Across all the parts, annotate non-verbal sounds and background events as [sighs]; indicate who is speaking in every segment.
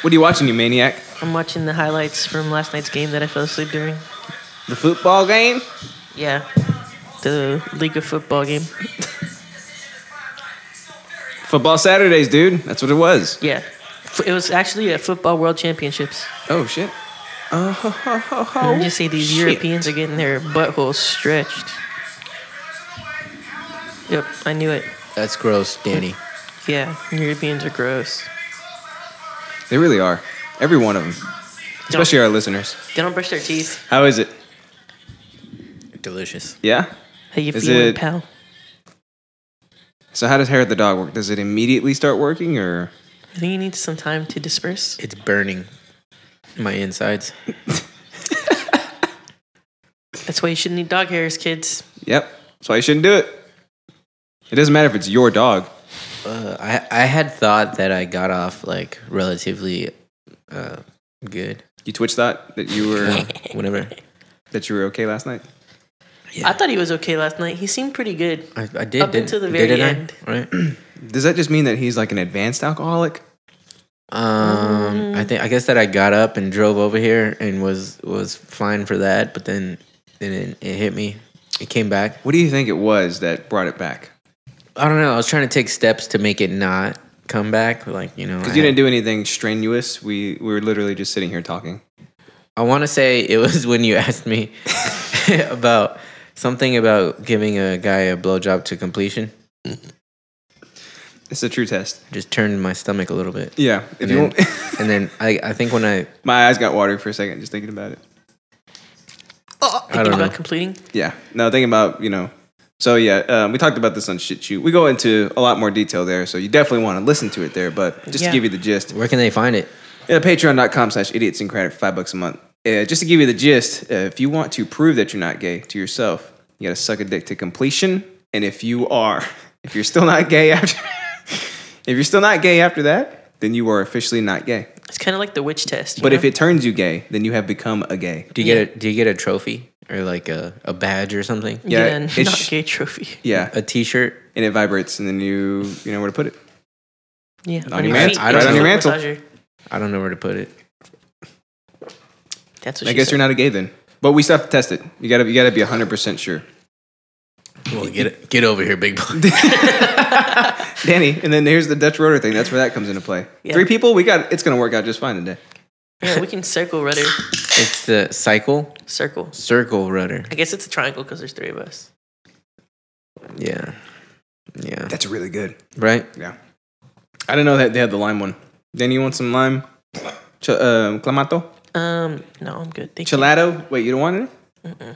Speaker 1: What are you watching, you maniac?
Speaker 2: I'm watching the highlights from last night's game that I fell asleep during.
Speaker 1: The football game?
Speaker 2: Yeah, the League of Football game.
Speaker 1: Football Saturdays, dude. That's what it was.
Speaker 2: Yeah, F- it was actually at Football World Championships.
Speaker 1: Oh shit. Oh, ho, ho, ho, ho.
Speaker 2: Let me just say these
Speaker 1: Oh, shit.
Speaker 2: Europeans are getting their buttholes stretched. Yep, I knew it.
Speaker 3: That's gross, Danny.
Speaker 2: Yeah, Europeans are gross.
Speaker 1: They really are. Every one of them.
Speaker 2: Don't-
Speaker 1: Especially our listeners.
Speaker 2: They don't brush their teeth.
Speaker 1: How is it?
Speaker 3: Delicious.
Speaker 1: Yeah?
Speaker 2: How you
Speaker 1: Is
Speaker 2: feeling,
Speaker 1: it-
Speaker 2: pal?
Speaker 1: So how does hair of the dog work? Does it immediately start working or
Speaker 2: I think you need some time to disperse.
Speaker 3: It's burning my insides.
Speaker 2: That's why you shouldn't eat dog hairs, kids.
Speaker 1: Yep. That's why you shouldn't do it. It doesn't matter if it's your dog.
Speaker 3: Uh, I I had thought that I got off like relatively uh,
Speaker 2: [laughs]
Speaker 3: good.
Speaker 1: You twitch thought that you
Speaker 3: [laughs]
Speaker 1: were
Speaker 3: Whatever.
Speaker 1: that you were okay last night?
Speaker 2: I thought he was okay last night. He seemed pretty good.
Speaker 3: I, I did.
Speaker 2: Up
Speaker 3: didn't-
Speaker 2: until the
Speaker 3: didn't
Speaker 2: very
Speaker 3: I?
Speaker 2: end.
Speaker 3: right?
Speaker 1: Does that just mean that he's like an advanced alcoholic?
Speaker 3: Um, I think I guess that I got up and drove over here and was was fine for that, but then then it, it hit me. It came back.
Speaker 1: What do you think it was that brought it back?
Speaker 3: I don't know. I was trying to take steps to make it not come back. Like you know,
Speaker 1: Because you didn't do anything strenuous. We we were literally just sitting here talking.
Speaker 3: I want to say it was [laughs] when you asked me about something about giving a guy a blowjob to completion.
Speaker 1: It's a true test.
Speaker 3: Just turned my stomach a little bit,
Speaker 1: Yeah. If
Speaker 3: and
Speaker 1: you
Speaker 3: then,
Speaker 1: won't, [laughs]
Speaker 3: and then I I think when I
Speaker 1: my eyes got watery for a second just thinking about it.
Speaker 2: Thinking
Speaker 3: don't
Speaker 2: about
Speaker 3: know.
Speaker 2: completing.
Speaker 1: Yeah. No, thinking about you know. So yeah, um, we talked about this on Shit Shoot. We go into a lot more detail there, so you definitely want to listen to it there. But just
Speaker 2: Yeah.
Speaker 1: to give you the gist,
Speaker 3: where can they find it?
Speaker 1: Yeah, patreon.com slash idiotsyncratic, five bucks a month. Uh, just to give you the gist, uh, if you want to prove that you're not gay to yourself, you gotta suck a dick to completion. And if you are, [laughs] if you're still not gay after, [laughs] if you're still not gay after that, then you are officially not gay.
Speaker 2: It's kind of like the witch test. you
Speaker 1: But if
Speaker 2: know?
Speaker 1: it turns you gay, then you have become a gay.
Speaker 3: Do you get a do you get a trophy or like a, a badge or something?
Speaker 2: You
Speaker 1: Yeah,
Speaker 2: get a
Speaker 1: it's-
Speaker 2: not gay trophy.
Speaker 1: Yeah,
Speaker 3: A T-shirt.
Speaker 1: and it vibrates, and then you you know where to put it.
Speaker 2: Yeah,
Speaker 1: On your mantle.
Speaker 3: Right on your
Speaker 1: mantle.
Speaker 2: massager.
Speaker 3: I don't know where to put it.
Speaker 2: That's what
Speaker 1: I guess you're not a gay then. But we still have to test it. You gotta you gotta be 100 percent sure.
Speaker 3: Well, get get over here, big boy.
Speaker 1: Danny, and then here's the Dutch rotor thing. That's where that comes into play.
Speaker 2: Yeah.
Speaker 1: Three people, we got it's gonna work out just fine today.
Speaker 2: Yeah, we can circle rudder.
Speaker 3: [laughs] It's the cycle
Speaker 2: Circle.
Speaker 3: circle rudder.
Speaker 2: I guess it's a triangle because there's three of us.
Speaker 3: Yeah, yeah.
Speaker 1: That's really good.
Speaker 3: Right.
Speaker 1: Yeah. I didn't know that they had the lime one. Danny, you want some lime? Ch- um, clamato?
Speaker 2: Um, no, I'm good. Thank you.
Speaker 1: Gelato? Wait, you don't want it?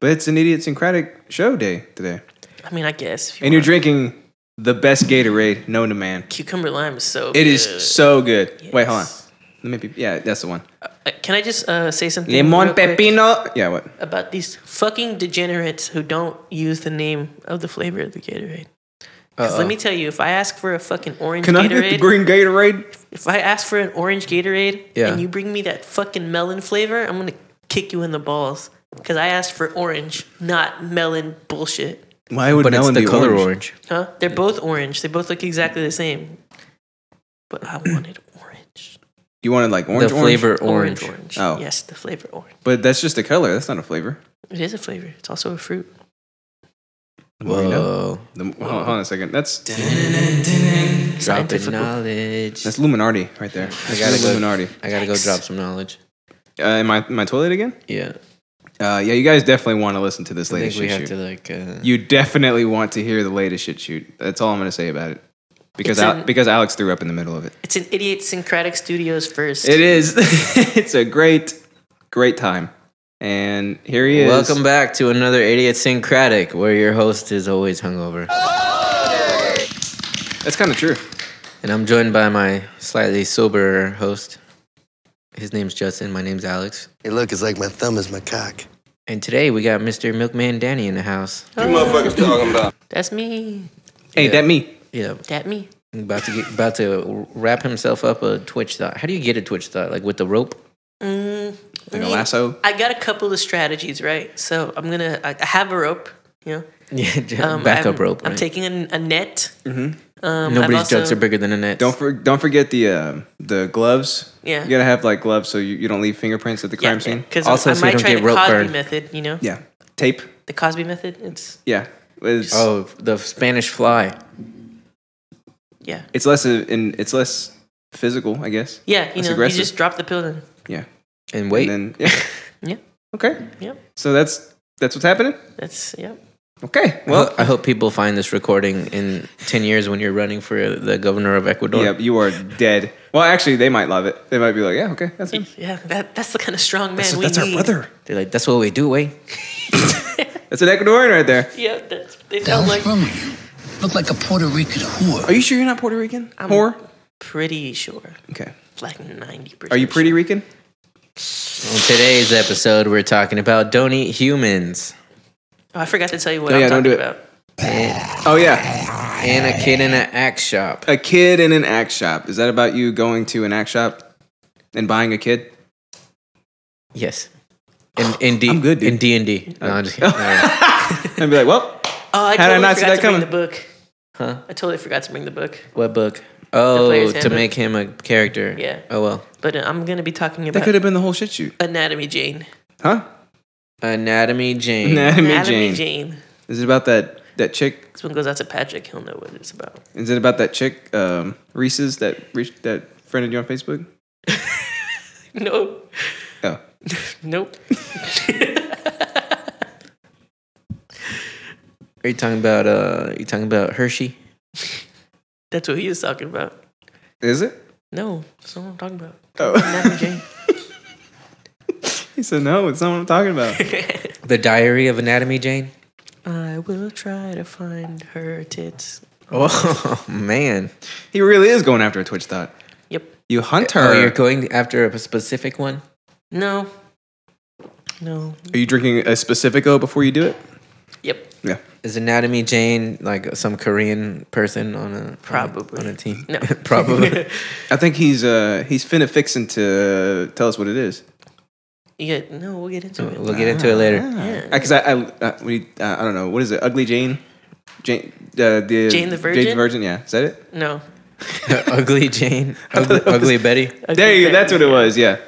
Speaker 1: But it's an idiosyncratic show day today.
Speaker 2: I mean, I guess. If you
Speaker 1: And you're
Speaker 2: want.
Speaker 1: drinking the best Gatorade known to man.
Speaker 2: cucumber lime is so.
Speaker 1: It is
Speaker 2: good.
Speaker 1: so good. Wait, hold on.
Speaker 2: Yes.
Speaker 1: Let me be, yeah, that's the one.
Speaker 2: Uh, Can I just uh, say something?
Speaker 1: Lemon
Speaker 2: real quick
Speaker 1: pepino. Yeah, what?
Speaker 2: about these fucking degenerates who don't use the name of the flavor of the Gatorade. 'Cause let me tell you, if I ask for a fucking orange
Speaker 1: Can I get the [laughs]
Speaker 2: Gatorade,
Speaker 1: green Gatorade?
Speaker 2: if I ask for an orange Gatorade
Speaker 3: Yeah.
Speaker 2: and you bring me that fucking melon flavor, I'm gonna kick you in the balls because I asked for orange, not melon bullshit.
Speaker 1: Why would
Speaker 3: But it's
Speaker 1: melon
Speaker 3: the
Speaker 1: be
Speaker 3: color
Speaker 1: orange?
Speaker 3: orange.
Speaker 2: Huh? They're both orange. They both look exactly the same. But I wanted orange.
Speaker 1: You wanted like orange
Speaker 3: the
Speaker 1: orange?
Speaker 3: flavor orange.
Speaker 2: Orange, orange.
Speaker 1: Oh.
Speaker 2: Yes, the flavor orange.
Speaker 1: But that's just a color. That's not a flavor.
Speaker 2: It is a flavor. It's also a fruit.
Speaker 1: The more you know.
Speaker 3: Whoa.
Speaker 1: The, hold, hold on a second. That's
Speaker 3: Dropping
Speaker 2: Scientific.
Speaker 3: knowledge.
Speaker 1: that's Luminardi right there. I
Speaker 3: gotta go-
Speaker 1: Luminardi.
Speaker 3: I gotta go drop some knowledge.
Speaker 1: Uh, in my my toilet again?
Speaker 3: Yeah.
Speaker 1: Uh, yeah, you guys definitely want to listen to this
Speaker 3: I think
Speaker 1: latest
Speaker 3: we
Speaker 1: shit
Speaker 3: have
Speaker 1: shoot.
Speaker 3: to like. Uh,
Speaker 1: You definitely want to hear the latest shit shoot. That's all I'm gonna say about it. Because
Speaker 2: It's
Speaker 1: Al-
Speaker 2: an-
Speaker 1: because Alex threw up in the middle of it.
Speaker 2: It's an idiot syncretic studios first.
Speaker 1: It is. [laughs] it's a great great time. And here he is.
Speaker 3: Welcome back to another idiosyncratic, where your host is always hungover,
Speaker 1: That's kind of true.
Speaker 3: and I'm joined by my slightly soberer host. His name's Justin. My name's Alex.
Speaker 4: Hey, look, it's like my thumb is my cock.
Speaker 3: And today we got Mr. Milkman Danny in the house.
Speaker 2: That's me.
Speaker 1: Hey, that me.
Speaker 3: Yeah,
Speaker 2: That me.
Speaker 3: about to get, about to wrap himself up a twitch thought. How do you get a twitch thought? Like with the rope?
Speaker 2: Mm,
Speaker 1: Like a
Speaker 2: me.
Speaker 1: lasso.
Speaker 2: I got a couple of strategies, right? So I'm gonna. I I have a rope. You know.
Speaker 3: [laughs] Yeah,
Speaker 2: Um,
Speaker 3: backup
Speaker 2: I'm,
Speaker 3: rope.
Speaker 2: I'm
Speaker 3: right?
Speaker 2: taking a, a net. Um,
Speaker 3: Nobody's
Speaker 2: I've also-
Speaker 3: jokes are bigger than the net.
Speaker 1: Don't for, don't forget the uh, the gloves.
Speaker 2: Yeah.
Speaker 1: You gotta have like gloves so you, you don't leave fingerprints at the crime
Speaker 2: yeah,
Speaker 1: scene.
Speaker 2: Because
Speaker 3: Also,
Speaker 2: I
Speaker 3: so you
Speaker 2: might
Speaker 3: don't
Speaker 2: try
Speaker 3: get
Speaker 2: the
Speaker 3: rope
Speaker 2: Cosby
Speaker 3: burn.
Speaker 2: method, you know?
Speaker 1: Yeah. Tape.
Speaker 2: The Cosby method. It's,
Speaker 1: Yeah. It's,
Speaker 3: Oh, the Spanish fly.
Speaker 2: yeah.
Speaker 1: it's less uh, in it's less physical, I guess.
Speaker 2: Yeah, you
Speaker 1: It's
Speaker 2: know,
Speaker 1: aggressive.
Speaker 2: you just drop the pill in.
Speaker 1: Yeah.
Speaker 3: And wait.
Speaker 1: And then,
Speaker 2: Yeah.
Speaker 1: [laughs] Okay.
Speaker 2: Yep.
Speaker 1: So that's that's what's happening.
Speaker 2: That's, yep.
Speaker 1: Okay.
Speaker 3: well, I
Speaker 1: Well.
Speaker 3: hope, I hope people find this recording in 10 years when you're running for the governor of Ecuador.
Speaker 1: Yep. You are dead. Well, actually, they might love it. They might be like, yeah, okay, that's it.
Speaker 2: Yeah, that, that's the kind of strong man
Speaker 1: That's,
Speaker 2: we
Speaker 1: that's our
Speaker 2: need.
Speaker 1: brother.
Speaker 3: They're like, that's what we do, eh?" way.
Speaker 1: That's an Ecuadorian right there.
Speaker 2: Yeah, that's, they
Speaker 5: hell
Speaker 2: sound like
Speaker 5: from you? Look like a Puerto Rican whore.
Speaker 1: Are you sure you're not Puerto Rican?
Speaker 2: I'm-
Speaker 1: Whore?
Speaker 2: pretty sure.
Speaker 1: Okay.
Speaker 2: Like 90%.
Speaker 1: Are you pretty Rican?
Speaker 3: On today's episode, we're talking about don't eat humans.
Speaker 2: Oh, I forgot to tell you what
Speaker 1: Oh,
Speaker 2: I'm
Speaker 1: yeah, don't
Speaker 2: talking
Speaker 1: do it.
Speaker 2: about.
Speaker 1: Oh yeah.
Speaker 3: And a kid in an axe shop.
Speaker 1: A kid in an act shop. Is that about you going to an act shop and buying a kid?
Speaker 3: Yes. In, in D,
Speaker 1: I'm good, dude.
Speaker 3: In D and D. No, I'm just kidding. Alright.
Speaker 1: And be like, well,
Speaker 2: Oh, I
Speaker 1: How did I
Speaker 2: totally
Speaker 1: not see
Speaker 2: forgot
Speaker 1: that
Speaker 2: to bring
Speaker 1: coming?
Speaker 2: the book.
Speaker 3: Huh?
Speaker 2: I totally forgot to bring the book.
Speaker 3: What book? Oh,
Speaker 2: Player's
Speaker 3: to
Speaker 2: Handbook.
Speaker 3: make him a character.
Speaker 2: Yeah.
Speaker 3: Oh well.
Speaker 2: But uh, I'm going to be talking
Speaker 1: that
Speaker 2: about
Speaker 1: could have been the whole shit shoot,
Speaker 2: Anatomy Jane.
Speaker 1: huh?
Speaker 3: Anatomy Jane.
Speaker 1: Anatomy,
Speaker 2: Anatomy
Speaker 1: Jane.
Speaker 2: Jane.
Speaker 1: Is it about that that chick?
Speaker 2: This one goes out to Patrick. He'll know what it's about. [laughs]
Speaker 1: Is it about that chick um, Reese's that re- that friended you on Facebook?
Speaker 2: No.
Speaker 1: Oh,
Speaker 2: Nope.
Speaker 3: Are you talking about uh? you talking about Hershey?
Speaker 2: That's what he was talking about.
Speaker 1: is it?
Speaker 2: No. That's not what I'm talking about.
Speaker 1: Oh,
Speaker 2: Anatomy Jane.
Speaker 1: he said no. It's not what I'm talking about.
Speaker 3: The Diary of Anatomy Jane.
Speaker 2: I will try to find her tits.
Speaker 3: [laughs] Oh man.
Speaker 1: he really is going after a Twitch thought.
Speaker 2: Yep.
Speaker 1: You hunt her.
Speaker 3: Oh, you're
Speaker 1: are
Speaker 3: going after a specific one.
Speaker 2: No. No.
Speaker 1: you drinking a Specifico before you do it?
Speaker 2: Yep.
Speaker 1: Yeah.
Speaker 3: Is Anatomy Jane like some Korean person on a
Speaker 2: Probably.
Speaker 3: on a, team?
Speaker 2: No.
Speaker 3: [laughs]
Speaker 2: [laughs]
Speaker 3: probably.
Speaker 1: I think he's uh he's finna fixing to tell us what it is.
Speaker 2: You get, no, we'll get into it.
Speaker 3: we'll get into it later.
Speaker 2: Yeah.
Speaker 1: Because I, I, uh, we, uh, I don't know what is it? Ugly Jane, Jane, uh, the
Speaker 2: Jane the Virgin?
Speaker 1: Yeah, is that it?
Speaker 2: No.
Speaker 3: [laughs] ugly Jane, ugly, ugly Betty.
Speaker 1: there you. go. That's what it was. Yeah,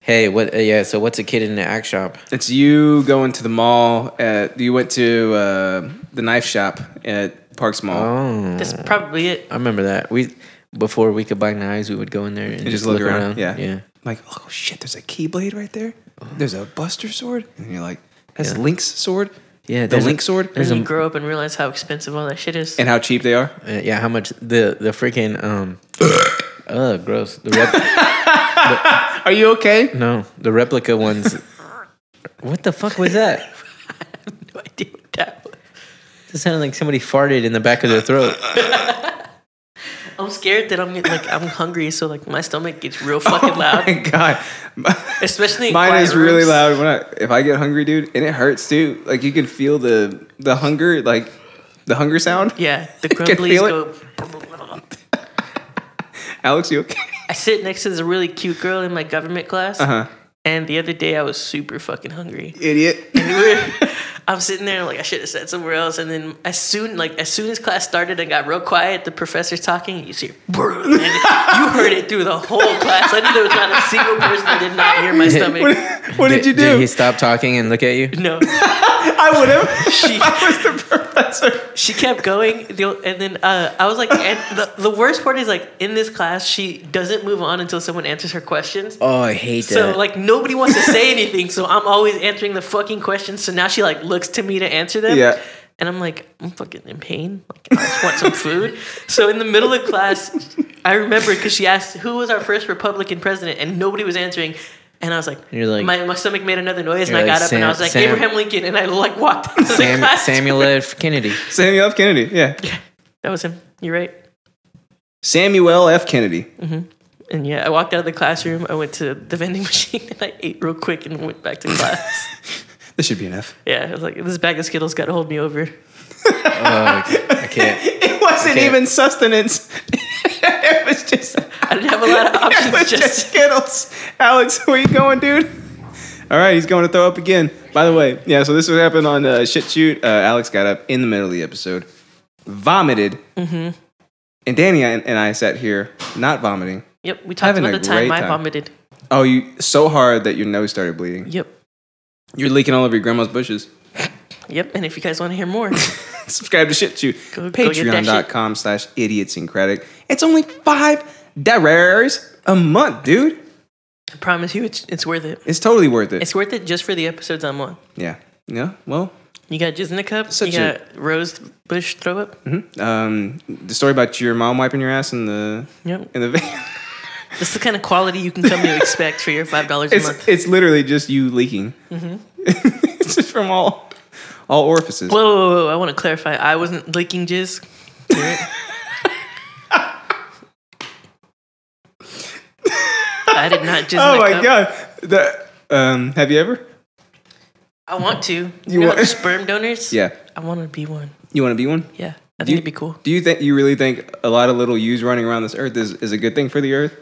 Speaker 3: Hey, what? Uh, yeah. So what's a kid in the axe shop?
Speaker 1: it's you going to the mall. At, you went to uh, the knife shop at Parks Mall.
Speaker 3: Oh,
Speaker 2: That's probably it.
Speaker 3: I remember that. We before we could buy knives, we would go in there and, just, look, around.
Speaker 1: Yeah.
Speaker 3: yeah.
Speaker 1: Like, oh shit, there's a Keyblade right there.
Speaker 3: Oh.
Speaker 1: There's a Buster sword, and you're like, that's Link's sword.
Speaker 3: Yeah,
Speaker 1: the
Speaker 3: there's a-
Speaker 1: Link sword.
Speaker 2: Then
Speaker 3: There's
Speaker 2: you
Speaker 3: a-
Speaker 2: grow up and realize how expensive all that shit is. [laughs]
Speaker 1: and how cheap they are.
Speaker 3: Uh, yeah, how much the the freaking um uh gross. The rep-
Speaker 1: Are you okay?
Speaker 3: no, the replica ones. What the fuck was that?
Speaker 2: no idea what that was.
Speaker 3: It sounded like somebody farted in the back of their throat.
Speaker 2: I'm scared that I'm get- like I'm hungry, so like my stomach gets real
Speaker 1: [laughs]
Speaker 2: fucking loud.
Speaker 1: Oh My God,
Speaker 2: Especially in
Speaker 1: Mine
Speaker 2: quiet
Speaker 1: is really
Speaker 2: rooms.
Speaker 1: loud when I if I get hungry, dude, and it hurts too. Like you can feel the the hunger, like the hunger sound.
Speaker 2: Yeah,
Speaker 1: [laughs]
Speaker 2: the
Speaker 1: can
Speaker 2: grumblies
Speaker 1: feel it.
Speaker 2: go.
Speaker 1: Alex, you okay?
Speaker 2: I sit next to this really cute girl in my government class,
Speaker 1: Uh huh.
Speaker 2: and the other day I was super
Speaker 1: [laughs]
Speaker 2: fucking hungry.
Speaker 1: Idiot.
Speaker 2: [laughs] I'm sitting there like I should have said somewhere else, and then as soon like as soon as class started and got real quiet, the professor's talking. And you see, "Brr," and you heard it through the
Speaker 1: [laughs]
Speaker 2: whole class. I knew there was not a single person that did not hear my stomach.
Speaker 1: What did, you do?
Speaker 3: Did he stop talking and look at you?
Speaker 2: No,
Speaker 1: I would have. [laughs]
Speaker 2: she
Speaker 1: I was the professor.
Speaker 2: she kept going, the- and then uh, I was like, and the, the worst part is like in this class she doesn't move on until someone answers her questions.
Speaker 3: Oh, I hate
Speaker 2: So like nobody wants to say anything, so I'm always answering the fucking questions. So now she like looks to me to answer them.
Speaker 1: Yeah.
Speaker 2: And I'm like, I'm fucking in pain. Like I just want some food. So in the middle of class, I remember because she asked who was our first Republican president, and nobody was answering. And I was like,
Speaker 3: You're like-
Speaker 2: my, my stomach made another noise, and
Speaker 3: You're
Speaker 2: I
Speaker 3: like,
Speaker 2: got up and I
Speaker 3: "Sam-
Speaker 2: was like,
Speaker 3: Sam-
Speaker 2: Abraham Lincoln, and I like walked out of the
Speaker 3: Sam,
Speaker 2: class. [laughs]
Speaker 3: Samuel F. Kennedy.
Speaker 1: Samuel F. Kennedy. Yeah.
Speaker 2: That was him. You're right.
Speaker 1: Samuel F. Kennedy.
Speaker 2: And yeah, I walked out of the classroom. I went to the vending machine [laughs] and I ate real quick and went back to
Speaker 3: [laughs]
Speaker 2: class.
Speaker 1: This should be an F.
Speaker 2: Yeah, I was like, this bag of Skittles got to hold me over.
Speaker 3: Oh, I
Speaker 2: [laughs]
Speaker 3: can't.
Speaker 1: It wasn't
Speaker 3: Okay.
Speaker 1: even sustenance. [laughs] it was just.
Speaker 2: I didn't have a
Speaker 1: [laughs]
Speaker 2: lot of [laughs]
Speaker 1: It was
Speaker 2: options.
Speaker 1: just
Speaker 2: Just
Speaker 1: Skittles. Alex, where you going, dude? All right, he's going to throw up again. By the way, yeah. So this was happened on uh, shit shoot. Uh, Alex got up in the middle of the episode, vomited,
Speaker 2: Mm-hmm.
Speaker 1: and Danny and and I sat here not vomiting.
Speaker 2: Yep, we talked
Speaker 1: Having
Speaker 2: about the
Speaker 1: a great
Speaker 2: time I
Speaker 1: time.
Speaker 2: vomited.
Speaker 1: Oh, you so hard that your nose started bleeding.
Speaker 2: Yep,
Speaker 1: You're leaking all over your grandma's bushes. [laughs]
Speaker 2: yep. And if you guys want to hear more,
Speaker 1: Subscribe to Shit Chew.
Speaker 2: Go- go get that shit.
Speaker 1: Patreon.com slash idiotsyncratic. It's only five dollars a month, dude.
Speaker 2: I promise you, it's, it's worth it.
Speaker 1: It's totally worth it.
Speaker 2: It's worth it just for the episodes I'm on.
Speaker 1: yeah. Yeah. Well,
Speaker 2: You got jizz in a cup.
Speaker 1: Such
Speaker 2: you
Speaker 1: a-
Speaker 2: got rose bush throw up.
Speaker 1: um, the story about your mom wiping your ass in the
Speaker 2: Yep.
Speaker 1: in the
Speaker 2: [laughs]
Speaker 1: van.
Speaker 2: That's the kind of quality you can
Speaker 1: [laughs]
Speaker 2: come to expect for your five dollars a month.
Speaker 1: It's, it's literally just you leaking.
Speaker 2: Mm-hmm.
Speaker 1: it's [laughs] just from all all orifices.
Speaker 2: Whoa, whoa, whoa, whoa, I want to clarify. I wasn't leaking jizz.
Speaker 1: [laughs]
Speaker 2: I did not jizz.
Speaker 1: oh
Speaker 2: in a
Speaker 1: my
Speaker 2: cup.
Speaker 1: god. The, um, have you ever?
Speaker 2: I want to. You,
Speaker 1: You
Speaker 2: know
Speaker 1: want-
Speaker 2: the sperm
Speaker 1: [laughs]
Speaker 2: donors?
Speaker 1: Yeah.
Speaker 2: I want to be one.
Speaker 1: You want to be one?
Speaker 2: Yeah, I think
Speaker 1: Do you-
Speaker 2: it'd be cool.
Speaker 1: Do you think you really think a lot of little yous running around this earth is, is a good thing for the earth?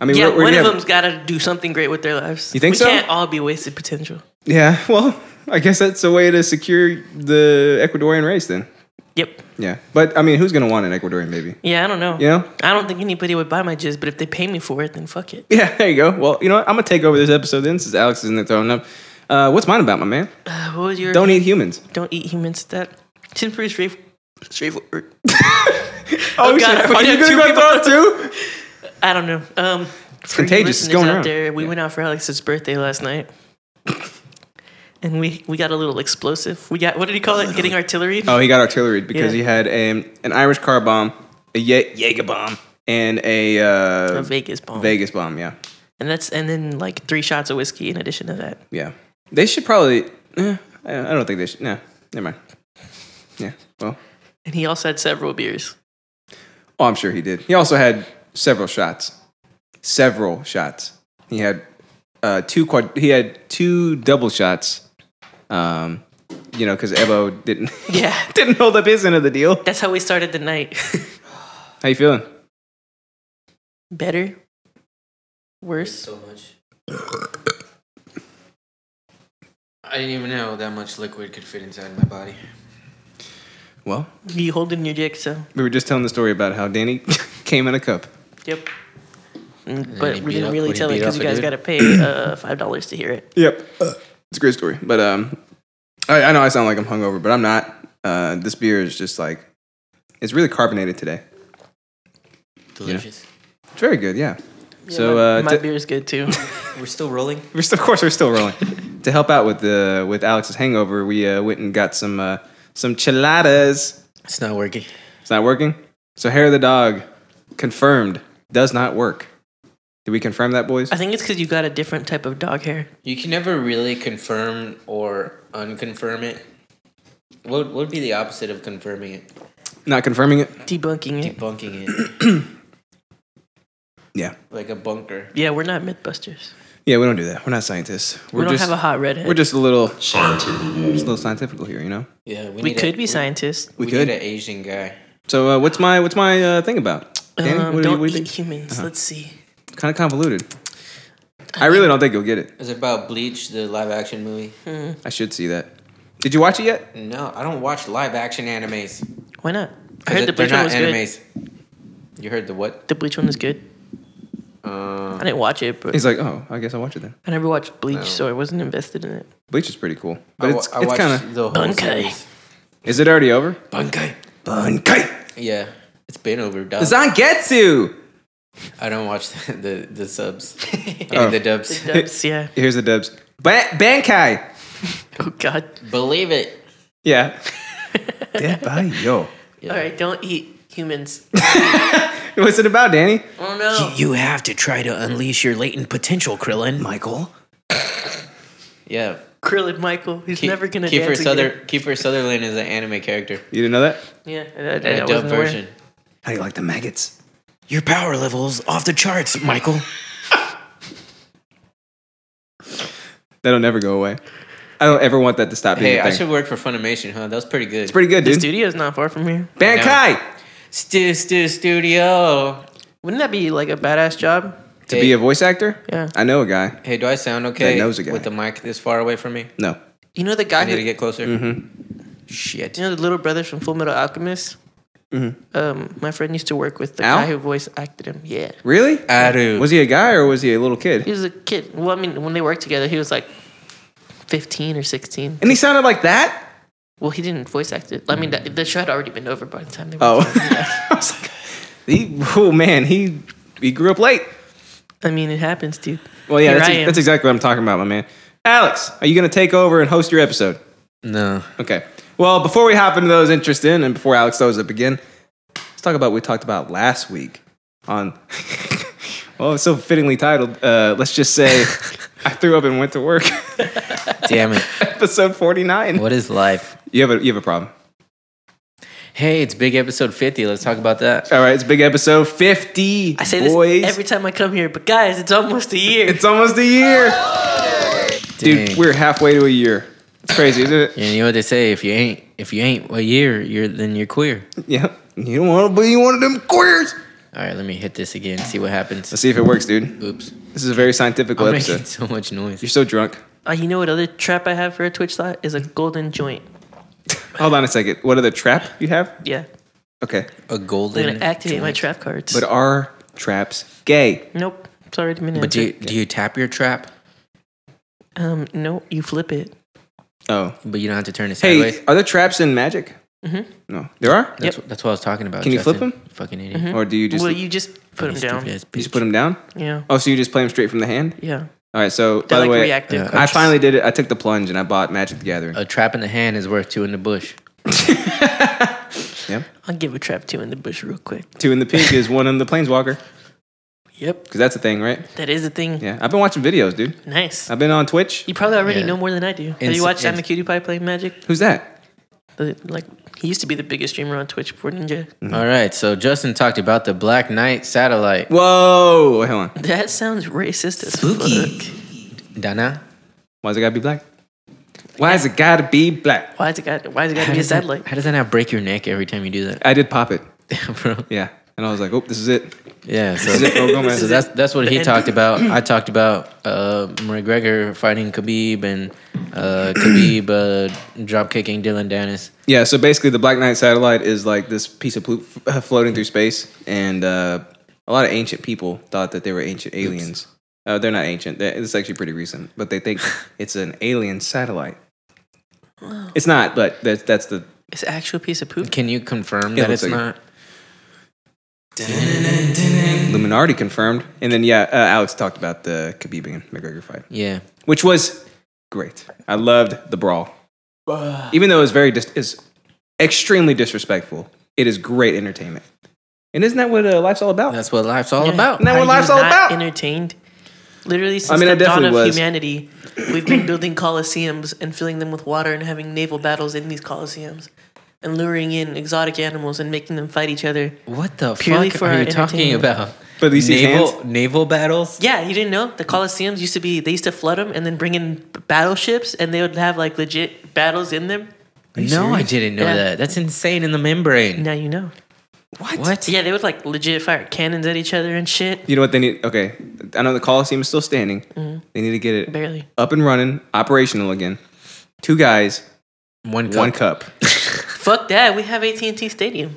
Speaker 1: I mean,
Speaker 2: Yeah,
Speaker 1: we're, we're
Speaker 2: one
Speaker 1: gonna
Speaker 2: of
Speaker 1: have-
Speaker 2: them's got to do something great with their lives.
Speaker 1: You think
Speaker 2: we
Speaker 1: so?
Speaker 2: can't all be wasted potential.
Speaker 1: Yeah, well, I guess that's a way to secure the Ecuadorian race then.
Speaker 2: Yep.
Speaker 1: Yeah, but I mean, who's gonna want an Ecuadorian baby?
Speaker 2: Yeah, I don't know.
Speaker 1: You know?
Speaker 2: I don't think anybody would buy my jizz, but if they pay me for it, then fuck it.
Speaker 1: Yeah, there you go. Well, you know what? I'm gonna take over this episode then, since Alex isn't there throwing up. Uh, what's mine about, my man?
Speaker 2: Uh, what was your
Speaker 1: Don't eat humans.
Speaker 2: Don't eat humans. That seems pretty straight, straightforward.
Speaker 1: Oh,
Speaker 2: God,
Speaker 1: shit.
Speaker 2: are we
Speaker 1: are you
Speaker 2: gonna
Speaker 1: gonna
Speaker 2: have
Speaker 1: go throw up too?
Speaker 2: I don't know. Um, for you
Speaker 1: contagious. It's
Speaker 2: listeners
Speaker 1: going
Speaker 2: out
Speaker 1: around.
Speaker 2: there, we went out for Alex's birthday last night, and we we got a little explosive. We got what did he call it? Getting artillery.
Speaker 1: Oh, he got artillery because
Speaker 2: Yeah.
Speaker 1: he had a, um, an Irish car bomb, a Ye- Jaeger bomb, and a,
Speaker 2: A
Speaker 1: uh,
Speaker 2: Vegas bomb.
Speaker 1: Vegas bomb. Yeah,
Speaker 2: And that's and then like three shots of whiskey in addition to that.
Speaker 1: yeah. They should probably. Eh, I I don't think they should. Nah, never mind. Yeah. Well,
Speaker 2: And he also had several beers.
Speaker 1: Oh, I'm sure he did. He also had several shots. Several shots. He had uh, two quad. He had two double shots. Um, you know, because Ebo didn't [laughs]
Speaker 2: Yeah,
Speaker 1: didn't hold up his end of the deal.
Speaker 2: that's how we started the night.
Speaker 1: How you feeling?
Speaker 2: [laughs] Better, worse.
Speaker 3: So much. I didn't even know that much liquid could fit inside my body.
Speaker 1: Well,
Speaker 2: You holding your dick, so
Speaker 1: we were just telling the story about how Danny [laughs] came in a cup.
Speaker 2: yep. Mm,
Speaker 3: then
Speaker 2: But
Speaker 3: he
Speaker 2: we
Speaker 3: beat
Speaker 2: didn't
Speaker 3: up-
Speaker 2: really
Speaker 3: when he
Speaker 2: tell it
Speaker 3: beat
Speaker 2: because
Speaker 3: up
Speaker 2: you
Speaker 3: a
Speaker 2: guys
Speaker 3: dude.
Speaker 2: got to pay uh, five dollars to hear it.
Speaker 1: Yep, Uh, it's a great story. But um, I, I know I sound like I'm hungover, but I'm not. Uh, this beer is just like it's really carbonated today.
Speaker 3: Delicious.
Speaker 1: It's very good. Yeah. so
Speaker 2: my,
Speaker 1: uh,
Speaker 2: my
Speaker 1: to-
Speaker 2: beer is good too.
Speaker 3: We're still rolling.
Speaker 1: We're still, of course, we're still rolling. to help out with the with Alex's hangover, we uh, went and got some uh, some chiladas.
Speaker 3: It's not working.
Speaker 1: It's not working. So hair of the dog confirmed does not work. Did we confirm that, boys?
Speaker 2: [laughs] I think it's because you got a different type of dog hair.
Speaker 3: You can never really confirm or unconfirm it. What what would be the opposite of confirming it?
Speaker 1: Not confirming it.
Speaker 2: Debunking it.
Speaker 3: Debunking [clears throat] it.
Speaker 1: Yeah,
Speaker 3: like a bunker.
Speaker 2: Yeah, we're not Mythbusters.
Speaker 1: yeah. We don't do that. We're not scientists. We're
Speaker 2: we don't
Speaker 1: just
Speaker 2: have a hot redhead.
Speaker 1: we're just a little scientific. Just a little scientifical here, you know.
Speaker 3: Yeah,
Speaker 2: we
Speaker 3: need a-
Speaker 2: could be scientists.
Speaker 3: We,
Speaker 1: We
Speaker 3: could
Speaker 1: could.
Speaker 3: need an Asian guy.
Speaker 1: So uh, what's my what's my uh, thing about? Danny,
Speaker 2: Um,
Speaker 1: what do you-
Speaker 2: don't e-
Speaker 1: what do you
Speaker 2: eat humans. Let's see.
Speaker 1: think? Kind of convoluted. I really don't think you'll get it.
Speaker 3: Is it about Bleach, the live action movie?
Speaker 1: I should see that. Did you watch it yet?
Speaker 3: No, I don't watch live action animes.
Speaker 2: Why not? I
Speaker 3: 'Cause
Speaker 2: heard the
Speaker 3: it- they're
Speaker 2: bleach one
Speaker 3: not
Speaker 2: was good.
Speaker 3: animes. You heard the what?
Speaker 2: The bleach one was good. I didn't watch it, but
Speaker 1: He's like, oh, I guess I'll watch it then.
Speaker 2: I never watched Bleach, so I wasn't invested in it.
Speaker 1: Bleach is pretty cool,
Speaker 3: I
Speaker 1: but
Speaker 3: wa-
Speaker 1: it's
Speaker 3: I
Speaker 1: it's
Speaker 3: watched
Speaker 1: kind of
Speaker 3: the whole
Speaker 2: Bunkai.
Speaker 3: series.
Speaker 1: Is it already over?
Speaker 3: Bunkai.
Speaker 1: Bunkai.
Speaker 3: Yeah, it's been over. Dog.
Speaker 1: Zangetsu.
Speaker 3: I don't watch [laughs] the the,
Speaker 2: [laughs]
Speaker 3: the subs and
Speaker 1: Oh.
Speaker 3: the dubs.
Speaker 2: Dubs, yeah.
Speaker 1: Here's the dubs. Ba- Bankai.
Speaker 2: Oh God.
Speaker 3: Believe it.
Speaker 1: Yeah. yo.
Speaker 2: All right, don't eat humans.
Speaker 1: What's it about, Danny?
Speaker 2: Oh
Speaker 3: [laughs]
Speaker 2: no.
Speaker 6: You have to try to unleash your latent potential, Krillin.
Speaker 1: Michael.
Speaker 3: Yeah.
Speaker 2: Krillin Michael. He's
Speaker 3: Ke-
Speaker 2: never gonna
Speaker 3: Kiefer
Speaker 2: dance
Speaker 3: Suther-
Speaker 2: again.
Speaker 3: Kiefer Sutherland is an anime character.
Speaker 1: You didn't know that?
Speaker 2: Yeah, I, I, I
Speaker 3: A dub
Speaker 2: wasn't aware.
Speaker 3: version.
Speaker 1: How do you like the maggots?
Speaker 6: Your power level's off the charts, Michael.
Speaker 1: That'll never go away. I don't ever want that to stop being
Speaker 3: Hey,
Speaker 1: a
Speaker 3: I
Speaker 1: thing.
Speaker 3: should work for Funimation, huh? That was pretty good.
Speaker 1: It's pretty good,
Speaker 2: The
Speaker 1: dude.
Speaker 2: studio's not far from here.
Speaker 1: Bankai.
Speaker 3: Stu Stu Studio.
Speaker 2: Wouldn't that be like a badass job?
Speaker 1: To
Speaker 3: Hey.
Speaker 1: be a voice actor?
Speaker 2: Yeah.
Speaker 1: I know a guy.
Speaker 3: Hey, do I sound okay
Speaker 1: knows a guy.
Speaker 3: with the mic this far away from me?
Speaker 1: No.
Speaker 2: You know the guy
Speaker 3: I need
Speaker 2: who
Speaker 3: to get closer. Mm-hmm. Shit.
Speaker 2: You know the little brothers from Full Metal Alchemist?
Speaker 1: Mm-hmm.
Speaker 2: Um, my friend used to work with the
Speaker 1: Al?
Speaker 2: guy who voice acted him. Yeah.
Speaker 1: Really?
Speaker 3: Adu.
Speaker 1: Was he a guy or was he a little
Speaker 2: He
Speaker 1: kid?
Speaker 2: was a kid. Well, I mean, when they worked together, he was like 15 or 16.
Speaker 1: And he sounded like that?
Speaker 2: Well, he didn't voice act it. I mean, the, the show had already been over by the time they were.
Speaker 1: Mm-hmm. Oh. [laughs] I was like, he, oh man, he he grew up late.
Speaker 2: I mean, it happens, dude.
Speaker 1: Well, yeah,
Speaker 2: Here
Speaker 1: that's, e-
Speaker 2: I am.
Speaker 1: that's exactly what I'm talking about, my man. Alex, are you going to take over and host your episode?
Speaker 3: No.
Speaker 1: Okay. Well, before we hop into those interests in and before Alex throws up again, let's talk about what we talked about last week on, [laughs] well, it's so fittingly titled, uh, let's just say I threw up and went to work, [laughs]
Speaker 3: Damn it.
Speaker 1: episode 49.
Speaker 3: What is life?
Speaker 1: You, have a, you have a problem.
Speaker 3: Hey, it's big episode 50. Let's talk about that.
Speaker 1: All right, it's big episode 50.
Speaker 2: I say
Speaker 1: boys.
Speaker 2: this every time I come here, but guys, it's almost a year.
Speaker 1: it's almost a year. Dude,
Speaker 3: Dang.
Speaker 1: we're halfway to a year. It's crazy, isn't it?
Speaker 3: [laughs] Yeah, you know what they say? If you ain't if you ain't a year, you're then you're queer.
Speaker 1: Yeah. You don't want to be one of them queers.
Speaker 3: All right, let me hit this again. See what happens.
Speaker 1: Let's see if it works, dude.
Speaker 3: Oops.
Speaker 1: This is a very scientific
Speaker 3: I'm
Speaker 1: episode.
Speaker 3: making so much noise.
Speaker 1: You're so drunk.
Speaker 2: Uh, you know what other trap I have for a Twitch slot is a golden joint.
Speaker 1: Hold on a second. What other trap you have?
Speaker 2: Yeah,
Speaker 1: Okay.
Speaker 3: A
Speaker 2: I'm
Speaker 3: golden.
Speaker 2: gonna activate my
Speaker 3: joint.
Speaker 2: trap cards.
Speaker 1: But are traps gay?
Speaker 2: nope, it's already been
Speaker 3: But do you,
Speaker 2: answered.
Speaker 3: do you tap your trap?
Speaker 2: um, no, you flip it.
Speaker 1: Oh.
Speaker 3: But you don't have to turn it
Speaker 1: Hey,
Speaker 3: sideways.
Speaker 1: are there traps in magic?
Speaker 2: Mhm.
Speaker 1: No. There are?
Speaker 3: That's, that's what I was talking about.
Speaker 1: Can you flip
Speaker 3: Justin.
Speaker 1: him?
Speaker 3: Fucking
Speaker 2: Mm-hmm.
Speaker 3: idiot.
Speaker 1: Or do you just,
Speaker 2: well,
Speaker 1: you
Speaker 2: you just put them down.
Speaker 3: Stupid ass bitch.
Speaker 1: just put them down?
Speaker 2: Yeah,
Speaker 1: Oh, so you just play them straight from the hand?
Speaker 2: yeah.
Speaker 1: All right. So, by
Speaker 2: They're like
Speaker 1: the way,
Speaker 2: reactive.
Speaker 3: Yeah.
Speaker 1: I finally did it. I took the plunge and I bought Magic the Gathering.
Speaker 3: A trap in the hand is worth two in the bush.
Speaker 2: I'll give a trap two in the bush real quick.
Speaker 1: Two in the pink is one in the planeswalker
Speaker 2: [laughs] Yep,
Speaker 1: because that's a thing, right?
Speaker 2: that is a thing.
Speaker 1: Yeah. I've been watching videos, dude.
Speaker 2: Nice.
Speaker 1: I've been on Twitch.
Speaker 2: You probably already
Speaker 3: Yeah.
Speaker 2: know more than I do. Have
Speaker 3: Ins-
Speaker 2: you watched I'm the
Speaker 3: ins-
Speaker 2: Cutie Pie playing Magic?
Speaker 1: Who's that?
Speaker 2: The- Like he used to be the biggest streamer on Twitch before Ninja.
Speaker 1: Mm-hmm.
Speaker 3: All right, so Justin talked about the Black Knight satellite.
Speaker 1: Whoa. Wait, Hold on.
Speaker 2: That sounds racist as
Speaker 3: Spooky.
Speaker 2: fuck.
Speaker 3: Dana?
Speaker 1: Why's it got to be black? Why's it got to be black?
Speaker 2: Why's it got? Why's it got to be a
Speaker 3: [laughs] does that,
Speaker 2: satellite?
Speaker 3: how does that not break your neck every time you do that? [laughs]
Speaker 1: I did pop it.
Speaker 3: Bro.
Speaker 1: Yeah. And I was like, oh, this is it.
Speaker 3: Yeah, so,
Speaker 1: This is it, Phil Gomez.
Speaker 3: so that's that's what he
Speaker 2: end.
Speaker 3: talked about. I talked about uh, McGregor fighting Khabib and uh, Khabib uh, drop kicking Dylan Dennis.
Speaker 1: Yeah, so basically, the Black Knight satellite is like this piece of plo- f- [laughs] floating through space, and uh, a lot of ancient people thought that they were ancient aliens. Uh, they're not ancient; They're- it's actually pretty recent, but they
Speaker 3: [laughs]
Speaker 1: think it's an alien satellite. It's not, but that's, that's the
Speaker 2: It's an actual piece of poop.
Speaker 3: Can you confirm
Speaker 1: Yeah,
Speaker 3: that
Speaker 1: looks
Speaker 3: it's
Speaker 1: like it.
Speaker 3: not?
Speaker 1: Illuminati confirmed. And then, yeah, uh, Alex talked about the Khabib and McGregor fight,
Speaker 3: Yeah,
Speaker 1: which was great. I loved the brawl, even though it's very dis- it's extremely disrespectful. It is great entertainment, and isn't that what uh, life's all about?
Speaker 3: that's what life's all
Speaker 2: Yeah.
Speaker 3: about.
Speaker 1: Isn't that
Speaker 2: Are
Speaker 1: what life's
Speaker 2: you
Speaker 1: all
Speaker 2: not
Speaker 1: about?
Speaker 2: Entertained. Literally since
Speaker 1: mean, I
Speaker 2: the dawn
Speaker 1: definitely
Speaker 2: of
Speaker 1: was.
Speaker 2: humanity, we've been building coliseums and filling them with water and having naval battles in these coliseums, and luring in exotic animals and making them fight each other.
Speaker 3: What the
Speaker 2: Purely
Speaker 3: fuck
Speaker 2: for
Speaker 3: are
Speaker 2: our
Speaker 3: you talking
Speaker 2: entertainment.
Speaker 3: about?
Speaker 1: But these
Speaker 3: naval
Speaker 1: hands?
Speaker 3: naval battles.
Speaker 2: Yeah, you didn't know the coliseums used to be. They used to flood them and then bring in b- battleships, and they would have like legit battles in them.
Speaker 3: No, I didn't know
Speaker 2: Yeah.
Speaker 3: that. That's insane in the membrane.
Speaker 2: Now you know.
Speaker 3: What?
Speaker 2: Yeah, they would like legit fire cannons at each other and shit.
Speaker 1: You know what they need? Okay, I know the Coliseum is still standing.
Speaker 3: Mm-hmm.
Speaker 1: They need to get it
Speaker 2: Barely.
Speaker 1: up and running, operational again. Two guys,
Speaker 3: One cup.
Speaker 1: one cup. [laughs]
Speaker 2: Fuck that. We have AT and T Stadium.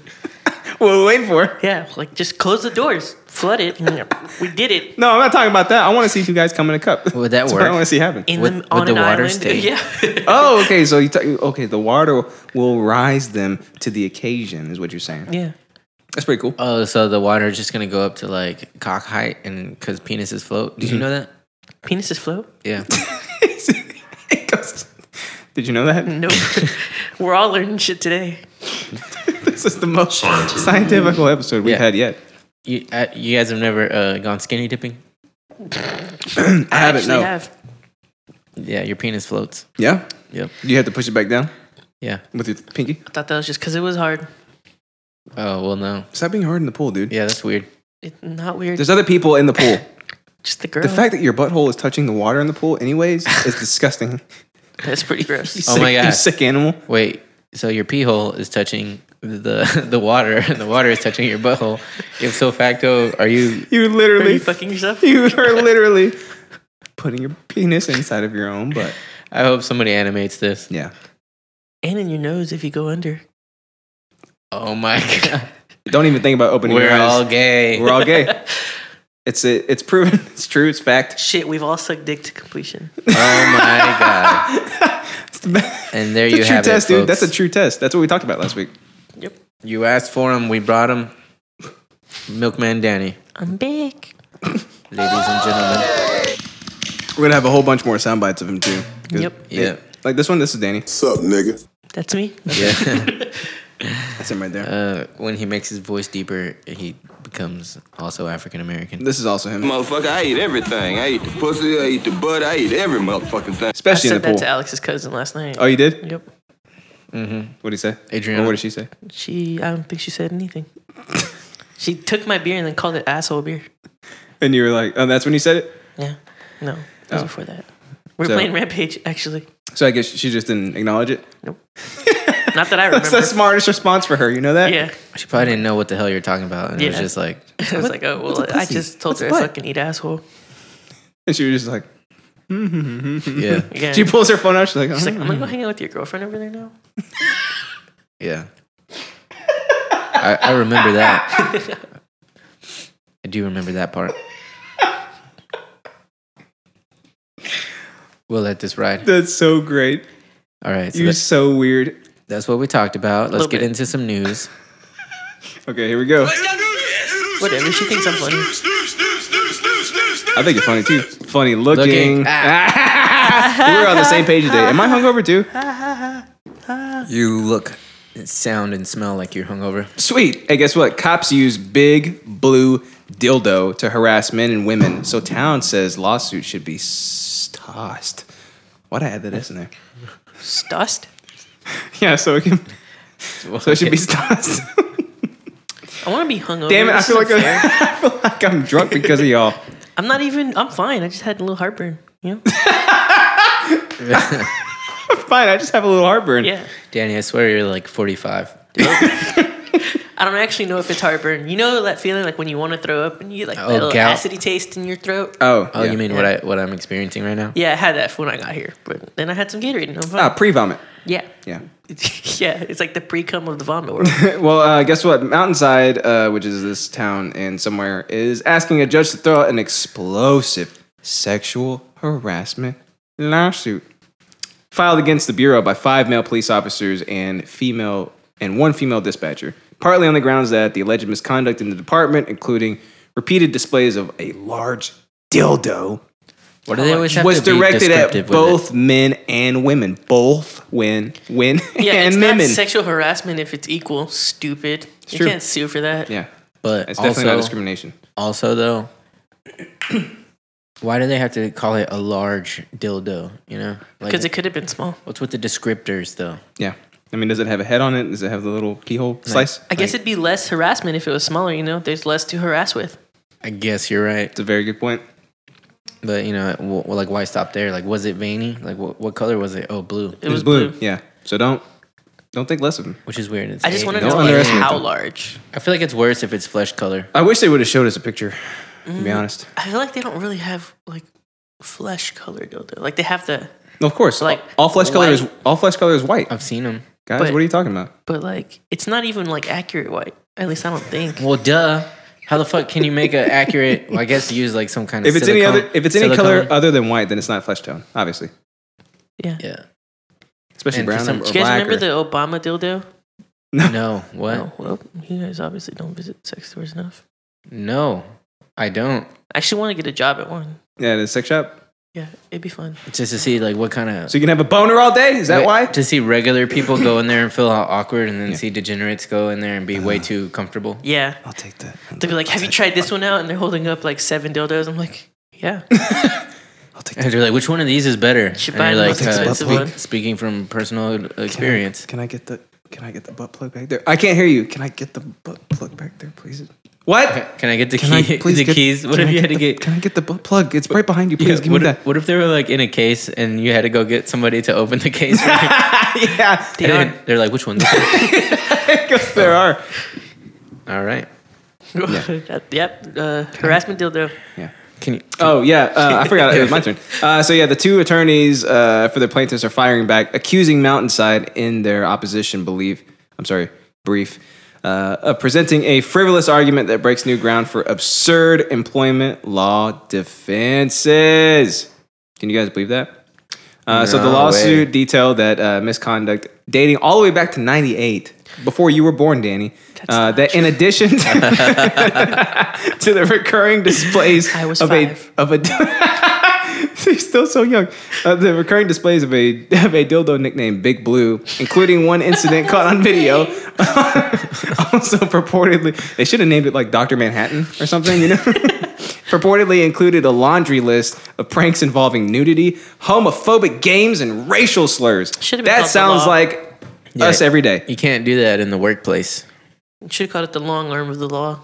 Speaker 1: what are we waiting for?
Speaker 2: Yeah, like just close the doors, flood it. and, yeah, we did it
Speaker 1: No, I'm not talking about that. I want to see two guys come in a cup.
Speaker 3: Would
Speaker 1: [laughs]
Speaker 3: that
Speaker 1: That's what I
Speaker 3: work?
Speaker 1: want to see happen.
Speaker 2: in
Speaker 3: Would-
Speaker 2: the,
Speaker 3: would
Speaker 2: on
Speaker 3: the
Speaker 2: an
Speaker 3: water
Speaker 2: island.
Speaker 3: stay?
Speaker 1: [laughs]
Speaker 2: Yeah.
Speaker 1: Oh, okay. So you ta- okay? The water will rise them to the occasion, is what you're saying.
Speaker 2: yeah.
Speaker 1: That's pretty cool.
Speaker 3: Oh, so the water is just gonna go up to like cock height, and because penises float. Did you
Speaker 2: Mm-hmm.
Speaker 3: know that?
Speaker 2: Penises float?
Speaker 1: [laughs]
Speaker 3: Yeah.
Speaker 1: It goes- Did you know that? [laughs]
Speaker 2: Nope. [laughs] We're all learning shit today.
Speaker 1: This is the most scientifical episode we've
Speaker 3: Yeah.
Speaker 1: had yet.
Speaker 3: you, uh, you guys have never uh, gone skinny dipping?
Speaker 1: I haven't.
Speaker 2: Actually
Speaker 1: No.
Speaker 2: have.
Speaker 3: Yeah, your penis floats.
Speaker 1: Yeah.
Speaker 3: Yep.
Speaker 1: Do you have to push it back down
Speaker 3: Yeah.
Speaker 1: with your pinky?
Speaker 2: I thought that was just because it was hard.
Speaker 3: Oh well, no.
Speaker 1: Stop being hard in the pool, dude.
Speaker 3: Yeah, that's weird.
Speaker 2: It's not weird.
Speaker 1: There's other people in the
Speaker 2: [laughs]
Speaker 1: pool.
Speaker 2: just the girl.
Speaker 1: The fact that your butthole is touching the water in the pool, anyways, is disgusting.
Speaker 2: That's pretty gross.
Speaker 3: [laughs] Oh
Speaker 1: Sick-
Speaker 3: my
Speaker 1: you
Speaker 3: God.
Speaker 1: sick animal!
Speaker 3: Wait, so your pee hole is touching the [laughs] the water, and the water is touching your butthole. If so facto, are you?
Speaker 1: You
Speaker 2: [laughs] Are
Speaker 1: literally,
Speaker 2: you fucking yourself?
Speaker 3: [laughs]
Speaker 1: you are literally putting your penis inside of your own butt.
Speaker 3: I hope somebody animates this.
Speaker 1: Yeah,
Speaker 2: And in your nose if you go under.
Speaker 3: Oh my [laughs] god.
Speaker 1: Don't even think about opening
Speaker 3: We're
Speaker 1: your eyes.
Speaker 3: all gay.
Speaker 1: We're all
Speaker 3: [laughs]
Speaker 1: gay. It's it, it's proven. It's true. It's fact.
Speaker 2: Shit, we've all sucked dick to completion.
Speaker 3: Oh
Speaker 1: [laughs]
Speaker 3: my god. And there
Speaker 1: It's a
Speaker 3: you
Speaker 1: true
Speaker 3: have
Speaker 1: test,
Speaker 3: it,
Speaker 1: dude. That's a
Speaker 3: folks.
Speaker 1: true test. That's what we talked about last week.
Speaker 2: Yep.
Speaker 3: You asked for him, we brought him. Milkman Danny,
Speaker 2: I'm big.
Speaker 3: ladies and gentlemen.
Speaker 1: We're gonna have a whole bunch more sound bites of him too. 'Cause-
Speaker 2: Yep.
Speaker 3: Yeah.
Speaker 1: Like this one. This is Danny.
Speaker 7: Sup, nigga?
Speaker 2: That's me.
Speaker 3: Yeah.
Speaker 1: That's him right there.
Speaker 3: Uh, when he makes his voice deeper, he becomes also African American.
Speaker 1: this is also him,
Speaker 7: Motherfucker, I eat everything. I eat the pussy, I eat the butt, I eat every motherfucking thing.
Speaker 2: I
Speaker 1: especially in
Speaker 2: said
Speaker 1: the
Speaker 2: that to
Speaker 1: pool.
Speaker 2: Alex's cousin last night.
Speaker 1: Oh, you did?
Speaker 2: Yep.
Speaker 1: What did he say?
Speaker 3: Adriana.
Speaker 1: Or what did she say?
Speaker 2: She, I don't think she
Speaker 1: [laughs]
Speaker 2: said anything. she took my beer and then called it asshole beer.
Speaker 1: And you were like, oh, that's when you said it.
Speaker 2: Yeah. No, it was
Speaker 1: Oh.
Speaker 2: before that. We We're
Speaker 1: So-
Speaker 2: playing Rampage, actually.
Speaker 1: So I guess she just didn't acknowledge it. [laughs]
Speaker 2: Not that I
Speaker 1: That's
Speaker 2: remember.
Speaker 1: the smartest response for her. You know that?
Speaker 2: yeah.
Speaker 3: She probably didn't know what the hell you're talking about, and it was
Speaker 2: Yeah.
Speaker 3: just like,
Speaker 2: [laughs] I was like, oh, well, I just told her I fucking eat asshole.
Speaker 1: And she was just like,
Speaker 3: yeah,
Speaker 2: Yeah.
Speaker 1: she pulls her phone out. She's like,
Speaker 2: She's like,
Speaker 1: "Uh-huh."
Speaker 2: I'm gonna go hang out with your girlfriend over there now.
Speaker 3: yeah. I, I remember that. I do remember that part. We'll let this ride.
Speaker 1: that's so great.
Speaker 3: All right, so
Speaker 1: You're
Speaker 3: that-
Speaker 1: so weird.
Speaker 3: that's what we talked about. Let's
Speaker 2: Little
Speaker 3: get
Speaker 2: bit.
Speaker 3: into some news.
Speaker 1: Okay, here we go.
Speaker 2: Whatever, she thinks I'm funny.
Speaker 1: I think you're funny too. Funny looking. [laughs]
Speaker 3: Looking. Ah.
Speaker 1: we were on the same page today. Am I hungover too?
Speaker 3: You look, sound, and smell like you're hungover.
Speaker 1: Sweet. Hey, guess what? Cops use big blue dildo to harass men and women. So town says lawsuit should be s- tossed. Why'd I add that S in there?
Speaker 2: Stussed.
Speaker 1: [laughs] Yeah, so it, can, so it should be tossed.
Speaker 2: I want to be hungover.
Speaker 1: [laughs] Damn it! I
Speaker 2: This
Speaker 1: feel like
Speaker 2: isn't fair.
Speaker 1: [laughs] I feel like I'm drunk because of y'all.
Speaker 2: I'm not even. I'm fine. I just had a little heartburn. You know?
Speaker 1: [laughs] Fine, I just have a little heartburn.
Speaker 2: Yeah.
Speaker 3: Danny, I swear you're like 45.
Speaker 2: I don't actually know if it's heartburn. You know that feeling like when you want to throw up and you get like that
Speaker 3: Oh,
Speaker 2: little
Speaker 3: gout.
Speaker 2: acidy taste in your throat.
Speaker 1: Oh,
Speaker 3: Oh,
Speaker 1: yeah.
Speaker 3: you mean what I what I'm experiencing right now?
Speaker 2: yeah, I had that when I got here, but then I had some Gatorade and I'm fine.
Speaker 1: ah, pre-vomit?
Speaker 2: yeah.
Speaker 1: Yeah.
Speaker 2: [laughs] yeah, it's like the pre cum of the vomit world.
Speaker 1: Well, uh, guess what? Mountainside, uh, which is this town and somewhere, is asking a judge to throw out an explosive sexual harassment lawsuit filed against the bureau by five male police officers and female and one female dispatcher, partly on the grounds that the alleged misconduct in the department, including repeated displays of a large dildo,
Speaker 3: What do they always have
Speaker 1: was
Speaker 3: to be
Speaker 1: directed at
Speaker 3: descriptive with it?
Speaker 1: both men and women. Both win, win, [laughs]
Speaker 2: Yeah,
Speaker 1: and
Speaker 2: it's
Speaker 1: women.
Speaker 2: not sexual harassment if it's equal. Stupid. you
Speaker 1: true.
Speaker 2: can't sue for that.
Speaker 1: yeah,
Speaker 3: But
Speaker 1: it's
Speaker 3: also,
Speaker 1: definitely not discrimination.
Speaker 3: also though, [clears throat] why do they have to call it a large dildo? You know, like
Speaker 2: Because it could have been small.
Speaker 3: what's with the descriptors though?
Speaker 1: Yeah. I mean, does it have a head on it? Does it have the little keyhole slice?
Speaker 2: I guess it'd be less harassment if it was smaller, you know? There's less to harass with.
Speaker 3: I guess you're right,
Speaker 1: It's a very good point.
Speaker 3: but you know, w- w- like why stop there? Like, was it veiny? Like, what what color was it? Oh, blue,
Speaker 2: It was blue.
Speaker 1: Yeah. So don't don't think less of them.
Speaker 3: which is weird. It's
Speaker 2: I just
Speaker 3: eight.
Speaker 2: want to
Speaker 1: Don't
Speaker 2: know like,
Speaker 1: underestimate
Speaker 2: how
Speaker 1: them.
Speaker 2: large.
Speaker 3: I feel like it's worse if it's flesh color.
Speaker 1: I wish they would have showed us a picture. To be
Speaker 2: Mm.
Speaker 1: honest.
Speaker 2: I feel like they don't really have like flesh color dildo. Like they have the,
Speaker 1: No, Of course.
Speaker 2: Like,
Speaker 1: Like all flesh color is
Speaker 2: white.
Speaker 1: all flesh color is white.
Speaker 3: I've seen them.
Speaker 1: Guys,
Speaker 2: but-
Speaker 1: what are you talking about?
Speaker 2: but like it's not even like accurate white. At least I don't think.
Speaker 3: Well, duh. How the fuck can you make [laughs] an accurate? Well, I guess use like some kind of
Speaker 1: If it's any
Speaker 3: silicone-
Speaker 1: other if it's any color
Speaker 3: silicone.
Speaker 1: other than white, then it's not flesh tone, obviously.
Speaker 2: Yeah. Do
Speaker 3: yeah.
Speaker 1: Especially
Speaker 3: And for
Speaker 1: brown
Speaker 3: some-
Speaker 1: or
Speaker 2: you
Speaker 1: or
Speaker 2: guys
Speaker 1: black.
Speaker 2: remember
Speaker 1: or-
Speaker 2: the Obama dildo?
Speaker 3: No,
Speaker 1: Uh.
Speaker 3: what?
Speaker 2: Oh, well, you guys obviously don't visit sex stores enough.
Speaker 3: No, I don't.
Speaker 2: I actually want to get a job at one.
Speaker 1: yeah, the sex shop.
Speaker 2: Yeah, it'd be fun.
Speaker 3: Just to see like what kind of.
Speaker 1: So you can have a boner all day? Is that why?
Speaker 3: To see regular people go in there and feel how awkward, and then see degenerates go in there and be
Speaker 1: Uh-huh.
Speaker 3: way too comfortable.
Speaker 2: Yeah.
Speaker 1: I'll take that.
Speaker 2: They'll be like, Have you tried this one out? And they're holding up like seven dildos. I'm like, Yeah.
Speaker 1: I'll take that.
Speaker 2: [laughs]
Speaker 3: And they're like, which one of these is better?
Speaker 2: Should
Speaker 3: And
Speaker 2: buy
Speaker 3: you're
Speaker 2: the
Speaker 3: like, uh,
Speaker 2: most expensive one.
Speaker 3: speaking from personal experience.
Speaker 1: Can I get the can I get the butt plug back there? I can't hear you. Can I get the butt plug back there, please? What?
Speaker 3: Can I get the,
Speaker 1: Can I
Speaker 3: key,
Speaker 1: please
Speaker 3: the
Speaker 1: get-
Speaker 3: keys? What
Speaker 1: can
Speaker 3: if
Speaker 1: I
Speaker 3: you had to
Speaker 1: the-
Speaker 3: get?
Speaker 1: Can I get the butt plug? It's right behind you.
Speaker 3: Yeah,
Speaker 1: [laughs] Please give me
Speaker 3: what, [laughs]
Speaker 1: that.
Speaker 3: if, what if they were like in a case and you had to go get somebody to open the case? For
Speaker 1: [laughs]
Speaker 3: you? and
Speaker 1: yeah,
Speaker 2: They
Speaker 3: then
Speaker 2: are.
Speaker 3: they're like,
Speaker 1: [laughs]
Speaker 3: which one? This one?
Speaker 1: because there are.
Speaker 3: All right.
Speaker 2: [laughs] yep. Uh, harassment dildo.
Speaker 1: Yeah.
Speaker 3: Can you?
Speaker 1: Oh yeah, uh, I forgot it was my
Speaker 3: [laughs]
Speaker 1: turn. Uh, so yeah, the two attorneys uh, for the plaintiffs are firing back, accusing Mountainside in their opposition belief. I'm sorry, brief uh, of presenting a frivolous argument that breaks new ground for absurd employment law defenses. Can you guys believe that? Uh, so the
Speaker 3: No
Speaker 1: lawsuit
Speaker 3: way.
Speaker 1: detailed that uh, misconduct dating all the way back to 98 before you were born danny uh, that in addition
Speaker 3: [laughs]
Speaker 1: to, to the recurring displays
Speaker 2: I was
Speaker 1: of
Speaker 2: five.
Speaker 1: a [laughs] of a You're still so young. Uh, the recurring displays of a of a dildo nicknamed Big Blue, including one incident caught on
Speaker 2: [laughs]
Speaker 1: video. [laughs] also purportedly, they should have named it like Doctor Manhattan or something. You know, [laughs] purportedly included a laundry list of pranks involving nudity, homophobic games, and racial slurs.
Speaker 2: Should've been
Speaker 1: that
Speaker 2: called the
Speaker 1: sounds
Speaker 2: law.
Speaker 1: like us every day.
Speaker 3: You can't do that in the workplace.
Speaker 2: Should have called it the long arm of the law.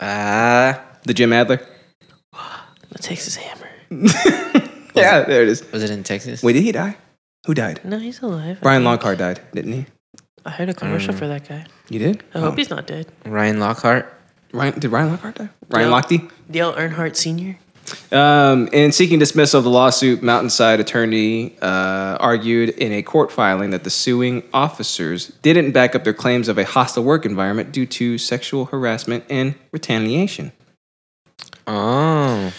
Speaker 3: Ah,
Speaker 1: The Jim Adler.
Speaker 2: That takes his hammer.
Speaker 1: Yeah, there it is.
Speaker 3: was it in Texas?
Speaker 1: Wait, did he die? Who died?
Speaker 2: No, he's alive. I
Speaker 1: Brian
Speaker 2: think.
Speaker 1: Lockhart died, didn't he?
Speaker 2: I heard a commercial
Speaker 3: Mm.
Speaker 2: for that guy.
Speaker 1: You did?
Speaker 2: I
Speaker 3: Oh.
Speaker 2: hope he's not dead.
Speaker 3: Ryan Lockhart.
Speaker 1: Ryan, did Ryan Lockhart die? Ryan
Speaker 2: No.
Speaker 1: Lochte?
Speaker 2: Dale Earnhardt Sr.
Speaker 1: Um, in seeking dismissal of the lawsuit, Mountainside attorney uh, argued in a court filing that the suing officers didn't back up their claims of a hostile work environment due to sexual harassment and retaliation.
Speaker 3: Oh,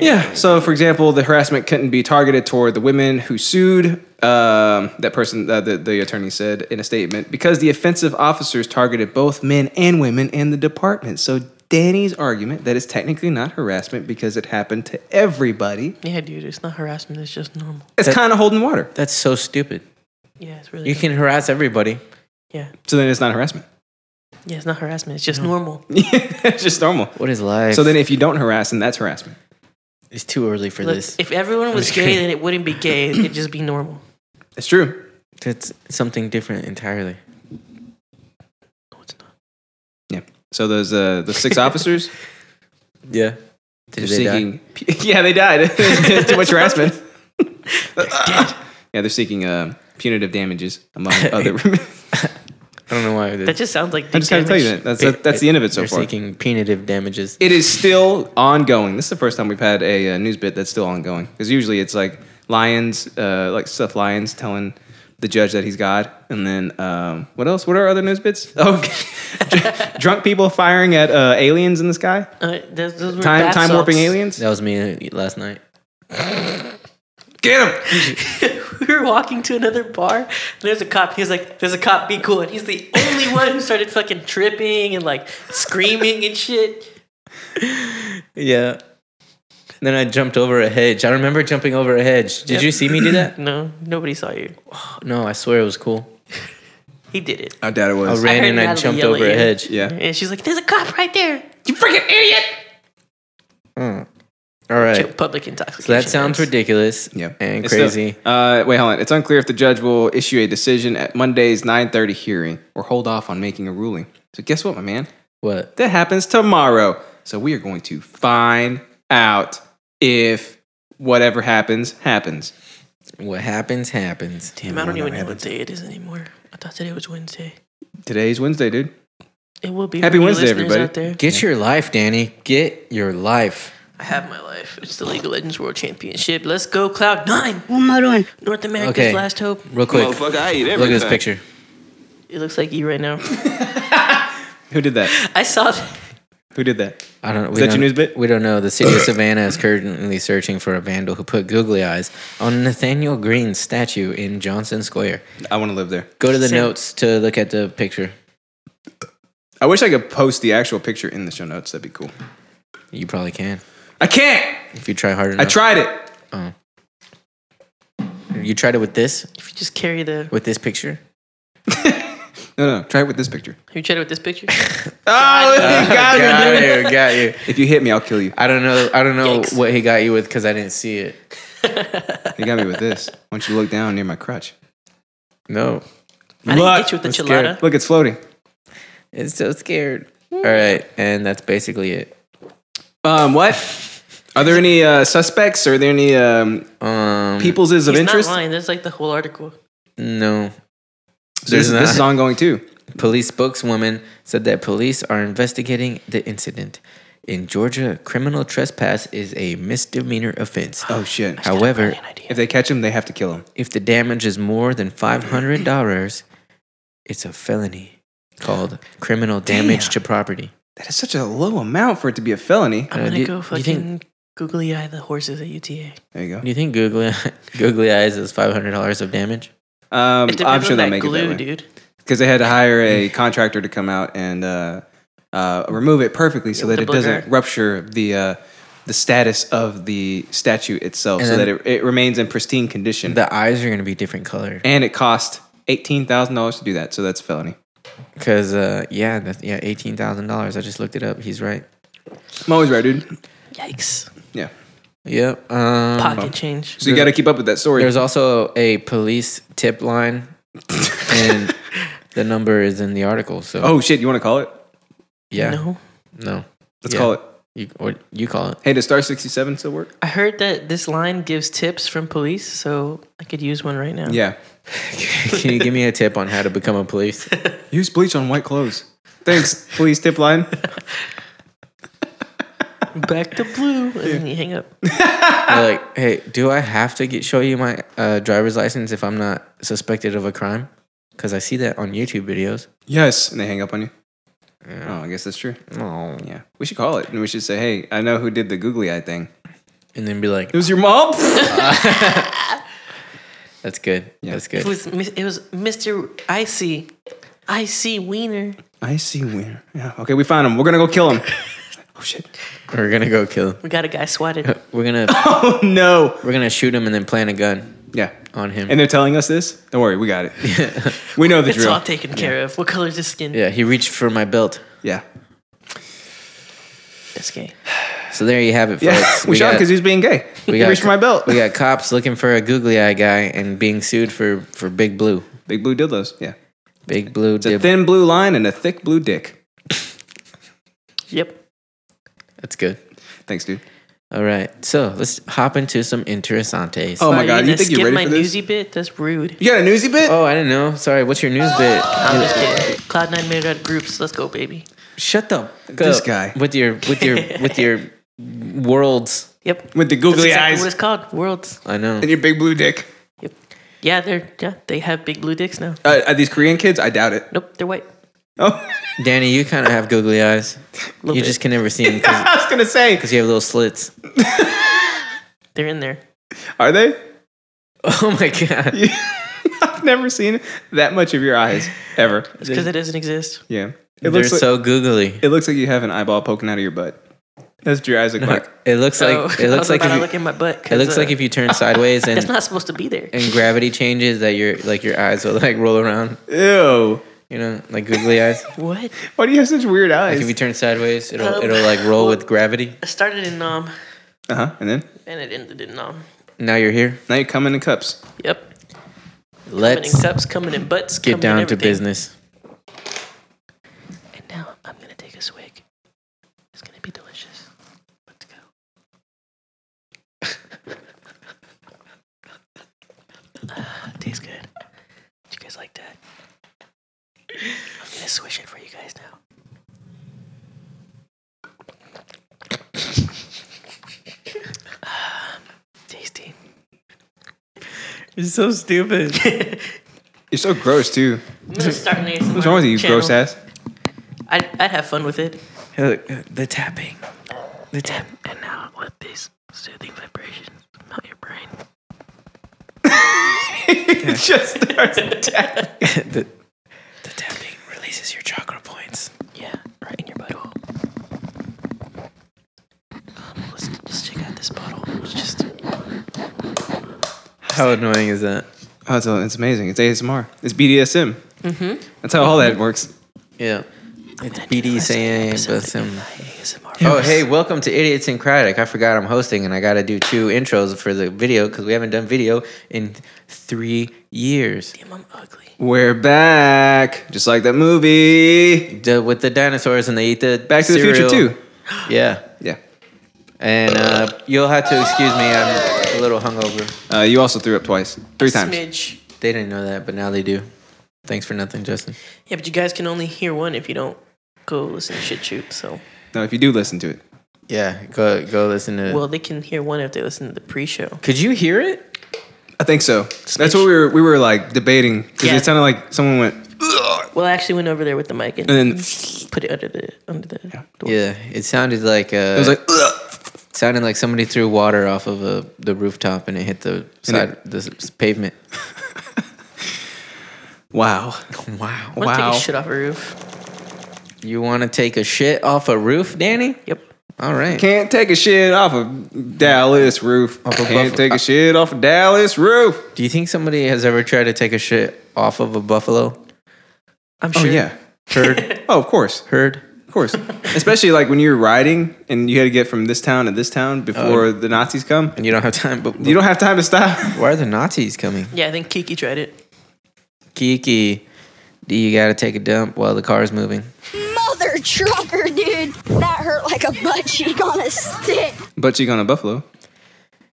Speaker 1: Yeah. So, for example, the harassment couldn't be targeted toward the women who sued. Um, that person, uh, the, the attorney said in a statement, because the offensive officers targeted both men and women in the department. So, Danny's argument that it's technically not harassment because it happened to everybody.
Speaker 2: Yeah, dude, it's not harassment. It's just normal.
Speaker 1: It's
Speaker 3: That-
Speaker 1: kind of holding water.
Speaker 3: that's so stupid.
Speaker 2: Yeah, it's really.
Speaker 3: You
Speaker 2: dumb.
Speaker 3: can harass everybody.
Speaker 2: Yeah,
Speaker 1: So then it's not harassment. [laughs]
Speaker 2: yeah, it's not harassment. It's just normal.
Speaker 1: it's just normal.
Speaker 3: What is life?
Speaker 1: So then if you don't harass, then that's harassment.
Speaker 3: it's too early for
Speaker 2: Look,
Speaker 3: this.
Speaker 2: if everyone was
Speaker 3: just
Speaker 2: gay,
Speaker 3: kidding.
Speaker 2: then it wouldn't be gay. It'd just be normal.
Speaker 1: It's true.
Speaker 3: It's something different entirely.
Speaker 2: No, it's not.
Speaker 1: Yeah. So those uh, the six officers
Speaker 3: Yeah.
Speaker 1: they're
Speaker 3: Did they die?
Speaker 1: seeking. [laughs] Yeah, they died. [laughs] Too much
Speaker 3: [laughs]
Speaker 1: harassment. yeah, they're seeking uh, punitive damages
Speaker 3: [laughs]
Speaker 1: among other.
Speaker 3: I don't know why.
Speaker 2: That just sounds
Speaker 1: [laughs]
Speaker 2: like.
Speaker 1: I just gotta tell you that that's that, that's the end of it so
Speaker 3: They're
Speaker 1: far.
Speaker 3: seeking punitive damages.
Speaker 1: It is still ongoing. This is the first time we've had a uh, news bit that's still ongoing because usually it's like Lions, uh, like Seth Lyons telling the judge that he's God, and then um, what else? What are other news bits? [laughs] Oh, dr- drunk people firing at uh, aliens in the sky,
Speaker 2: Uh, those, those were
Speaker 1: time
Speaker 2: bath
Speaker 1: time warping
Speaker 2: salts.
Speaker 1: aliens.
Speaker 3: That was me uh, last night.
Speaker 1: Get him!
Speaker 2: [laughs] we were walking to another bar and there's a cop. He's like, there's a cop, be cool. And he's the only one who started fucking tripping and like screaming and shit.
Speaker 3: Yeah. Then I jumped over a hedge. I remember jumping over a hedge. Did
Speaker 2: Yep.
Speaker 3: you see me do that?
Speaker 1: [clears throat]
Speaker 2: No, nobody saw you.
Speaker 3: No, I swear it was cool.
Speaker 2: He did it.
Speaker 1: I doubt it
Speaker 3: I
Speaker 1: was.
Speaker 3: ran
Speaker 2: heard
Speaker 3: and I
Speaker 2: Natalie
Speaker 3: jumped
Speaker 2: yell at
Speaker 3: over a
Speaker 2: you.
Speaker 3: hedge.
Speaker 1: yeah,
Speaker 2: And she's like, there's a cop right there. You freaking idiot.
Speaker 3: All right.
Speaker 2: Public intoxication.
Speaker 3: So that sounds
Speaker 2: ridiculous.
Speaker 3: ridiculous
Speaker 1: yeah,
Speaker 3: and
Speaker 1: It's still-
Speaker 3: crazy.
Speaker 1: uh, wait, hold on. It's unclear if the judge will issue a decision at Monday's 9:30 hearing or hold off on making a ruling. So guess what, my man?
Speaker 3: What?
Speaker 1: That happens tomorrow. So we are going to find out if whatever happens happens.
Speaker 3: What happens, happens.
Speaker 2: Damn, I don't even know what day it is anymore. I thought today was Wednesday.
Speaker 1: Today's Wednesday, dude.
Speaker 2: It will be.
Speaker 1: Happy
Speaker 2: for you
Speaker 1: Wednesday,
Speaker 2: listeners
Speaker 1: everybody.
Speaker 2: Out there.
Speaker 3: Get your life, Danny. Get your life.
Speaker 2: I have my life. It's the League of Legends World Championship. Let's go, Cloud Nine. What am I doing? North America's
Speaker 3: Okay.
Speaker 2: last hope.
Speaker 3: Real quick.
Speaker 7: Motherfucker, I ate everything.
Speaker 3: Look at this picture.
Speaker 2: It looks like you right now.
Speaker 1: Who did that?
Speaker 2: I saw that.
Speaker 1: Who did that?
Speaker 3: I don't. Is
Speaker 1: that your news bit?
Speaker 3: We don't know. The city
Speaker 1: [coughs]
Speaker 3: of Savannah is currently searching for a vandal who put googly eyes on Nathaniel Greene's statue in Johnson Square.
Speaker 1: I want to live there.
Speaker 3: Go to the
Speaker 2: Same.
Speaker 3: notes to look at the picture.
Speaker 1: I wish I could post the actual picture in the show notes. That'd be cool.
Speaker 3: You probably can
Speaker 1: I can't.
Speaker 3: if you try hard enough.
Speaker 1: I tried it.
Speaker 3: You tried it with this,
Speaker 2: If you just carry the.
Speaker 3: with this picture.
Speaker 1: No, no. Try it with this picture.
Speaker 2: Have you tried it with this picture?
Speaker 1: [laughs] Oh, you got me,
Speaker 3: got
Speaker 1: dude.
Speaker 3: you, got you.
Speaker 1: If you hit me, I'll kill you.
Speaker 3: I don't know. I don't know
Speaker 2: Yikes.
Speaker 3: what he got you with because I didn't see it.
Speaker 1: You got me with this. Why don't you look down near my crutch?
Speaker 3: No,
Speaker 2: I didn't
Speaker 1: Look,
Speaker 2: get you with the
Speaker 3: I'm
Speaker 2: chilada.
Speaker 1: Look, it's floating.
Speaker 3: it's so scared. All right, and that's basically it.
Speaker 1: Um, what? Are there any uh, suspects? Are there any um,
Speaker 3: Um,
Speaker 1: peoples of
Speaker 2: He's
Speaker 1: interest?
Speaker 2: not lying. That's like the whole article.
Speaker 3: no.
Speaker 1: So this,
Speaker 3: There's
Speaker 1: this is
Speaker 3: not.
Speaker 1: ongoing too.
Speaker 3: Police spokeswoman said that police are investigating the incident. In Georgia, criminal trespass is a misdemeanor offense.
Speaker 1: Oh shit!
Speaker 3: However,
Speaker 1: If they catch him, they have to kill him.
Speaker 3: if the damage is more than $500, it's a felony. called criminal damage to property.
Speaker 1: That is such a low amount for it to be a felony.
Speaker 2: I'm
Speaker 3: Uh,
Speaker 2: gonna
Speaker 3: do-
Speaker 2: go
Speaker 3: do you think-
Speaker 2: fucking googly eye the horses at UTA.
Speaker 1: There you
Speaker 3: Do you think googly [laughs] googly eyes is five hundred dollars of damage?
Speaker 1: go. Um,
Speaker 2: It depends
Speaker 1: I'm sure
Speaker 2: on
Speaker 1: they'll
Speaker 2: that
Speaker 1: make
Speaker 2: glue,
Speaker 1: it that way.
Speaker 2: dude.
Speaker 1: because they had to hire a contractor to come out and uh, uh, remove it perfectly so
Speaker 2: With
Speaker 1: that it
Speaker 2: the
Speaker 1: doesn't
Speaker 2: booger.
Speaker 1: rupture the uh, the status of the statue itself,
Speaker 3: And
Speaker 1: so that
Speaker 3: then-
Speaker 1: it, it remains in pristine condition.
Speaker 3: The eyes are gonna be different color
Speaker 1: and it cost eighteen thousand dollars to do that, so that's a felony.
Speaker 3: because uh, yeah, that's, yeah, eighteen thousand dollars. I just looked it up. He's right.
Speaker 1: I'm always right, dude.
Speaker 2: Yikes.
Speaker 1: Yeah,
Speaker 3: Yep. Um,
Speaker 2: Pocket change.
Speaker 1: so you got to keep up with that story.
Speaker 3: There's also a police tip line,
Speaker 1: [laughs]
Speaker 3: and the number is in the article. So
Speaker 1: oh shit, you want to call it?
Speaker 3: yeah,
Speaker 2: No.
Speaker 3: no.
Speaker 1: Let's
Speaker 3: Yeah.
Speaker 1: call it.
Speaker 3: You, or you call it. [laughs]
Speaker 1: Hey, does Star sixty seven still work?
Speaker 2: I heard that this line gives tips from police, so I could use one right now.
Speaker 1: Yeah.
Speaker 3: Can you give me a tip on how to become a police?
Speaker 1: Use bleach on white [laughs] clothes. Thanks, police tip line.
Speaker 2: Back to blue. And then you hang up.
Speaker 3: They're like, hey, do I have to get, show you my uh, driver's license if I'm not suspected of a crime? Because I see that on YouTube videos.
Speaker 1: [laughs] Yes, and they hang up on you. Oh, I guess that's true.
Speaker 3: Oh.
Speaker 1: Yeah, we should call it, and we should say, "Hey, I know who did the googly eye thing.
Speaker 3: And then be like,
Speaker 1: It was your mom." [laughs]
Speaker 3: that's good. That's
Speaker 2: It
Speaker 3: good.
Speaker 2: was, it was Mr. Icy. Icy Wiener.
Speaker 1: I see where. Yeah. Okay, we found him. We're gonna go kill him. [laughs] oh shit. [laughs]
Speaker 3: We're going to go kill him.
Speaker 2: We got a guy swatted.
Speaker 3: We're going to
Speaker 1: Oh no.
Speaker 3: we're gonna shoot him and then plant a gun
Speaker 1: Yeah.
Speaker 3: on him.
Speaker 1: And they're telling us this. Don't worry, we
Speaker 3: [laughs]
Speaker 1: got it. we know the
Speaker 2: It's
Speaker 1: drill.
Speaker 2: all taken care of. What color is his skin?
Speaker 3: yeah, he reached for my belt.
Speaker 1: yeah.
Speaker 2: This guy.
Speaker 1: Oh
Speaker 3: So there you have it, folks.
Speaker 1: Yeah. [laughs] we, shot him
Speaker 3: got-
Speaker 1: because he was being gay.
Speaker 3: we
Speaker 1: he
Speaker 3: got-
Speaker 1: reached for my belt.
Speaker 3: We got cops looking for a googly eye guy and being sued for, for Big Blue.
Speaker 1: Big blue dildos. Yeah.
Speaker 3: Big Blue
Speaker 1: It's a
Speaker 3: dip.
Speaker 1: thin blue line and a thick blue dick.
Speaker 2: Yep.
Speaker 3: That's good.
Speaker 1: Thanks, dude.
Speaker 3: All right. So let's hop into some interesantes.
Speaker 1: Oh my
Speaker 2: Wow,
Speaker 1: god,
Speaker 2: gonna
Speaker 1: you think
Speaker 2: skip
Speaker 1: you're
Speaker 2: my
Speaker 1: ready for this?
Speaker 2: newsy bit? That's rude.
Speaker 1: You got a newsy bit?
Speaker 3: Oh, I didn't know. Sorry. What's your news bit?
Speaker 2: I'm
Speaker 1: Oh.
Speaker 2: just kidding. Cloud9 made it out of groups. Let's go, baby.
Speaker 3: Shut the
Speaker 1: This guy.
Speaker 3: with your with
Speaker 1: [laughs]
Speaker 3: your with your worlds.
Speaker 2: Yep.
Speaker 1: With the
Speaker 2: That's
Speaker 1: googly
Speaker 2: exactly what
Speaker 1: eyes
Speaker 2: it's called. Worlds.
Speaker 3: I know.
Speaker 1: and your big blue dick.
Speaker 2: Yep. Yeah, they're yeah, they have big blue dicks now.
Speaker 1: Uh, are these Korean kids? I doubt it.
Speaker 2: Nope, they're white.
Speaker 1: [laughs] Oh, [laughs]
Speaker 3: Danny, you kind of have googly eyes. You just can never see them
Speaker 1: [laughs]
Speaker 3: because
Speaker 1: I was gonna say,
Speaker 3: you have little slits.
Speaker 2: They're in there.
Speaker 1: are they? [laughs]
Speaker 3: Oh my god.
Speaker 1: I've never seen that much of your eyes ever.
Speaker 2: It's because it doesn't exist.
Speaker 1: Yeah. It
Speaker 3: They're
Speaker 1: looks like,
Speaker 3: so googly.
Speaker 1: it looks like you have an eyeball poking out of your butt. That's what your eyes look like.
Speaker 3: It looks like
Speaker 1: Oh,
Speaker 2: So,
Speaker 3: it
Speaker 2: I
Speaker 3: looks
Speaker 2: was
Speaker 3: like
Speaker 2: about
Speaker 3: if
Speaker 2: to
Speaker 3: you,
Speaker 2: look in my butt.
Speaker 3: it looks like if you turn sideways
Speaker 1: [laughs]
Speaker 2: It's
Speaker 3: and
Speaker 2: not supposed to be there.
Speaker 3: and gravity changes that your like your eyes will like roll around.
Speaker 1: Ew.
Speaker 3: You know, like googly eyes.
Speaker 2: What?
Speaker 1: Why do you have such weird
Speaker 3: Like
Speaker 1: eyes?
Speaker 3: if you turn sideways, it'll
Speaker 2: Um,
Speaker 3: it'll like roll with gravity.
Speaker 2: I started in Nom
Speaker 1: uh huh. And then
Speaker 2: and it ended in Nom.
Speaker 3: Now you're here.
Speaker 1: now you come in cups.
Speaker 2: Yep. Coming in
Speaker 3: Let's
Speaker 2: cups, coming in butts.
Speaker 3: get
Speaker 2: coming in
Speaker 3: down to
Speaker 2: everything.
Speaker 3: business.
Speaker 2: And now I'm gonna take a swig. It's gonna be delicious. Let's go. Ah, [laughs] tastes good. Did you guys like that? I'm gonna swish it for you guys now. Ah, tasty.
Speaker 3: It's
Speaker 2: [laughs]
Speaker 3: so stupid.
Speaker 1: You're so gross too.
Speaker 2: I'm gonna start an ASMR
Speaker 1: What's wrong with you, you
Speaker 2: channel.
Speaker 1: gross ass?
Speaker 2: I'd, I'd have fun with it.
Speaker 3: Look, uh, the tapping. The tap.
Speaker 2: And now with these soothing vibrations, melt your brain.
Speaker 1: [laughs] It just starts.
Speaker 3: [laughs] The, the tapping releases your chakra points.
Speaker 2: Yeah, right in your butthole. Um, let's just check out this bottle. It's just
Speaker 3: How annoying is that?
Speaker 1: Oh, it's, it's amazing. It's ASMR. It's BDSM. Mm-hmm. That's how all that works.
Speaker 3: Yeah. It's
Speaker 2: gonna do the rest of the
Speaker 3: BDSA,
Speaker 2: episode
Speaker 3: but some.
Speaker 2: ASMR.
Speaker 3: Oh, hey, welcome to Idiots and Craddock. I forgot I'm hosting and I got to do two intros for the video because we haven't done video in three years.
Speaker 2: Damn, I'm ugly.
Speaker 1: We're back, just like that movie.
Speaker 3: The- with the dinosaurs and they eat the.
Speaker 1: Back to the
Speaker 3: cereal.
Speaker 1: Future too.
Speaker 3: Yeah.
Speaker 1: Yeah.
Speaker 3: And uh, you'll have to excuse me, I'm a little hungover.
Speaker 1: Uh, you also threw up twice, three times.
Speaker 2: Smidge.
Speaker 3: They didn't know that, but now they do. Thanks for nothing, Justin.
Speaker 2: Yeah, but you guys can only hear one if you don't go listen to Shit Shoot. So,
Speaker 1: No, if you do listen to it,
Speaker 3: Yeah, go go listen to.
Speaker 2: well, they can hear one if they listen to the pre-show.
Speaker 3: could you hear it?
Speaker 1: I think so. That's what we were we were like debating because
Speaker 2: Yeah.
Speaker 1: it sounded like someone went "Ugh,"
Speaker 2: Well, I actually went over there with the mic and,
Speaker 1: And then
Speaker 2: put it under the under the door.
Speaker 3: Yeah, it sounded like uh,
Speaker 1: it was like, "Ugh."
Speaker 3: sounded like somebody threw water off of a, the rooftop and it hit the side the s- pavement.
Speaker 1: wow.
Speaker 3: [laughs] Wow.
Speaker 2: I wanna
Speaker 1: Wow.
Speaker 2: Take a shit off a roof.
Speaker 3: You want to take a shit off a roof, Danny?
Speaker 2: Yep.
Speaker 3: All right.
Speaker 1: Can't take a shit off of Dallas roof.
Speaker 3: Off of
Speaker 1: Can't
Speaker 3: Buffalo.
Speaker 1: take a shit off of Dallas roof.
Speaker 3: Do you think somebody has ever tried to take a shit off of a buffalo
Speaker 2: I'm
Speaker 1: Oh
Speaker 2: sure.
Speaker 3: [laughs]
Speaker 1: yeah.
Speaker 3: herd?
Speaker 1: Oh, of course.
Speaker 3: herd?
Speaker 1: Of [laughs] course. Especially like when you're riding and you had to get from this town to this town
Speaker 3: Uh,
Speaker 1: before the Nazis come.
Speaker 3: And you don't have time, but
Speaker 1: You don't have time to stop. [laughs]
Speaker 3: why are the Nazis coming?
Speaker 2: Yeah, I think Kiki tried it.
Speaker 3: Kiki, do you got to take a dump while the car's moving?
Speaker 8: Mother trucker, dude. That hurt like a butt cheek on a stick.
Speaker 1: But you gonna Buffalo.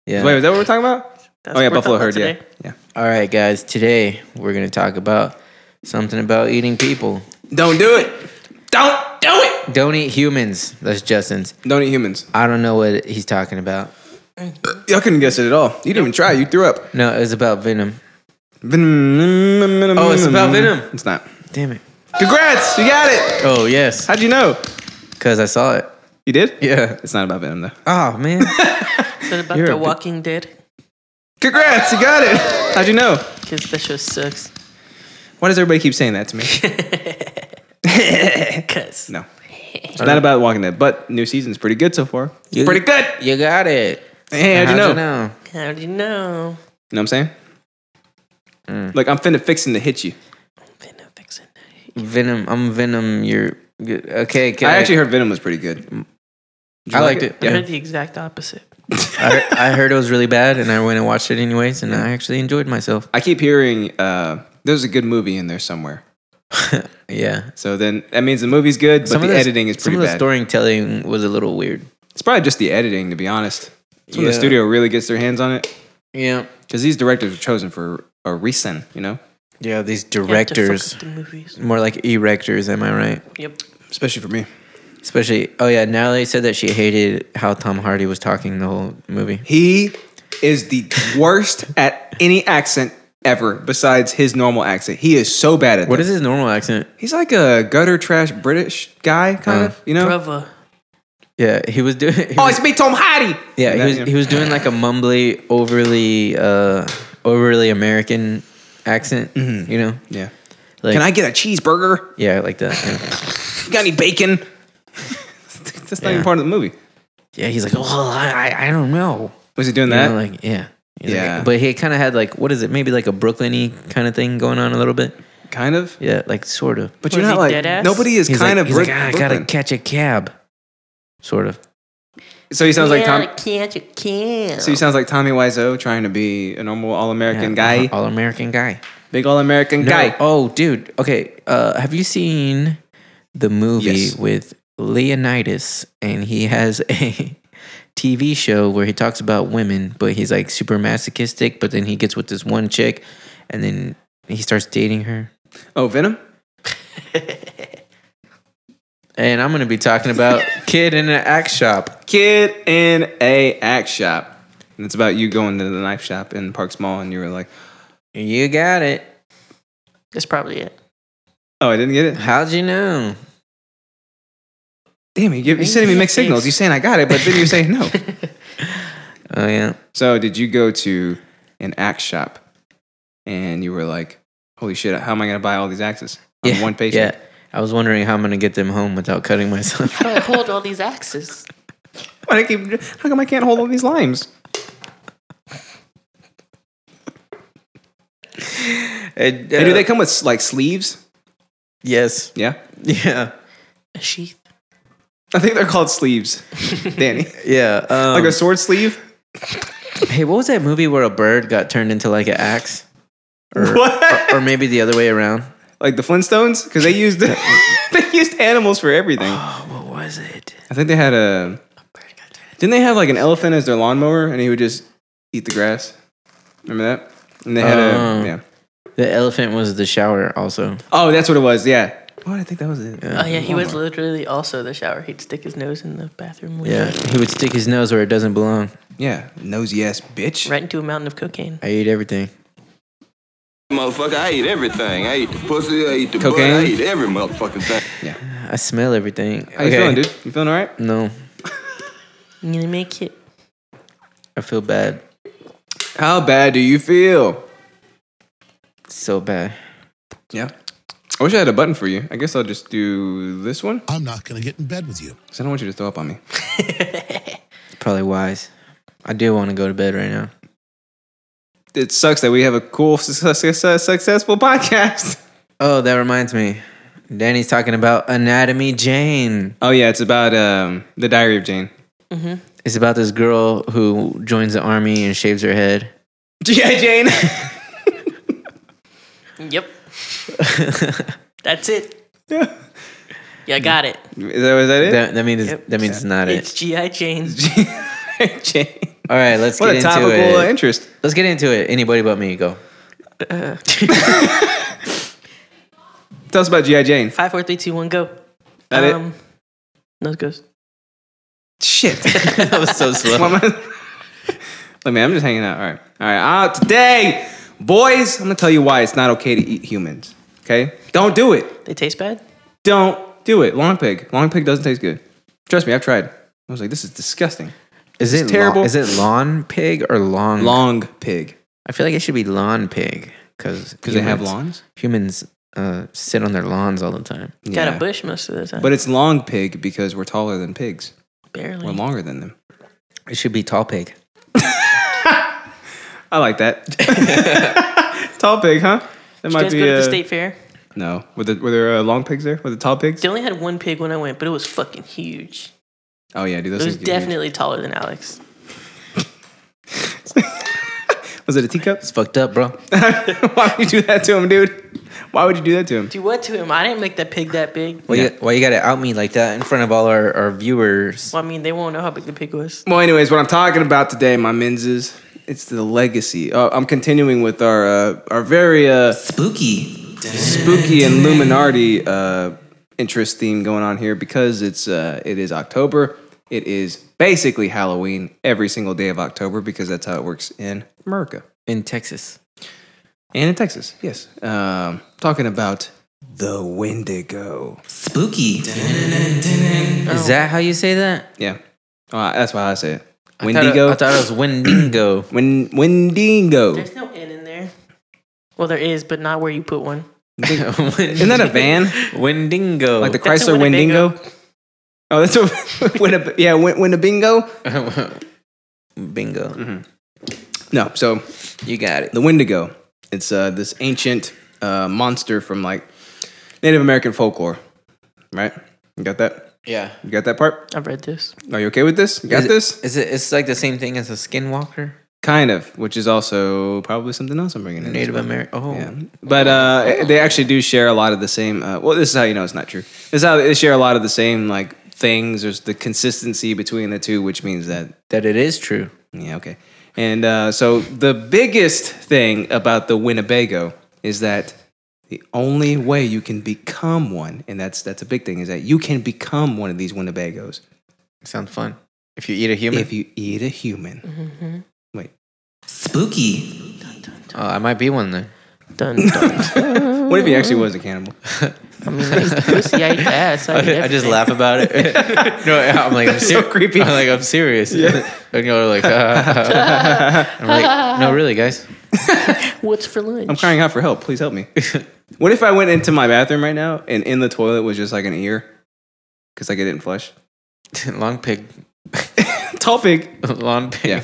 Speaker 3: Yeah.
Speaker 1: Wait, is that what we're talking about?
Speaker 2: That's
Speaker 1: oh yeah,
Speaker 2: what we're
Speaker 1: Buffalo
Speaker 2: talking
Speaker 1: herd.
Speaker 2: about
Speaker 1: Yeah,
Speaker 2: today.
Speaker 1: yeah.
Speaker 3: All right, guys. Today we're gonna talk about something about eating people.
Speaker 1: Don't do it. Don't do it.
Speaker 3: Don't eat humans. That's Justin's.
Speaker 1: Don't eat humans.
Speaker 3: I don't know what he's talking about.
Speaker 1: Y'all couldn't guess it at all. You didn't even try. You threw up.
Speaker 3: No, it was about venom.
Speaker 1: Venom.
Speaker 3: Oh, it's about venom.
Speaker 1: Mm-hmm. It's not.
Speaker 3: Damn it.
Speaker 1: Congrats, you got it.
Speaker 3: Oh yes,
Speaker 1: How'd you know?
Speaker 3: because I saw it.
Speaker 1: You did?
Speaker 3: Yeah.
Speaker 1: It's not about venom though. [laughs]
Speaker 3: Oh man.
Speaker 2: Is that about
Speaker 3: You're
Speaker 2: The
Speaker 3: a bit-
Speaker 2: Walking Dead?
Speaker 1: Congrats, you got it. How'd you know?
Speaker 2: Because that show
Speaker 3: [laughs]
Speaker 2: sucks.
Speaker 1: Why does everybody keep saying that to me?
Speaker 2: Because
Speaker 1: No. It's not about Walking Dead, but new season's pretty good so far.
Speaker 3: You-
Speaker 1: pretty good.
Speaker 3: you got it.
Speaker 1: Hey, how'd you know? You know
Speaker 2: how do you know?
Speaker 1: what I'm saying?
Speaker 3: Mm.
Speaker 1: Like I'm finna fixing to hit you.
Speaker 2: Venom fixing that.
Speaker 3: Venom. I'm Venom. You're good. okay. Can
Speaker 1: I actually heard Venom was pretty good. Did you
Speaker 3: I liked it.
Speaker 2: I
Speaker 1: [laughs]
Speaker 3: Yeah.
Speaker 2: heard the exact opposite.
Speaker 3: I heard, I heard it was really bad, and I went and watched it anyways, and I actually enjoyed myself.
Speaker 1: I keep hearing uh, there's a good movie in there somewhere.
Speaker 3: Yeah.
Speaker 1: So then that means the movie's good, but the
Speaker 3: of
Speaker 1: editing is pretty
Speaker 3: Some of the
Speaker 1: bad.
Speaker 3: storytelling was a little weird.
Speaker 1: it's probably just the editing, to be honest. It's when the
Speaker 3: Yeah.
Speaker 1: studio really gets their hands on it.
Speaker 3: Yeah.
Speaker 1: Because these directors are chosen for a reason, you know?
Speaker 3: Yeah. These
Speaker 2: You have to fuck
Speaker 3: directors,
Speaker 2: up The movies.
Speaker 3: more like erectors. Am I right?
Speaker 2: Yep.
Speaker 1: Especially for me.
Speaker 3: Especially. Oh yeah. Natalie said that she hated how Tom Hardy was talking the whole movie.
Speaker 1: He is the worst at any accent ever besides his normal accent. He is so bad at
Speaker 3: What
Speaker 1: that.
Speaker 3: is his normal accent?
Speaker 1: He's like a gutter trash British guy, kind
Speaker 3: Uh,
Speaker 1: of, you know?
Speaker 2: Bravo.
Speaker 3: Yeah, he was doing. [laughs] he
Speaker 1: Oh,
Speaker 3: was-
Speaker 1: it's me, Tom Hardy!
Speaker 3: Yeah, he
Speaker 1: That-
Speaker 3: was, he was doing like a mumbly, overly, uh, overly American accent.
Speaker 1: Mm-hmm.
Speaker 3: You know,
Speaker 1: yeah.
Speaker 3: like,
Speaker 1: Can I get a cheeseburger?
Speaker 3: Yeah, like that. Yeah,
Speaker 1: You got any bacon? [laughs] That's not even
Speaker 3: Yeah.
Speaker 1: part of the movie.
Speaker 3: Yeah, he's like, oh, I, I- I don't know.
Speaker 1: Was he doing
Speaker 3: You
Speaker 1: that?
Speaker 3: know, like, yeah, He's like-
Speaker 1: Yeah.
Speaker 3: but he kind of had like, what is it? Maybe like a Brooklyn-y kind of thing going on a little bit.
Speaker 1: kind of.
Speaker 3: Yeah, like sort of.
Speaker 1: But
Speaker 2: Was
Speaker 1: you're not
Speaker 2: he
Speaker 1: like
Speaker 2: dead ass?
Speaker 1: nobody is
Speaker 3: He's
Speaker 1: kind
Speaker 3: like,
Speaker 1: of.
Speaker 3: he's
Speaker 1: Brit-
Speaker 3: like, "Ah, I gotta
Speaker 1: Brooklyn.
Speaker 3: catch a cab, sort of.
Speaker 1: so he sounds like Tom.
Speaker 2: Can't you can't.
Speaker 1: So he sounds like Tommy Wiseau trying to be a normal all American
Speaker 3: Yeah,
Speaker 1: guy,
Speaker 3: all American guy.
Speaker 1: big all American
Speaker 3: No,
Speaker 1: guy.
Speaker 3: Oh, dude. Okay. Uh, have you seen the movie
Speaker 1: Yes.
Speaker 3: with Leonidas? And he has a [laughs] TV show where he talks about women, but he's like super masochistic. But then he gets with this one chick, and then he starts dating her.
Speaker 1: Oh, Venom.
Speaker 3: And I'm gonna be
Speaker 1: [laughs]
Speaker 3: talking about kid in an axe shop.
Speaker 1: Kid in a axe shop, and it's about you going to the knife shop in Parks Mall, and you were like,
Speaker 3: You got it.
Speaker 2: That's probably it.
Speaker 1: "Oh, I didn't get it."
Speaker 3: How'd you know?
Speaker 1: Damn, you, give, you're sending me mixed signals. You're saying I got it, but then you're saying
Speaker 3: [laughs]
Speaker 1: no.
Speaker 3: Oh yeah.
Speaker 1: so, did you go to an axe shop, and you were like, "Holy shit, how am I gonna buy all these axes on
Speaker 3: yeah.
Speaker 1: one patient?"
Speaker 3: Yeah. I was wondering how I'm gonna get them home without
Speaker 1: [laughs]
Speaker 3: cutting myself.
Speaker 2: How do I hold all these axes?
Speaker 1: Why do I keep, how come I can't hold all these limes?
Speaker 3: And,
Speaker 1: And do
Speaker 3: uh,
Speaker 1: they come with like sleeves?
Speaker 3: Yes.
Speaker 1: Yeah.
Speaker 3: Yeah.
Speaker 2: [laughs] A sheath.
Speaker 1: I think they're called
Speaker 3: [laughs]
Speaker 1: sleeves, Danny.
Speaker 3: Yeah. Um,
Speaker 1: like a sword sleeve?
Speaker 3: Hey, what was that movie where a bird got turned into like an axe? Or,
Speaker 1: What?
Speaker 3: Or, or maybe the other way around.
Speaker 1: Like the Flintstones? Because they used [laughs] they used animals for everything. I
Speaker 3: Oh, what was it?
Speaker 1: think they had a didn't they have like an elephant as their lawnmower and he would just eat the grass? Remember that? And they had
Speaker 3: Oh.
Speaker 1: a yeah.
Speaker 3: The elephant was the shower, also.
Speaker 1: Oh, that's what it was. Yeah. What I think that was it.
Speaker 2: Oh yeah, he was literally also the shower. He'd stick his nose in the bathroom
Speaker 3: Yeah,
Speaker 2: window.
Speaker 3: he would stick his nose where it doesn't belong.
Speaker 1: Yeah, nosy ass bitch.
Speaker 2: Right into a mountain of cocaine.
Speaker 3: I ate everything.
Speaker 7: motherfucker. I ate everything. I ate the pussy. I ate the
Speaker 1: Cocaine?
Speaker 7: butt. I ate every motherfucking thing.
Speaker 3: I smell everything.
Speaker 1: How you feeling, dude? You feeling all right?
Speaker 3: No,
Speaker 2: I'm gonna make it.
Speaker 3: I feel bad.
Speaker 1: How bad do you feel?
Speaker 3: So bad.
Speaker 1: Yeah. I wish I had a button for you. I guess I'll just do this one
Speaker 9: I'm not going to get in bed with you.
Speaker 1: because I don't want you to throw up on me.
Speaker 3: It's probably wise. I do want to go to bed right now.
Speaker 1: It sucks that we have a cool, success, success- successful podcast.
Speaker 3: Oh, that reminds me. Danny's talking about Anatomy Jane.
Speaker 1: [laughs] Oh yeah, it's about um, the Diary of [laughs] Jane.
Speaker 3: It's about this girl who joins the army and shaves her head.
Speaker 1: GI [laughs] Jane.
Speaker 2: Yep. [laughs] That's it. Yeah, I got it.
Speaker 1: Is that, was that it?
Speaker 3: That, that means that means it's not
Speaker 2: It's
Speaker 3: it.
Speaker 2: GI
Speaker 3: [laughs]
Speaker 2: Jane.
Speaker 1: GI [laughs] Jane.
Speaker 3: All right, let's
Speaker 1: What
Speaker 3: get
Speaker 1: a
Speaker 3: into
Speaker 1: topical
Speaker 3: it.
Speaker 1: interest.
Speaker 3: Let's get into it. Anybody but me, go. [laughs]
Speaker 1: Tell us about GI Jane.
Speaker 2: Five, four, three, two, one, go.
Speaker 1: That it?
Speaker 2: Um, No, it goes.
Speaker 1: Um, Shit.
Speaker 3: that was so
Speaker 1: [laughs]
Speaker 3: slow.
Speaker 1: Woman. Look, man, I'm just hanging out. All right. All right. Uh, today, boys, I'm going to tell you why it's not okay to eat humans. Okay? Don't do it.
Speaker 2: They taste bad.
Speaker 1: Don't do it. Long pig. Long pig doesn't taste good. Trust me, I've tried. I was like, this is disgusting.
Speaker 3: Is it
Speaker 1: terrible.
Speaker 3: terrible? is it lawn pig or long?
Speaker 1: Long pig.
Speaker 3: I feel like it should be lawn pig because
Speaker 1: Because they have lawns?
Speaker 3: Humans uh, sit on their lawns all the time.
Speaker 2: Got a bush most of the time.
Speaker 1: But it's long pig because we're taller than pigs.
Speaker 2: barely.
Speaker 1: We're longer than them.
Speaker 3: It should be tall pig.
Speaker 1: I like that. [laughs] tall pig, huh? That
Speaker 2: Did you guys go to the state fair?
Speaker 1: No. Were, the, were there uh, long pigs there? Were the tall pigs?
Speaker 2: They only had one pig when I went, but it was fucking huge.
Speaker 1: Oh, yeah, dude. Those
Speaker 2: It was
Speaker 1: things get huge.
Speaker 2: definitely taller than Alex.
Speaker 1: Was it a teacup?
Speaker 3: It's fucked up, bro.
Speaker 1: [laughs] Why would you do that to him, dude? Why would you do that to him?
Speaker 2: Do what to him? I didn't make that pig that big.
Speaker 3: Why, you, why you gotta out me like that in front of all our, our viewers?
Speaker 2: Well, I mean, they won't know how big the
Speaker 1: [laughs]
Speaker 2: pig was.
Speaker 1: Well, anyways, what I'm talking about today, my men's is it's the legacy. Uh, I'm continuing with our uh, our very uh,
Speaker 6: Spooky.
Speaker 1: spooky and Illuminati uh, interest theme going on here because it's uh, it is October. It is basically Halloween every single day of October because that's how it works in America
Speaker 3: In Texas.
Speaker 1: and in Texas. Yes, um, talking about the Wendigo.
Speaker 6: Spooky.
Speaker 3: Is that how you say that?
Speaker 1: Yeah, uh, that's why I say it.
Speaker 3: I thought it-
Speaker 1: Wendigo.
Speaker 3: I thought it was Wendigo.
Speaker 1: When Wendigo.
Speaker 2: There's no N in there. Well, there is, but not where you put one.
Speaker 3: [laughs]
Speaker 2: [laughs]
Speaker 1: Isn't that a van?
Speaker 3: Wendigo.
Speaker 1: Like the
Speaker 2: That's a
Speaker 1: Chrysler
Speaker 2: Winnebago.
Speaker 1: Wendigo? Oh, that's a [laughs] Winneb- yeah, Win- Winnebago.
Speaker 3: [laughs] Bingo.
Speaker 1: No, so
Speaker 3: You got it.
Speaker 1: the Wendigo. It's uh, this ancient uh, monster from like Native American folklore, right? You got that?
Speaker 3: Yeah.
Speaker 1: You got that part?
Speaker 2: I've read this.
Speaker 1: Are you okay with this? You got
Speaker 3: Is it-
Speaker 1: this?
Speaker 3: Is it? It's like the same thing as a skinwalker.
Speaker 1: Kind of, which is also probably something else I'm bringing in.
Speaker 3: Native American. Oh,
Speaker 1: Yeah. But uh, they actually do share a lot of the same. Uh, well, this is how you know it's not true. This is how they share a lot of the same like things. There's the consistency between the two, which means that
Speaker 3: that it is true.
Speaker 1: yeah, okay. And uh, so the biggest thing about the Winnebago is that the only way you can become one, and that's that's a big thing, is that you can become one of these Winnebagos
Speaker 3: Sounds fun. If you eat a human,
Speaker 1: if you eat a human. [laughs] Wait,
Speaker 6: Spooky.
Speaker 3: oh, I might be one
Speaker 1: [laughs]
Speaker 3: then.
Speaker 2: Done. done.
Speaker 1: what if he actually was a cannibal?
Speaker 2: I mean, I
Speaker 1: [laughs]
Speaker 2: ate pussy. I ate ass. I, ate
Speaker 3: I just
Speaker 2: everything.
Speaker 3: laugh about it. no, I'm
Speaker 1: [laughs]
Speaker 3: like I'm
Speaker 1: That's so
Speaker 3: ser-
Speaker 1: creepy.
Speaker 3: I'm like I'm serious. [laughs] and you're like, "Ah."
Speaker 1: [laughs]
Speaker 3: I'm like, no, really, guys. [laughs]
Speaker 2: What's for lunch?
Speaker 1: I'm crying out for help. Please help me. what if I went into my bathroom right now and in the toilet was just like an ear? Because like I didn't flush.
Speaker 3: Long pig, [laughs]
Speaker 1: Tall pig.
Speaker 3: long pig.
Speaker 1: Yeah.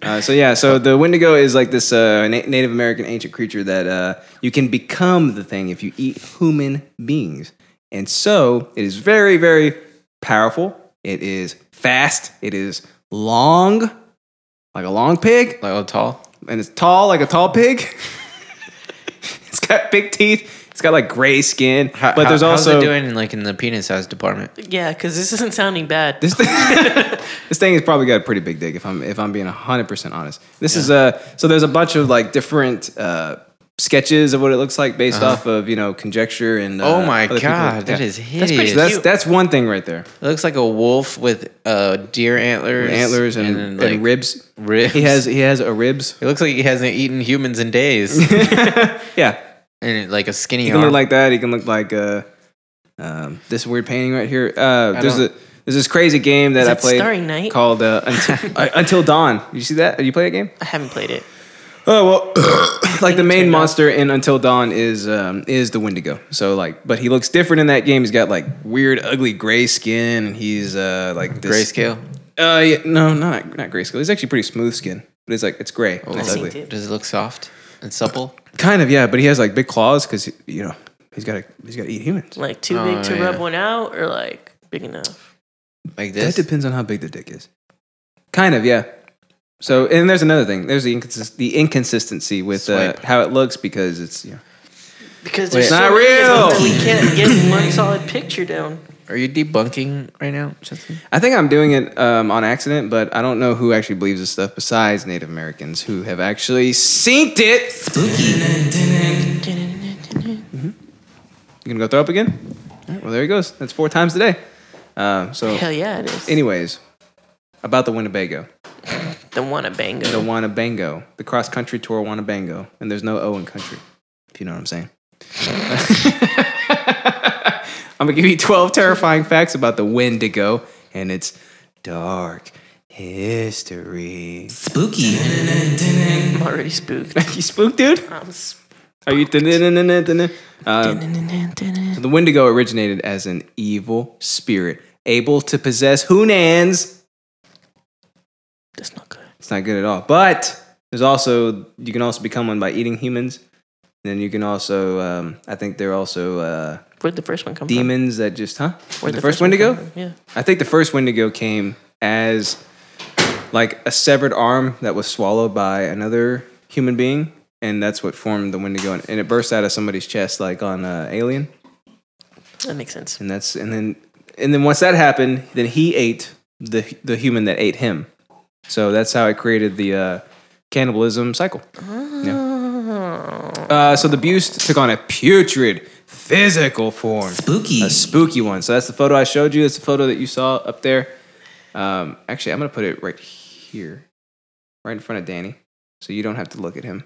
Speaker 1: Uh, so yeah, so the Wendigo is like this uh, na- Native American ancient creature that uh, you can become the thing if you eat human beings, and so it is very, very powerful. It is fast. It is long, like a long pig,
Speaker 3: Like all tall.
Speaker 1: and it's tall, like a tall pig.
Speaker 3: [laughs]
Speaker 1: it's got big teeth. It's got like gray skin,
Speaker 3: How-
Speaker 1: but there's
Speaker 3: how-
Speaker 1: also
Speaker 3: how's it doing in like in the penis size department.
Speaker 2: Yeah, because this isn't sounding bad.
Speaker 1: This thing, this thing has probably got a pretty big dick. If I'm if I'm being hundred percent honest, this is a so there's a bunch of like different uh, sketches of what it looks like based off of you know conjecture and. Uh,
Speaker 3: Uh-huh. oh my
Speaker 1: other people-
Speaker 3: god, that
Speaker 1: yeah.
Speaker 3: is
Speaker 2: pretty
Speaker 3: hideous.
Speaker 1: So that's
Speaker 2: cute.
Speaker 1: that's one thing right there.
Speaker 3: it looks like a wolf with uh, deer antlers,
Speaker 1: Antlers and, and,
Speaker 3: like,
Speaker 1: ribs.
Speaker 3: Ribs.
Speaker 1: He has he has a ribs.
Speaker 3: It looks like he hasn't eaten humans in days,
Speaker 1: [laughs] Yeah,
Speaker 3: and like a skinny
Speaker 1: he can
Speaker 3: arm.
Speaker 1: look like that. He can look like uh, um, this weird painting right here. Uh, there's a
Speaker 3: don't-
Speaker 1: there's this crazy game that I
Speaker 2: that
Speaker 1: played
Speaker 2: Starry Night?
Speaker 1: called
Speaker 2: [laughs]
Speaker 1: uh, Until, uh, Until Dawn. You see that? You play that game?
Speaker 2: I haven't played it.
Speaker 1: Oh well, like the main
Speaker 2: turned off.
Speaker 1: monster in Until Dawn is um, is the Wendigo. So like, but he looks different in that game. He's got like weird, ugly gray skin, and he's uh, like this,
Speaker 3: grayscale.
Speaker 1: Uh, yeah, no, not not grayscale. He's actually pretty smooth skin, but it's like it's gray. and it's
Speaker 2: seen
Speaker 1: ugly.
Speaker 2: it.
Speaker 3: Does it look soft and supple?
Speaker 1: Kind of yeah, but he has like big claws because you know he's got to he's got to eat humans.
Speaker 2: Like too
Speaker 3: Oh,
Speaker 2: big to
Speaker 3: yeah.
Speaker 2: rub one out, or like big enough.
Speaker 3: Like this?
Speaker 1: That depends on how big the dick is. Kind of, yeah. So, and there's another thing. There's the, inconsist- the inconsistency with uh,
Speaker 3: Swipe.
Speaker 1: how it looks because it's you know,
Speaker 2: Because
Speaker 3: Wait.
Speaker 2: there's
Speaker 1: Not
Speaker 2: so many
Speaker 1: real!
Speaker 2: of them, We can't get one solid picture down.
Speaker 3: Are you debunking right now, Justin?
Speaker 1: I think I'm doing it um, on accident, but I don't know who actually believes this stuff besides Native Americans who have actually synced it. You gonna go throw up again? All right, well, there he goes. That's four times today. Uh,
Speaker 2: [laughs]
Speaker 1: so,
Speaker 2: Hell yeah, it is.
Speaker 1: anyways, about the Winnebago,
Speaker 2: The Wannabango.
Speaker 1: the Wanabango, the cross country tour Wanabango, and there's no O in country, if you know what I'm saying. [laughs] I'm gonna give you 12 terrifying facts about the Wendigo and its dark history. [laughs]
Speaker 6: Spooky.
Speaker 2: I'm already spooked.
Speaker 1: you spooked, dude?
Speaker 2: I'm spooked.
Speaker 1: Are you? Uh, so the Wendigo originated as an evil spirit able to possess Hunans.
Speaker 2: That's not good.
Speaker 1: It's not good at all. But there's also you can also become one by eating humans. And then you can also um, I think there are also uh,
Speaker 2: Where'd the first one come
Speaker 1: demons that just huh? The,
Speaker 2: from? Where'd
Speaker 1: first,
Speaker 2: one
Speaker 1: Wendigo?
Speaker 2: come from? Yeah.
Speaker 1: I think the first Wendigo came as like a severed arm that was swallowed by another human being, and that's what formed the Wendigo, and and it burst out of somebody's chest like on uh, Alien,
Speaker 2: That makes
Speaker 1: [clears throat]
Speaker 2: sense.
Speaker 1: and that's and then and then once that happened, then he ate the the human that ate him, so that's how it created the uh, cannibalism cycle.
Speaker 2: Oh.
Speaker 1: Uh, so the Bust took on a putrid physical form.
Speaker 6: Spooky.
Speaker 1: a spooky one. So that's the photo I showed you. That's the photo that you saw up there. Um, actually, I'm gonna put it right here, right in front of Danny, so you don't have to look at him.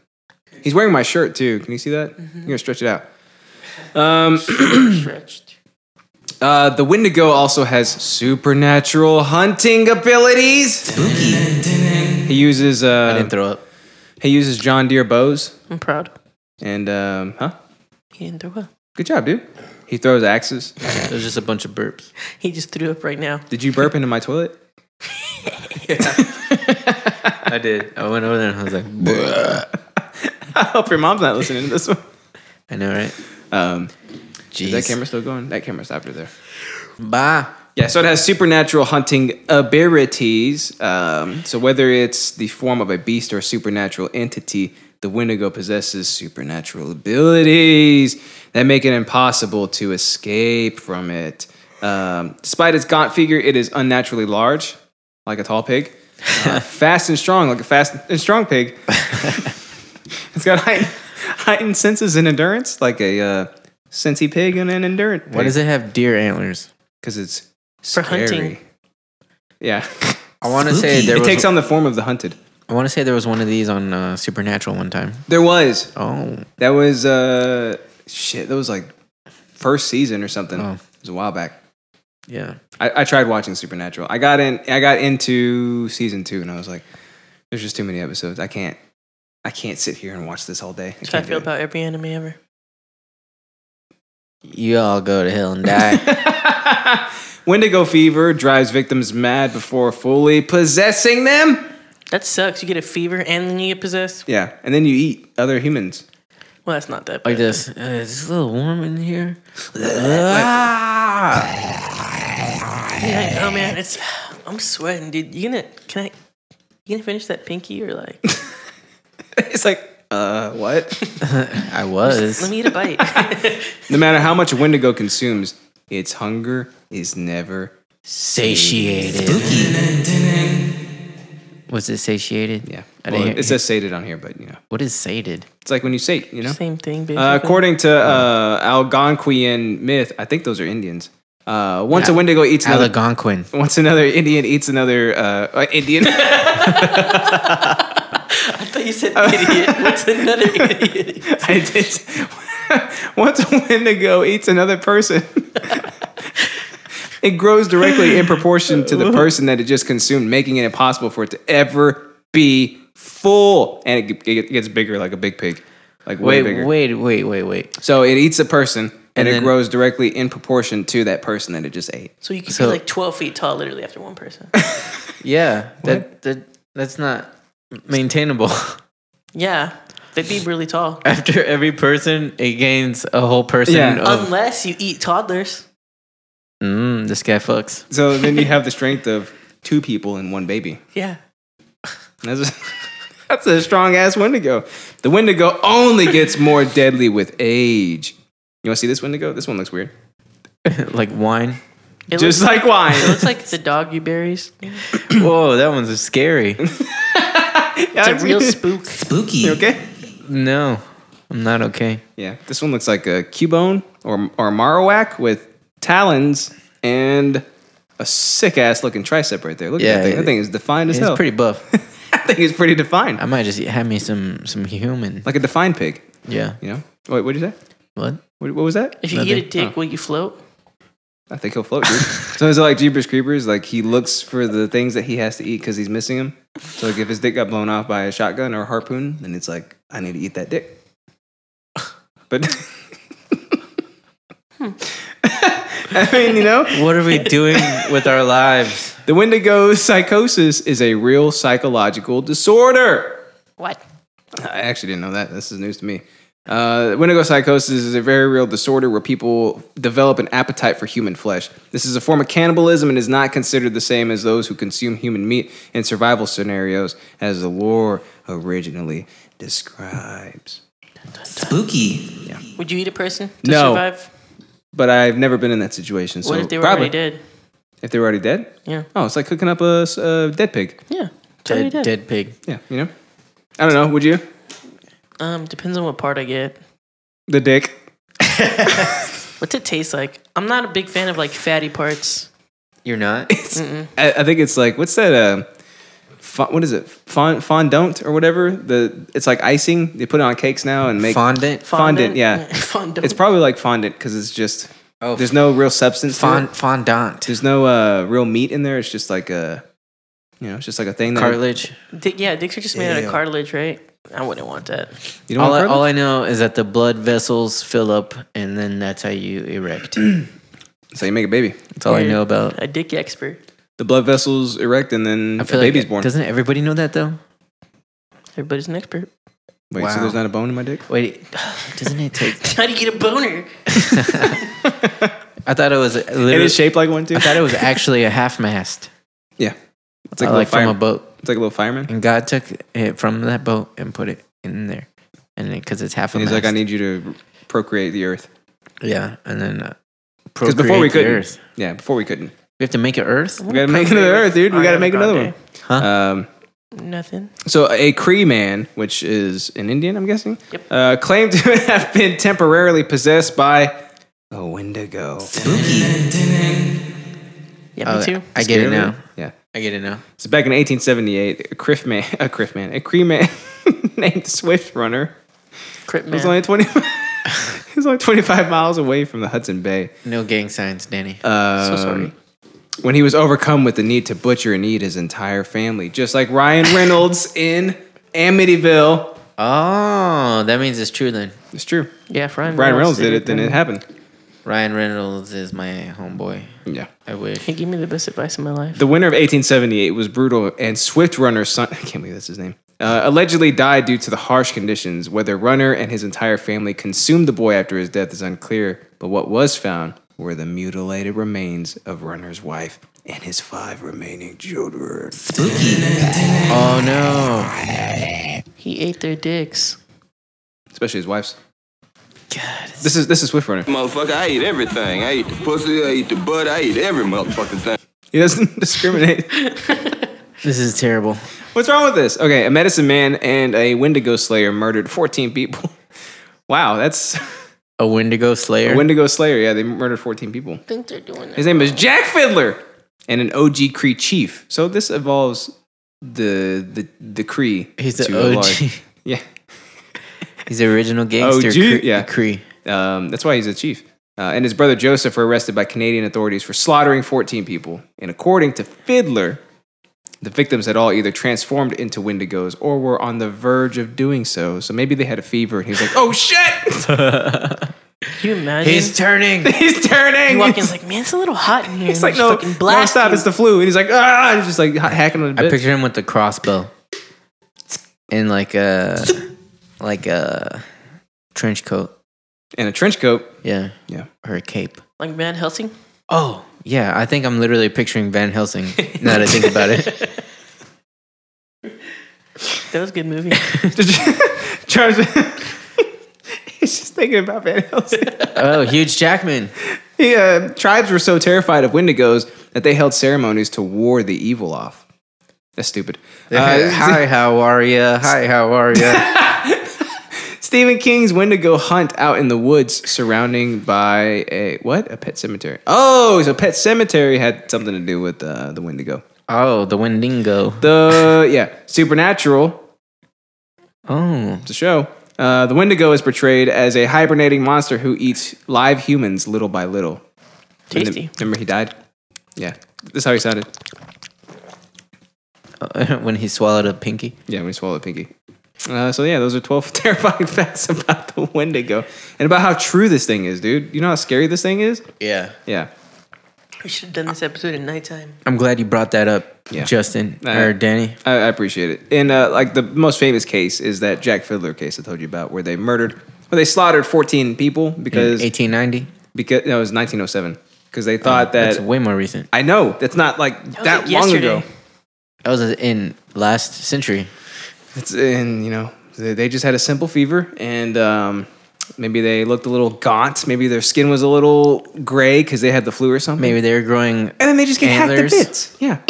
Speaker 1: He's wearing my shirt too. Can you see that? You're gonna stretch it out. Um,
Speaker 2: Stretched.
Speaker 1: uh, the Wendigo also has supernatural hunting abilities. He uses
Speaker 3: I
Speaker 1: uh,
Speaker 3: didn't throw up.
Speaker 1: he uses John Deere bows
Speaker 2: I'm proud.
Speaker 1: and um, huh?
Speaker 2: He didn't throw up.
Speaker 1: Good job, dude. He throws axes.
Speaker 3: There's just a bunch of burps.
Speaker 2: He just threw up right now.
Speaker 1: Did you burp into my toilet? [laughs]
Speaker 3: I did. I went over there and I was like,
Speaker 1: I hope your mom's not listening to this one.
Speaker 3: I know, right?
Speaker 1: Um,
Speaker 3: Jeez.
Speaker 1: Is that camera still going? That camera stopped right there.
Speaker 3: Bah.
Speaker 1: Yeah, so it has supernatural hunting abilities. Um, so whether it's the form of a beast or a supernatural entity, the Wendigo possesses supernatural abilities that make it impossible to escape from it. Um, despite its gaunt figure, it is unnaturally large, like a tall pig. Uh, fast and strong, like a fast and strong pig. it's got heightened, heightened senses and endurance, like a uh, sensey pig and an endurance.
Speaker 3: Why does it have deer antlers?
Speaker 1: Because it's scary.
Speaker 2: For hunting.
Speaker 1: Yeah,
Speaker 3: I want to say
Speaker 6: Spooky.
Speaker 1: [laughs]
Speaker 3: there
Speaker 1: it
Speaker 3: was.
Speaker 1: takes on the form of the hunted.
Speaker 3: I want to say there was one of these on uh, Supernatural one time.
Speaker 1: There was
Speaker 3: Oh,
Speaker 1: that was uh shit. That was like first season or something.
Speaker 3: Oh.
Speaker 1: It was a while back.
Speaker 3: yeah.
Speaker 1: I, I tried watching Supernatural. I got in. I got into season two, and I was like, "There's just too many episodes. I can't. I can't sit here and watch this all day." I
Speaker 2: That's how I
Speaker 1: can't do
Speaker 2: feel
Speaker 1: it."
Speaker 2: about every anime ever.
Speaker 3: You all go to hell and die.
Speaker 1: [laughs] Wendigo fever drives victims mad before fully possessing them.
Speaker 2: That sucks. You get a fever and then you get possessed.
Speaker 1: Yeah, and then you eat other humans. [laughs]
Speaker 2: Well, that's not that bad.
Speaker 3: like this. Uh, it's a little warm in here. Ah!
Speaker 2: Yeah,
Speaker 1: [laughs]
Speaker 2: oh man, it's I'm sweating, dude. You gonna can I you gonna finish that pinky or
Speaker 1: [laughs]
Speaker 2: like
Speaker 1: It's like, uh, what?
Speaker 3: I was.
Speaker 2: let me eat a bite.
Speaker 1: No matter how much Wendigo consumes, its hunger is never.
Speaker 3: satiated. Was it satiated?
Speaker 1: Yeah.
Speaker 3: I
Speaker 1: Well,
Speaker 3: didn't hear-
Speaker 1: it says sated on here, but you know,
Speaker 3: what is sated?
Speaker 1: it's like when you sate, you know.
Speaker 2: Same thing, basically.
Speaker 1: Uh, according to uh, Algonquian myth, I think those are Indians. Uh, once a
Speaker 3: Yeah.
Speaker 1: Wendigo eats another,
Speaker 3: Algonquin.
Speaker 1: once another Indian eats another uh, uh, Indian. [laughs]
Speaker 2: I thought you said [laughs] idiot. What's another idiot?
Speaker 1: [laughs] I did. [laughs] once a Wendigo eats another person, [laughs] it grows directly in proportion to the person that it just consumed, making it impossible for it to ever be full. And it, g- it gets bigger like a big pig, like way
Speaker 3: Wait,
Speaker 1: bigger.
Speaker 3: wait, wait, wait, wait.
Speaker 1: So it eats a person, and,
Speaker 3: And
Speaker 1: it
Speaker 3: then-
Speaker 1: grows directly in proportion to that person that it just ate.
Speaker 2: So you could
Speaker 3: So-
Speaker 2: be like 12 feet tall literally after one person.
Speaker 3: Yeah, that that that's not maintainable. [laughs]
Speaker 2: Yeah. They'd be really tall.
Speaker 3: After every person, it gains a whole person.
Speaker 1: Yeah.
Speaker 3: Of,
Speaker 2: Unless you eat toddlers.
Speaker 3: mm, this guy fucks. [laughs]
Speaker 1: So then you have the strength of two people and one baby.
Speaker 2: Yeah.
Speaker 1: That's a, [laughs] that's a strong ass Wendigo. The Wendigo only gets more deadly with age. You want to see this Wendigo? This one looks weird.
Speaker 3: like [coughs] wine.
Speaker 2: It
Speaker 1: Just
Speaker 2: looks,
Speaker 1: like wine.
Speaker 2: it looks like the dog you buries.
Speaker 3: Whoa, that one's scary.
Speaker 1: it's
Speaker 2: It's
Speaker 1: [laughs]
Speaker 2: a [laughs] real spook.
Speaker 6: Spooky.
Speaker 1: okay?
Speaker 3: No, I'm not okay.
Speaker 1: Yeah. This one looks like a Cubone or, or Marowak with talons and a sick ass looking tricep right there. Look at
Speaker 3: Yeah,
Speaker 1: that thing.
Speaker 3: it-
Speaker 1: that thing is defined as
Speaker 3: He's
Speaker 1: hell.
Speaker 3: pretty buff.
Speaker 1: [laughs] that thing is pretty defined.
Speaker 3: I might just have me some some human.
Speaker 1: like a defined pig,
Speaker 3: Yeah.
Speaker 1: you know? Wait, what'd you say?
Speaker 3: What?
Speaker 1: What, what was that?
Speaker 2: If you
Speaker 3: Nothing.
Speaker 2: eat a dick, will you float?
Speaker 1: I think he'll float, dude. so it's like Jeepers Creepers. Like he looks for the things that he has to eat because he's missing them. So like if his dick got blown off by a shotgun or a harpoon, then it's like I need to eat that dick. [laughs] But [laughs] I mean, you know,
Speaker 3: What
Speaker 1: [laughs]
Speaker 3: are we doing with our lives?
Speaker 1: the Wendigo psychosis is a real psychological disorder.
Speaker 2: What?
Speaker 1: I actually didn't know that. This is news to me. Uh, Wendigo psychosis is a very real disorder where people develop an appetite for human flesh. This is a form of cannibalism and is not considered the same as those who consume human meat in survival scenarios, as the lore originally describes.
Speaker 6: Spooky.
Speaker 2: Would you eat a person to
Speaker 1: No.
Speaker 2: survive?
Speaker 1: But I've never been in that situation. So
Speaker 2: what if they were
Speaker 1: probably,
Speaker 2: already dead?
Speaker 1: If they were already dead?
Speaker 2: Yeah.
Speaker 1: Oh, it's like cooking up a, s- a dead pig.
Speaker 2: Yeah. It's already
Speaker 3: Dead, dead pig.
Speaker 1: Yeah, you know? I don't know. Would you?
Speaker 2: Um, depends on what part I get.
Speaker 1: The dick.
Speaker 2: What's it taste like? I'm not a big fan of like fatty parts.
Speaker 3: You're not.
Speaker 1: I, I think it's like what's that? Uh, fo- what is it? Fond fondant or whatever. The it's like icing. They put it on cakes now and make.
Speaker 3: Fondant.
Speaker 1: Fondant, yeah.
Speaker 2: [laughs] Fondant.
Speaker 1: it's probably like fondant because it's just
Speaker 3: Oh,
Speaker 1: there's no real substance. to it.
Speaker 3: fond, fondant.
Speaker 1: There's no uh, real meat in there. It's just like a, you know, it's just like a thing. That
Speaker 3: Cartilage.
Speaker 2: Dick- yeah, dicks are just made out of cartilage, right? I wouldn't want that.
Speaker 1: You don't
Speaker 3: All I,
Speaker 1: want
Speaker 3: all
Speaker 1: cartilage?
Speaker 3: I know is that the blood vessels fill up, and then that's how you erect. That's
Speaker 1: so you make a baby.
Speaker 3: all I
Speaker 2: You're
Speaker 3: know about.
Speaker 2: A dick expert.
Speaker 1: The blood vessels erect and then
Speaker 3: I
Speaker 1: the
Speaker 3: feel
Speaker 1: baby's
Speaker 3: like
Speaker 1: born.
Speaker 3: doesn't everybody know that though?
Speaker 2: Everybody's an expert.
Speaker 1: Wait, so
Speaker 3: Wow.
Speaker 1: there's not a bone in my dick?
Speaker 3: Wait, [sighs] doesn't it take?
Speaker 1: [laughs]
Speaker 2: How do you get a boner?
Speaker 3: I thought it was
Speaker 1: And
Speaker 3: literally.
Speaker 1: it's shaped like one too.
Speaker 3: I thought it was actually a half mast,
Speaker 1: yeah. It's like,
Speaker 3: like,
Speaker 1: a little
Speaker 3: like from a
Speaker 1: fire,
Speaker 3: boat.
Speaker 1: it's like a little fireman.
Speaker 3: And God took it from that boat and put it in there, and because it's half a
Speaker 1: And he's like, I
Speaker 3: mast.
Speaker 1: need you to procreate the earth.
Speaker 3: yeah, and then uh,
Speaker 1: Because before we
Speaker 3: procreate the
Speaker 1: couldn't.
Speaker 3: earth.
Speaker 1: Yeah, before we couldn't.
Speaker 3: we have to make it Earth.
Speaker 1: We gotta make another Earth, dude. We gotta make another one.
Speaker 3: Huh?
Speaker 1: Um,
Speaker 2: Nothing.
Speaker 1: so a Cree man, which is an Indian, I'm guessing,
Speaker 2: Yep.
Speaker 1: uh, claimed to [laughs] have been temporarily possessed by a Wendigo.
Speaker 2: Yeah, me
Speaker 3: Oh,
Speaker 2: too.
Speaker 3: I get it now.
Speaker 1: Yeah.
Speaker 3: I get it now.
Speaker 1: So back in 1878, a Cree man, a Cree man, a Cree man [laughs] named Swift Runner
Speaker 2: Crip man.
Speaker 1: was only [laughs] 20. he was only 25 miles away from the Hudson Bay.
Speaker 3: No gang signs, Danny.
Speaker 1: Um,
Speaker 2: sorry.
Speaker 1: When he was overcome with the need to butcher and eat his entire family, just like Ryan Reynolds in Amityville.
Speaker 3: oh, that means it's true then.
Speaker 1: It's true.
Speaker 2: yeah, if Ryan,
Speaker 1: Ryan Reynolds did it, then it happened.
Speaker 3: Ryan Reynolds is my homeboy.
Speaker 1: Yeah.
Speaker 3: I wish.
Speaker 2: He gave me the best advice of my life.
Speaker 1: The winter of 1878 was brutal, and Swift Runner's son, I can't believe that's his name, uh, allegedly died due to the harsh conditions. Whether Runner and his entire family consumed the boy after his death is unclear, but what was found were the mutilated remains of Runner's wife and his five remaining children.
Speaker 3: Oh no.
Speaker 2: he ate their dicks.
Speaker 1: Especially his wife's. God. This is, this is Swift Runner.
Speaker 7: Motherfucker, I ate everything. I
Speaker 1: [laughs]
Speaker 7: ate the pussy, I ate the butt, I ate every motherfucking thing.
Speaker 1: He doesn't discriminate.
Speaker 3: This is terrible.
Speaker 1: What's wrong with this? Okay, a medicine man and a Wendigo Slayer murdered 14 people. [laughs] Wow, that's
Speaker 3: A Wendigo Slayer.
Speaker 1: a Wendigo Slayer. Yeah, they murdered 14 people.
Speaker 2: I think they're doing that.
Speaker 1: His name is Jack Fiddler and an OG Cree chief. So this involves the the the Cree.
Speaker 3: He's the
Speaker 1: to a large- [laughs]
Speaker 3: OG.
Speaker 1: Yeah,
Speaker 3: [laughs] He's the original gangster.
Speaker 1: OG?
Speaker 3: Cre-
Speaker 1: Yeah.
Speaker 3: [laughs] Cree.
Speaker 1: um, that's why he's a chief. Uh, and his brother Joseph were arrested by Canadian authorities for slaughtering 14 people. And according to Fiddler, the victims had all either transformed into Wendigos or were on the verge of doing so. So maybe they had a fever, and he's like, "Oh shit,
Speaker 2: Can you imagine?
Speaker 3: He's
Speaker 1: [laughs]
Speaker 3: turning.
Speaker 1: he's turning."
Speaker 2: you walk in, it's like, man, it's a little hot in here.
Speaker 1: It's
Speaker 2: and
Speaker 1: like
Speaker 2: just
Speaker 1: no,
Speaker 2: fucking blast
Speaker 1: stop.
Speaker 2: you.
Speaker 1: It's the flu, and he's like, ah, he's just like ha- hacking on the
Speaker 3: I
Speaker 1: bit.
Speaker 3: picture him with the crossbow and like a like a trench coat.
Speaker 1: and a trench coat.
Speaker 3: Yeah,
Speaker 1: Yeah.
Speaker 3: or a cape.
Speaker 2: like Van Helsing.
Speaker 3: Oh, yeah. I think I'm literally picturing Van Helsing now that I think about [laughs] it.
Speaker 2: That was a good
Speaker 3: [laughs]
Speaker 2: movie.
Speaker 1: [laughs] Charles, he's just thinking about Van Helsing. [laughs]
Speaker 3: Oh, huge Jackman.
Speaker 1: The uh, tribes were so terrified of Wendigos that they held ceremonies to ward the evil off. That's stupid.
Speaker 3: Uh,
Speaker 1: Uh,
Speaker 3: hi, how are ya? Hi, how are ya?
Speaker 1: [laughs] Stephen King's Wendigo hunt out in the woods, surrounding by a what? A pet cemetery. Oh, so pet cemetery had something to do with uh, the Wendigo.
Speaker 3: oh, the Wendigo.
Speaker 1: The yeah, supernatural
Speaker 3: Oh,
Speaker 1: the show. Uh, the Wendigo is portrayed as a hibernating monster who eats live humans little by little. And
Speaker 2: Tasty.
Speaker 1: remember, he died. Yeah, that's how he sounded.
Speaker 3: [laughs] when he swallowed a pinky.
Speaker 1: Yeah, when he swallowed Pinky. Uh, so yeah, those are twelve [laughs] terrifying facts about the Wendigo and about how true this thing is, dude. You know how scary this thing is?
Speaker 3: Yeah.
Speaker 1: Yeah,
Speaker 2: we should have done this episode at nighttime.
Speaker 3: I'm glad you brought that up,
Speaker 1: Yeah.
Speaker 3: Justin
Speaker 1: Uh,
Speaker 3: or Danny.
Speaker 1: I, I appreciate it. And uh, like the most famous case is that Jack Fiddler case I told you about, where they murdered, where they slaughtered fourteen people because
Speaker 3: 1890.
Speaker 1: because no, it was nineteen oh seven because they thought that
Speaker 3: That's way more recent.
Speaker 1: I know that's not like that,
Speaker 2: Oh, like,
Speaker 1: long
Speaker 2: yesterday.
Speaker 1: ago.
Speaker 3: That was in last century.
Speaker 1: It's and you know they they just had a simple fever and um, maybe they looked a little gaunt. Maybe their skin was a little gray because they had the flu or something.
Speaker 3: Maybe they were growing.
Speaker 1: And then they just get hacked
Speaker 3: Antlers.
Speaker 1: to bits. Yeah.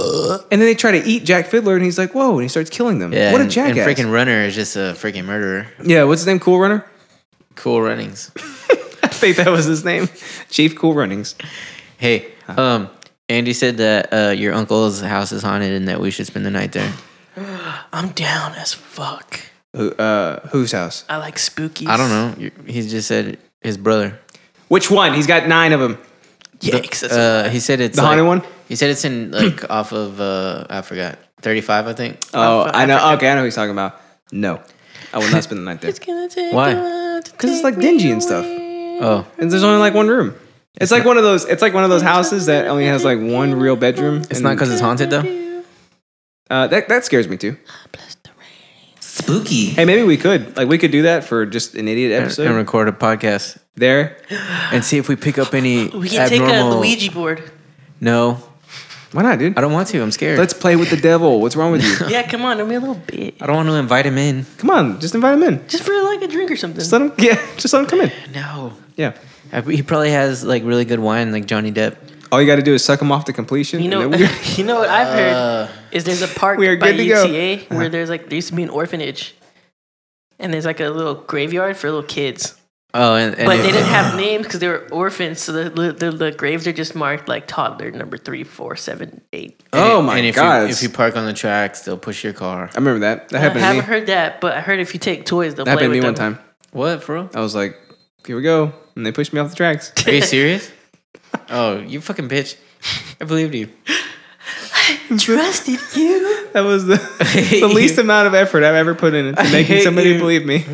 Speaker 1: And then they try to eat Jack Fiddler, and he's like, "Whoa!" And he starts killing them.
Speaker 3: Yeah,
Speaker 1: what a
Speaker 3: and-
Speaker 1: jackass!
Speaker 3: And freaking runner is just a freaking murderer.
Speaker 1: yeah. What's his name? Cool Runner. [laughs]
Speaker 3: Cool runnings.
Speaker 1: I think that was his name, Chief Cool Runnings.
Speaker 3: Hey, um, Andy said that uh, your uncle's house is haunted and that we should spend the night there.
Speaker 2: I'm down as fuck.
Speaker 1: Who, uh, whose house?
Speaker 2: I like spooky.
Speaker 3: I don't know. You- He just said his brother.
Speaker 1: Which one? He's got nine of them.
Speaker 2: Yikes. That's
Speaker 3: Uh, he said it's
Speaker 1: The
Speaker 3: like-
Speaker 1: haunted one?
Speaker 3: He said it's in
Speaker 2: [clears throat]
Speaker 3: like off of uh, I forgot thirty five. I think.
Speaker 1: Oh, I know. Okay, I know who he's talking about. No, I will not spend the night
Speaker 3: [laughs]
Speaker 1: there.
Speaker 2: gonna take
Speaker 3: Why?
Speaker 1: Because it's like dingy and stuff.
Speaker 3: Oh,
Speaker 1: And there's only like one room. It's, like one of those. It's like one of those houses that only has like one real bedroom.
Speaker 3: it's not because it's haunted though.
Speaker 1: uh, that that scares me too.
Speaker 6: Spooky.
Speaker 1: Hey, maybe we could like we could do that for just an idiot
Speaker 3: And, and
Speaker 1: episode
Speaker 3: record a podcast
Speaker 1: there.
Speaker 3: and see if we pick up any
Speaker 2: We can
Speaker 3: abnormal.
Speaker 2: take a Luigi board.
Speaker 3: No,
Speaker 1: Why not, dude?
Speaker 3: I don't want to. I'm scared.
Speaker 1: Let's play with the devil. What's wrong with
Speaker 3: [laughs]
Speaker 1: you?
Speaker 2: Yeah, come on, don't be a little bit.
Speaker 3: I don't want to invite him in.
Speaker 1: come on, just invite him in.
Speaker 2: Just for like a drink or something.
Speaker 1: Just let him. [laughs] Yeah, just let him come in.
Speaker 3: No.
Speaker 1: Yeah.
Speaker 3: I, he probably has like really good wine, like Johnny Depp.
Speaker 1: All you got to do is suck him off to completion.
Speaker 2: You know,
Speaker 1: and then
Speaker 3: [laughs]
Speaker 1: we're-
Speaker 2: [laughs] you know what I've heard is there's a park
Speaker 1: we are
Speaker 2: by
Speaker 1: good to go. Uh-huh.
Speaker 2: UTA where there's like there used to be an orphanage, and there's like a little graveyard for little kids,
Speaker 3: Oh, and, and
Speaker 2: but they didn't have names because they were orphans, so the, the, the, the graves are just marked like toddler number three, four, seven, eight.
Speaker 1: [laughs]
Speaker 3: and-
Speaker 1: oh my
Speaker 3: and if
Speaker 1: god!
Speaker 3: You, if you park on the tracks, they'll push your car.
Speaker 1: I remember that. That
Speaker 2: I
Speaker 1: happened to me.
Speaker 2: haven't heard that, but I heard if you take toys, they'll
Speaker 1: that
Speaker 2: play
Speaker 1: happened to
Speaker 2: with
Speaker 1: me
Speaker 2: them.
Speaker 1: one time.
Speaker 3: What,
Speaker 2: [laughs]
Speaker 3: bro?
Speaker 1: I was like, "Here we go," and they pushed me off the tracks.
Speaker 3: Are you serious? oh, you fucking bitch! I believed you.
Speaker 2: [laughs] Trusted you.
Speaker 1: That was
Speaker 3: [laughs]
Speaker 1: the, the least amount of effort I've ever put in to making
Speaker 3: hate
Speaker 1: somebody
Speaker 3: you.
Speaker 1: believe
Speaker 3: [laughs]
Speaker 1: me.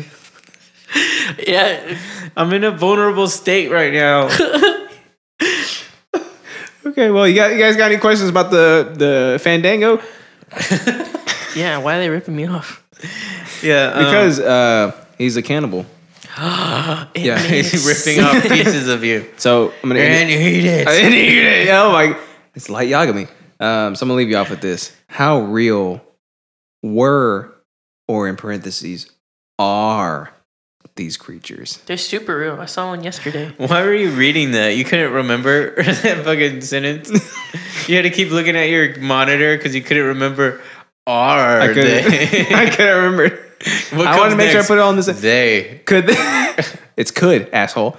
Speaker 2: Yeah,
Speaker 3: I'm in a vulnerable state right now.
Speaker 1: [laughs] Okay, well, you, got, you guys got any questions about the the
Speaker 3: Uh-huh.
Speaker 1: Fandango?
Speaker 2: yeah. Why are they ripping me off?
Speaker 3: yeah,
Speaker 1: Because uh, he's a
Speaker 3: [gasps]
Speaker 1: cannibal.
Speaker 2: It
Speaker 1: Yeah,
Speaker 2: made
Speaker 1: he's
Speaker 3: ripping off pieces of [laughs] you,
Speaker 1: So I'm gonna.
Speaker 3: and you eat [laughs]
Speaker 1: I [laughs]
Speaker 3: it.
Speaker 1: didn't eat it. Oh my! It's light Yagami. Um, so I'm gonna leave you off with this. How real were, or in parentheses, are these creatures.
Speaker 2: They're super real. I saw one yesterday.
Speaker 3: Why were you reading that? You couldn't remember [laughs] that fucking [laughs] sentence. you had to keep looking at your monitor because you couldn't remember. Are
Speaker 1: I couldn't,
Speaker 3: [laughs] they?
Speaker 1: [laughs] I couldn't remember.
Speaker 3: What
Speaker 1: I wanted
Speaker 3: comes
Speaker 1: to make sure I
Speaker 3: next?
Speaker 1: put it on this.
Speaker 3: They.
Speaker 1: Could the, [laughs] it's could
Speaker 3: [laughs]
Speaker 1: asshole?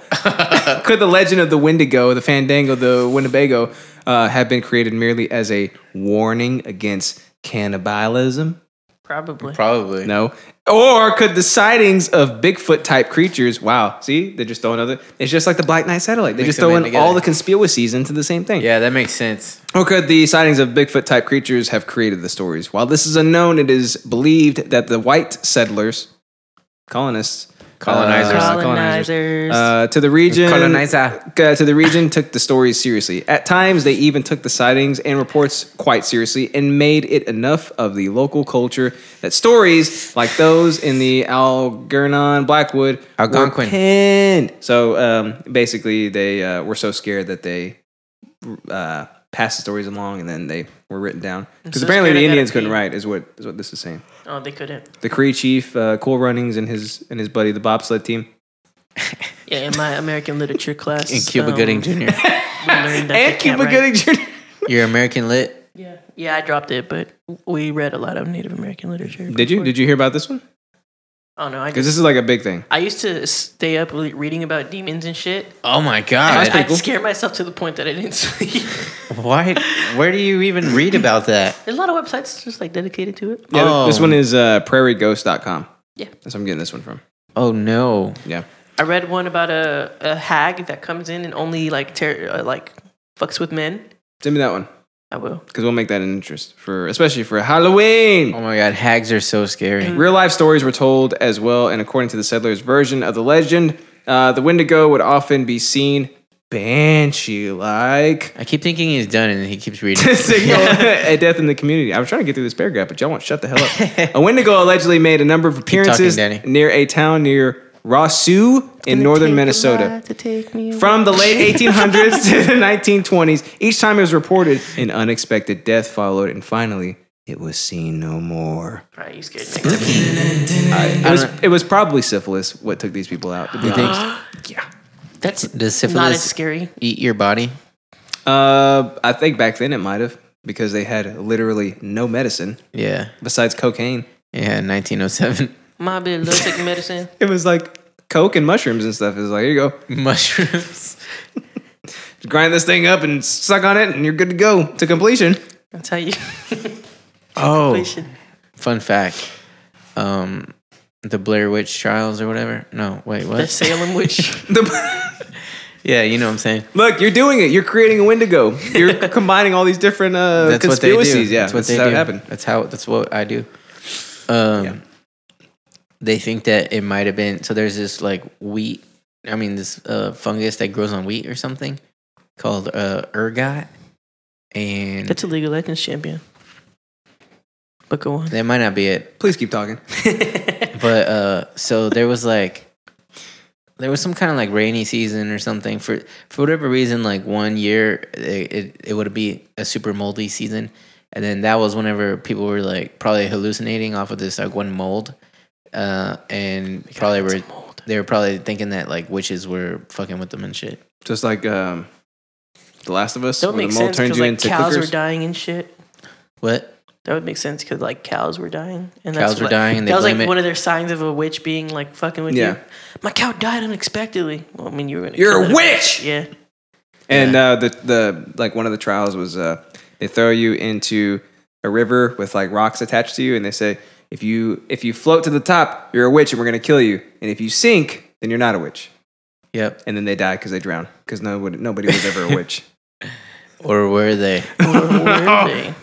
Speaker 1: could the legend of the Wendigo, the Fandango, the Winnebago, uh, have been created merely as a warning against cannibalism?
Speaker 2: Probably.
Speaker 3: Probably.
Speaker 1: No. Or could the sightings of Bigfoot type creatures? Wow, see, they just throw another. It's just like the Black Knight satellite. They
Speaker 3: Mix
Speaker 1: just throw
Speaker 3: them
Speaker 1: in
Speaker 3: in
Speaker 1: all
Speaker 3: together.
Speaker 1: the conspiracies into the same thing.
Speaker 3: Yeah, that makes sense.
Speaker 1: Or could the sightings of Bigfoot type creatures have created the stories? While this is unknown, it is believed that the white settlers, colonists,
Speaker 3: Colonizers.
Speaker 1: uh,
Speaker 2: Colonizers.
Speaker 1: uh, to the region,
Speaker 3: Colonizer.
Speaker 1: uh, to the region, took the stories seriously. At times, they even took the sightings and reports quite seriously, and made it enough of the local culture that stories like those in the Algernon Blackwood were
Speaker 3: Algonquin.
Speaker 1: penned. So um, basically, they uh, were so scared that they uh, passed the stories along, and then they were written down because
Speaker 2: so
Speaker 1: apparently
Speaker 2: scared I
Speaker 1: the
Speaker 2: gotta
Speaker 1: Indians couldn't
Speaker 2: pee.
Speaker 1: write. Is what is what this is saying
Speaker 2: oh, they couldn't.
Speaker 1: the Cree chief, uh, Cool Runnings, and his and his buddy, the bobsled team,
Speaker 2: Yeah, in my American
Speaker 1: [laughs]
Speaker 2: literature class.
Speaker 3: And Cuba
Speaker 2: um,
Speaker 3: Gooding Jr.
Speaker 2: we learned that they can't write.
Speaker 1: Jr.
Speaker 3: [laughs] You're American lit.
Speaker 2: Yeah. yeah, I dropped it, but we read a lot of Native American literature.
Speaker 1: Did you did you hear about this one?
Speaker 2: Oh no, I
Speaker 1: Because
Speaker 2: just,
Speaker 1: this is like a big thing.
Speaker 2: I used to stay up le- reading about demons and shit.
Speaker 3: Oh my
Speaker 2: I,
Speaker 3: god!
Speaker 2: I'd scare myself to the point that I didn't [laughs] sleep.
Speaker 3: Why? [laughs] Where do you even read about that?
Speaker 2: There's a lot of websites just like dedicated to it.
Speaker 1: Yeah, th- this
Speaker 3: Oh.
Speaker 1: one is uh, prairieghost.com.
Speaker 2: Yeah.
Speaker 1: That's where I'm getting this one from.
Speaker 3: Oh no!
Speaker 1: Yeah.
Speaker 2: I read one about a, a hag that comes in and only like ter- uh, like fucks with men.
Speaker 1: Send me that one
Speaker 2: I will.
Speaker 1: because we'll make that an interest for, especially for Halloween.
Speaker 3: Oh my god! Hags are so scary.
Speaker 1: Real life stories were told as well, and according to the settlers' version of the legend, uh, the Wendigo would often be seen banshee like.
Speaker 3: I keep thinking he's done, and he keeps reading.
Speaker 1: [laughs]
Speaker 3: [laughs]
Speaker 1: to signal a death in the community. I was trying to get through this paragraph, but y'all won't shut the hell
Speaker 3: [laughs]
Speaker 1: up. a Wendigo allegedly made a number of appearances
Speaker 3: talking, Danny.
Speaker 1: near a town near Rossou in northern Minnesota. From the
Speaker 3: [laughs]
Speaker 1: late 1800s to the 1920s, each time it was reported, an unexpected death followed, and finally, it was seen no more.
Speaker 2: All right, you scared me.
Speaker 1: It was, it was probably syphilis what took these people out. to be
Speaker 3: You
Speaker 1: honest.
Speaker 3: think
Speaker 2: That's
Speaker 3: does
Speaker 2: not as
Speaker 3: syphilis
Speaker 2: scary.
Speaker 3: eat your body?
Speaker 1: Uh, I think back then it might have because they had literally no medicine
Speaker 3: Yeah,
Speaker 1: besides cocaine.
Speaker 3: yeah. 1907
Speaker 2: My bitch loves taking medicine.
Speaker 1: It was like coke and mushrooms and stuff. It was like, here you go.
Speaker 3: [laughs] mushrooms.
Speaker 1: Just grind this thing up and suck on it, and you're good to go to completion. [laughs]
Speaker 2: That's how you.
Speaker 3: Oh,
Speaker 2: Patient.
Speaker 3: fun fact. Um, the Blair Witch Trials or whatever. No, wait,
Speaker 2: The
Speaker 3: what?
Speaker 2: Salem witch.
Speaker 1: The-
Speaker 3: Yeah, you know what I'm saying.
Speaker 1: Look, you're doing it. You're creating a Wendigo.
Speaker 3: [laughs]
Speaker 1: You're combining all these different uh,
Speaker 3: That's what they do.
Speaker 1: conspiracies. Yeah,
Speaker 3: that's what
Speaker 1: this
Speaker 3: they
Speaker 1: is how
Speaker 3: do.
Speaker 1: it happened.
Speaker 3: That's how. That's what I do. Um,
Speaker 1: Yeah.
Speaker 3: they think that it might have been. So there's this like wheat. I mean, this uh, fungus that grows on wheat or something called uh, ergot, and
Speaker 2: That's a League of Legends champion. But go on.
Speaker 3: that might not be it.
Speaker 1: Please keep talking.
Speaker 3: But uh, so there was like. There was some kind of like rainy season or something for for whatever reason. Like one year, it it, it would be a super moldy season, and then that was whenever people were like probably hallucinating off of this like one mold, uh, and probably were they were probably thinking that like witches were fucking with them and shit.
Speaker 1: Just like um, The Last of Us,
Speaker 2: That would
Speaker 1: when
Speaker 2: make
Speaker 1: the mole
Speaker 2: sense
Speaker 1: turns
Speaker 2: because
Speaker 1: you
Speaker 2: like
Speaker 1: into
Speaker 2: cows
Speaker 1: cookers.
Speaker 2: were dying and shit.
Speaker 3: What?
Speaker 2: That would make sense because like cows were dying and
Speaker 3: Cows were dying and they
Speaker 2: that was like
Speaker 3: blame it-
Speaker 2: one of their signs of a witch being like fucking with
Speaker 1: Yeah.
Speaker 2: you. My cow died unexpectedly. Well, I mean you were gonna
Speaker 1: You're
Speaker 2: kill
Speaker 1: a
Speaker 2: it.
Speaker 1: witch!
Speaker 2: Yeah,
Speaker 1: And uh, the the like one of the trials was uh, they throw you into a river with like rocks attached to you, and they say if you if you float to the top, you're a witch, and we're gonna kill you. And if you sink, then you're not a witch.
Speaker 3: Yep.
Speaker 1: And then they die because they drown because nobody nobody was ever
Speaker 3: [laughs]
Speaker 1: a witch.
Speaker 3: Or were they?
Speaker 2: Or were they?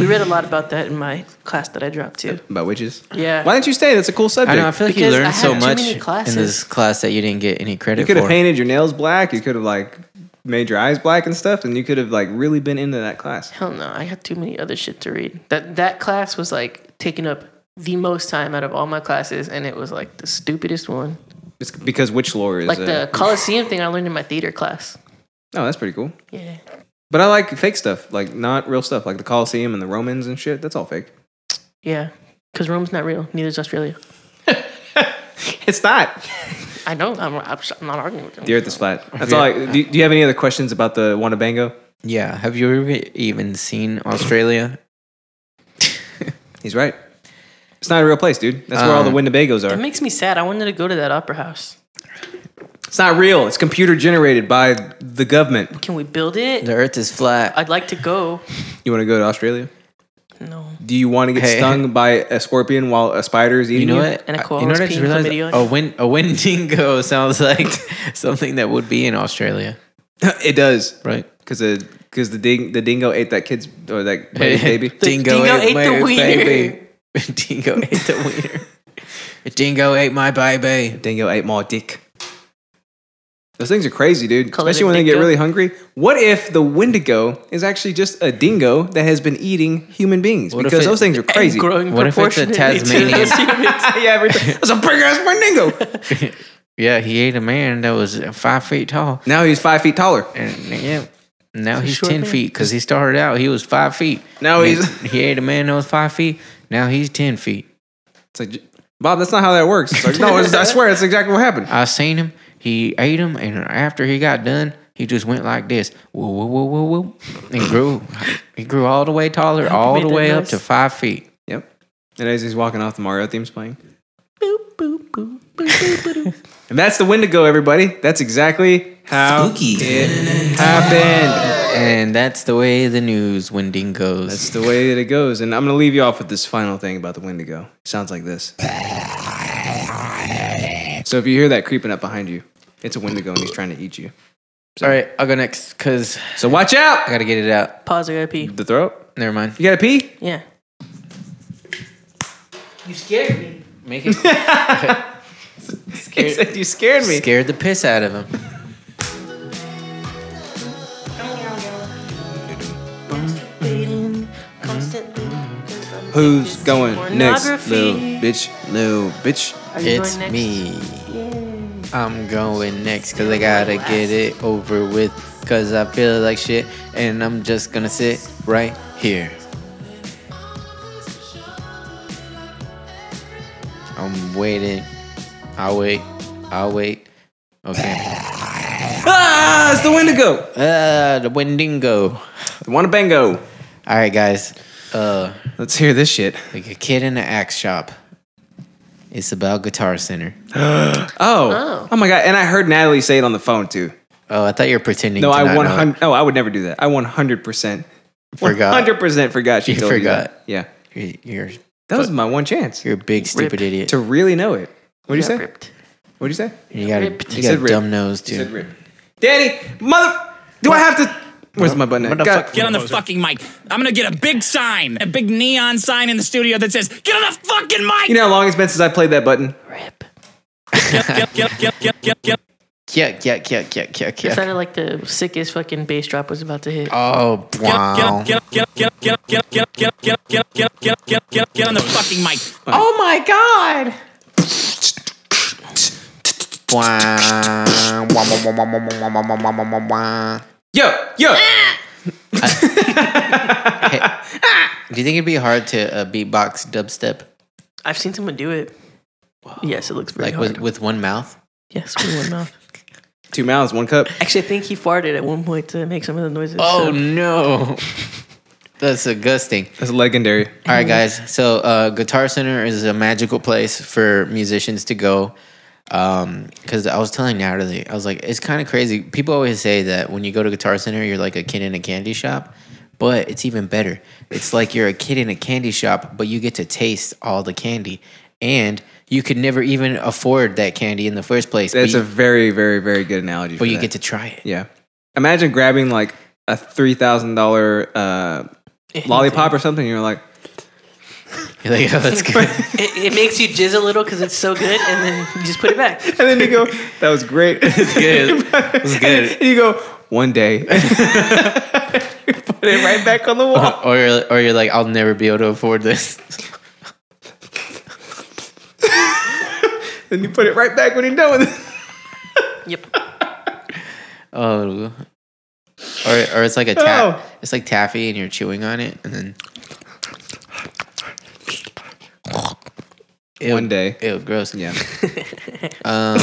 Speaker 2: We read a lot about that in my class that I dropped to.
Speaker 1: About witches.
Speaker 2: Yeah,
Speaker 1: Why didn't you stay? That's a cool subject.
Speaker 3: [laughs] I know. I feel like you
Speaker 2: Because I
Speaker 3: learned
Speaker 2: had
Speaker 3: so
Speaker 2: too
Speaker 3: much
Speaker 2: many
Speaker 3: in
Speaker 2: classes.
Speaker 3: this class that you didn't get any credit
Speaker 1: you could have
Speaker 3: for.
Speaker 1: painted your nails black. You could have like made your eyes black and stuff, and you could have like really been into that class.
Speaker 2: hell no, I had too many other shit to read. That that class was like taking up the most time out of all my classes, and it was like the stupidest one.
Speaker 1: It's because witch lore is
Speaker 2: Like
Speaker 1: uh,
Speaker 2: the Coliseum thing I learned in my theater class.
Speaker 1: oh, that's pretty cool.
Speaker 2: Yeah.
Speaker 1: But I like fake stuff, like not real stuff, like the Colosseum and the Romans and shit. That's all fake.
Speaker 2: Yeah, because Rome's not real. Neither is Australia.
Speaker 1: It's not.
Speaker 2: I know. I'm, I'm s- I'm not arguing with
Speaker 1: Deer
Speaker 2: you.
Speaker 1: at the
Speaker 3: [laughs]
Speaker 1: flat. That's all. I, do, do you have any other questions about the Wanabango?
Speaker 3: Yeah. Have you ever even seen Australia?
Speaker 1: He's right. It's not a real place, dude. That's where all the
Speaker 3: Um,
Speaker 1: Winnebagos
Speaker 2: It
Speaker 1: are.
Speaker 2: makes me sad. I wanted to go to that opera house.
Speaker 1: It's not real. It's computer generated by the government.
Speaker 2: Can we build it?
Speaker 3: The Earth is flat.
Speaker 2: I'd like to go.
Speaker 1: You want to go to Australia?
Speaker 2: No.
Speaker 1: Do you want to get
Speaker 3: Hey.
Speaker 1: stung by a scorpion while a spider is
Speaker 3: You
Speaker 1: eating
Speaker 3: know
Speaker 1: you?
Speaker 3: what?
Speaker 2: And a
Speaker 3: I-
Speaker 2: koala
Speaker 3: you know
Speaker 2: was
Speaker 3: what I just
Speaker 2: peeing chlamydia.
Speaker 3: realized? A win [laughs] a windingo sounds like [laughs] something that would be in Australia,
Speaker 1: [laughs] it does
Speaker 3: right?
Speaker 1: because the because the ding the dingo ate that kid's or that
Speaker 3: [laughs]
Speaker 1: baby's baby.
Speaker 3: dingo,
Speaker 2: dingo
Speaker 3: ate,
Speaker 2: ate
Speaker 3: my
Speaker 2: the wiener.
Speaker 3: baby. [laughs] dingo ate the wiener.
Speaker 2: [laughs]
Speaker 3: dingo ate my baby.
Speaker 1: Dingo ate my dick. Those things are crazy, dude.
Speaker 2: Call it
Speaker 1: Especially
Speaker 2: a
Speaker 1: when they get
Speaker 2: dingo.
Speaker 1: really hungry. What if the Wendigo is actually just a dingo that has been eating human beings?
Speaker 3: What if
Speaker 1: because
Speaker 3: it-
Speaker 1: those things are crazy.
Speaker 2: And growing
Speaker 3: What if it's a
Speaker 2: proportionately
Speaker 3: Tasmanian?
Speaker 2: to those humans.
Speaker 1: yeah, everything. That's a big ass
Speaker 2: [laughs]
Speaker 1: Wendigo.
Speaker 3: [laughs] Yeah, he ate a man that was five feet tall,
Speaker 1: now he's five feet taller.
Speaker 3: and yeah, now he's
Speaker 2: short
Speaker 3: ten
Speaker 2: man.
Speaker 3: feet because he started out he was five feet.
Speaker 1: Now
Speaker 3: And
Speaker 1: he's-
Speaker 3: he ate a man that was five feet. Now he's ten feet.
Speaker 1: It's like, Bob, that's not how that works. It's like, no, it's- I swear, that's exactly what happened.
Speaker 3: I seen him. He ate him, and after he got done, he just went like this. Woo, woo, woo, woo, woo. And grew. he grew all the way taller, all
Speaker 2: made
Speaker 3: the
Speaker 2: that
Speaker 3: way up
Speaker 2: noise.
Speaker 3: to five feet.
Speaker 1: Yep. And as he's walking off, the Mario theme's playing.
Speaker 2: Boop, boop, boop, boop, boop, boop.
Speaker 1: And that's the Wendigo, everybody. That's exactly how
Speaker 6: Spooky.
Speaker 1: it happened.
Speaker 3: And that's the way the news winding goes.
Speaker 1: That's the way that it goes. And I'm going to leave you off with this final thing about the Wendigo. It sounds like this. So if you hear that creeping up behind you, it's a Wendigo and he's trying to eat you.
Speaker 3: all right, I'll go next because
Speaker 1: So watch out.
Speaker 3: I gotta get it
Speaker 2: [laughs]
Speaker 3: out.
Speaker 2: Pause. I gotta pee.
Speaker 1: The throat.
Speaker 3: Never mind.
Speaker 1: You got to pee? [laughs]
Speaker 2: Yeah.
Speaker 3: Make it
Speaker 1: He said you scared me.
Speaker 3: scared the piss out of him.
Speaker 1: Who's going next,
Speaker 2: Pornography.
Speaker 1: little bitch? Little bitch.
Speaker 3: It's me. I'm going next because I gotta get it over with because I feel like shit and I'm just gonna sit right here. I'm waiting. I'll wait. I'll wait. Okay.
Speaker 1: Ah, it's the Wendigo.
Speaker 3: Uh, the Wendigo. All
Speaker 1: The Wanabango.
Speaker 3: right, guys. Uh,
Speaker 1: Let's hear this shit.
Speaker 3: like a kid in an axe shop. It's about Guitar Center.
Speaker 1: Oh. Oh my god. And I heard Natalie say it on the phone too.
Speaker 3: Oh, I thought you were pretending.
Speaker 1: No,
Speaker 3: to
Speaker 1: I
Speaker 3: not know
Speaker 1: one
Speaker 3: it.
Speaker 1: hundred. Oh, I would never do that. I one hundred percent
Speaker 3: Forgot.
Speaker 1: Hundred percent forgot. She
Speaker 3: Uh, You
Speaker 1: told me
Speaker 3: forgot.
Speaker 1: that. Yeah,
Speaker 3: You're, you're
Speaker 1: that was my one chance
Speaker 3: you're a big stupid
Speaker 2: Rip.
Speaker 3: idiot.
Speaker 1: to really know it. What would you say?
Speaker 2: Ripped.
Speaker 1: What would you say?
Speaker 3: You got a,
Speaker 2: ripped.
Speaker 3: you
Speaker 1: said
Speaker 3: got a
Speaker 1: ripped.
Speaker 3: dumb nose too.
Speaker 1: Said rip. Daddy, mother. Do I have to? Where's my button? at? God-
Speaker 9: Get on the fucking mic. I'm gonna get a big sign, a big neon sign in the studio that says, "Get on the fucking mic."
Speaker 1: You know how long it's been since I played that button?
Speaker 2: Rip.
Speaker 9: Get- get- get- get- get- get- get-
Speaker 3: Yuck, yuck, yuck, yuck, yuck,
Speaker 2: It
Speaker 3: yuck.
Speaker 2: sounded like the sickest fucking bass drop was about to hit.
Speaker 3: Oh wow!
Speaker 9: get- get- get- get- get- get- get- get- get- get- get- get- get- get on the fucking mic.
Speaker 3: Oh my god! Wow. Wah, wah, wah, wah, wah, wah, wah, wah, wah, wah, wah.
Speaker 1: Yo, yo.
Speaker 3: Do you think it'd be hard to uh, beatbox dubstep
Speaker 2: I've seen someone do it. Yes, it looks very
Speaker 3: like
Speaker 2: hard.
Speaker 3: with, with one mouth?
Speaker 2: yes, with one mouth.
Speaker 3: [laughs]
Speaker 1: Two mouths, one cup.
Speaker 2: Actually, I think he farted at one point to make some of the noises.
Speaker 3: Oh
Speaker 2: so-
Speaker 3: no! That's disgusting.
Speaker 1: That's legendary.
Speaker 3: All right, guys. So, uh, Guitar Center is a magical place for musicians to go. Because I was telling Natalie, I was like, it's kind of crazy. People always say that when you go to Guitar Center, you're like a kid in a candy shop, but it's even better. It's like you're a kid in a candy shop, but you get to taste all the candy. And you could never even afford that candy in the first place.
Speaker 1: That's
Speaker 3: but,
Speaker 1: a very, very, very good analogy.
Speaker 3: but you get to try it. [laughs]
Speaker 1: Yeah. Imagine grabbing like a three thousand dollar uh, lollipop or something. And you're like,
Speaker 3: You're like, oh, that's good.
Speaker 2: It, it makes you jizz a little because it's so good, and then you just put it
Speaker 1: [laughs]
Speaker 2: back.
Speaker 1: and then you go, [laughs] "That was great." It's
Speaker 3: good. It was good.
Speaker 1: And you go, "One [laughs] day." Put it right back on the wall.
Speaker 3: [laughs] or, you're, or you're like, I'll never be able to afford this.
Speaker 1: and you put it right back when you're done with it.
Speaker 2: Yep.
Speaker 3: Oh. Or, or it's like a
Speaker 1: Oh.
Speaker 3: ta- it's like taffy and you're chewing on it and then Ew.
Speaker 1: One day.
Speaker 3: Ew, gross.
Speaker 1: Yeah.
Speaker 3: Um,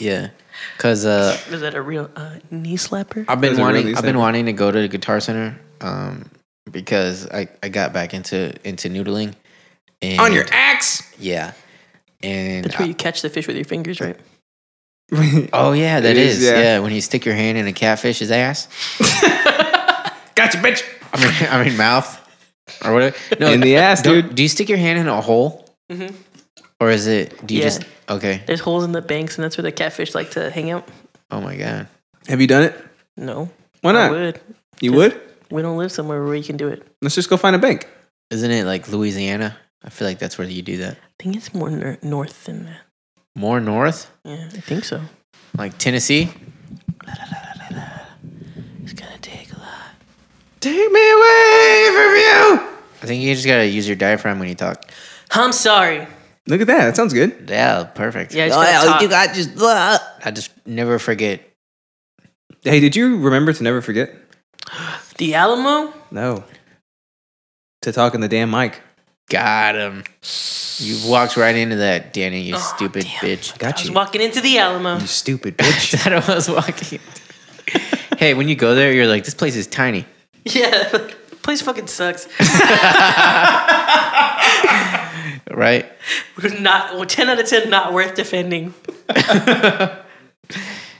Speaker 3: yeah, cause uh,
Speaker 2: Is that a real uh, knee slapper?
Speaker 3: I've been
Speaker 1: Those are
Speaker 3: wanting
Speaker 1: really
Speaker 3: I've been
Speaker 1: simple.
Speaker 3: wanting to go to the Guitar Center um, because I, I got back into into noodling. And,
Speaker 1: [laughs] On your [laughs] axe.
Speaker 3: yeah, and
Speaker 2: That's where you catch the fish with your fingers, right?
Speaker 3: oh yeah, that
Speaker 1: It is,
Speaker 3: is,
Speaker 1: yeah.
Speaker 3: yeah. When you stick your hand in a catfish's ass,
Speaker 1: gotcha, bitch.
Speaker 3: I mean, [laughs] I mean mouth or whatever. No,
Speaker 1: In the ass,
Speaker 3: don't-
Speaker 1: dude.
Speaker 3: Do you stick your hand in a hole,
Speaker 2: Mhm.
Speaker 3: or is it? Do you
Speaker 2: Yeah.
Speaker 3: just okay?
Speaker 2: There's holes in the banks, and that's where the catfish like to hang out.
Speaker 3: Oh my god.
Speaker 1: Have you done it?
Speaker 2: No,
Speaker 1: Why
Speaker 2: I
Speaker 1: not?
Speaker 2: would.
Speaker 1: You would?
Speaker 2: We don't live somewhere where you can do it. I
Speaker 1: Let's just go find a bank.
Speaker 3: Isn't it like Louisiana? I feel like that's where you do that.
Speaker 2: think it's more nor- north than that.
Speaker 3: More north,
Speaker 2: Yeah, I think so.
Speaker 3: like Tennessee.
Speaker 2: It's gonna take a lot.
Speaker 1: Take me away from you.
Speaker 3: I think you just gotta use your diaphragm when you talk.
Speaker 2: I'm sorry.
Speaker 1: Look at that. That sounds good.
Speaker 3: Yeah, perfect.
Speaker 2: Yeah, I
Speaker 3: I
Speaker 2: just gotta talk.
Speaker 3: you got just. blah. I just never forget.
Speaker 1: Hey, did you remember to never forget?
Speaker 2: The Alamo.
Speaker 1: No. To talk in the damn mic.
Speaker 3: Got him. You walked right into that, Danny.
Speaker 2: Oh,
Speaker 3: You stupid bitch. [laughs]
Speaker 2: I
Speaker 1: Got
Speaker 2: was
Speaker 1: you.
Speaker 2: walking into the Alamo.
Speaker 1: You stupid bitch.
Speaker 3: That's what I was walking. into. [laughs] hey, when you go there, you're like, this place is tiny.
Speaker 2: [laughs] Yeah, the place fucking sucks.
Speaker 3: Right?
Speaker 2: We're not well, ten out of ten. Not worth defending.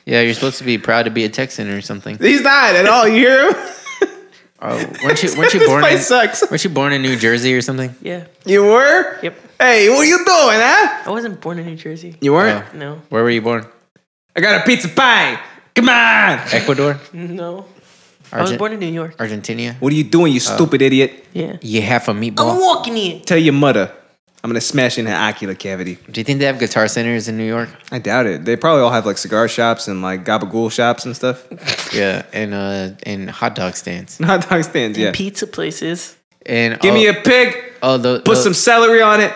Speaker 3: Yeah, you're supposed to be proud to be a Texan or something.
Speaker 1: [laughs] He's not at all. You hear him?
Speaker 3: Oh, weren't you, weren't
Speaker 1: [laughs]
Speaker 3: you
Speaker 1: this
Speaker 3: born in,
Speaker 1: place sucks.
Speaker 3: weren't you born in New Jersey or something?
Speaker 2: Yeah.
Speaker 1: You were?
Speaker 2: Yep.
Speaker 1: Hey, what are you doing, huh?
Speaker 2: I wasn't born in New Jersey.
Speaker 1: You weren't?
Speaker 3: Oh.
Speaker 2: No.
Speaker 3: Where were you born?
Speaker 1: I got a pizza pie. Come on.
Speaker 3: Ecuador?
Speaker 2: No. I was
Speaker 3: Argent-
Speaker 2: born in New York.
Speaker 3: Argentina?
Speaker 1: What are you doing, you stupid idiot?
Speaker 2: Yeah.
Speaker 3: You half a
Speaker 2: I'm
Speaker 1: Oh.
Speaker 3: meatball?
Speaker 2: walking in.
Speaker 1: Tell your mother I'm going to smash in her ocular cavity.
Speaker 3: Do you think they have guitar centers in New York?
Speaker 1: I doubt it. They probably all have like cigar shops and like gabagool shops and stuff. [laughs]
Speaker 3: Yeah, and uh, and hot dog stands.
Speaker 1: Hot dog stands, yeah.
Speaker 2: Pizza places.
Speaker 3: And
Speaker 1: Give
Speaker 3: all,
Speaker 1: me a pig.
Speaker 3: oh, tho-
Speaker 1: Put
Speaker 3: tho-
Speaker 1: some celery on it.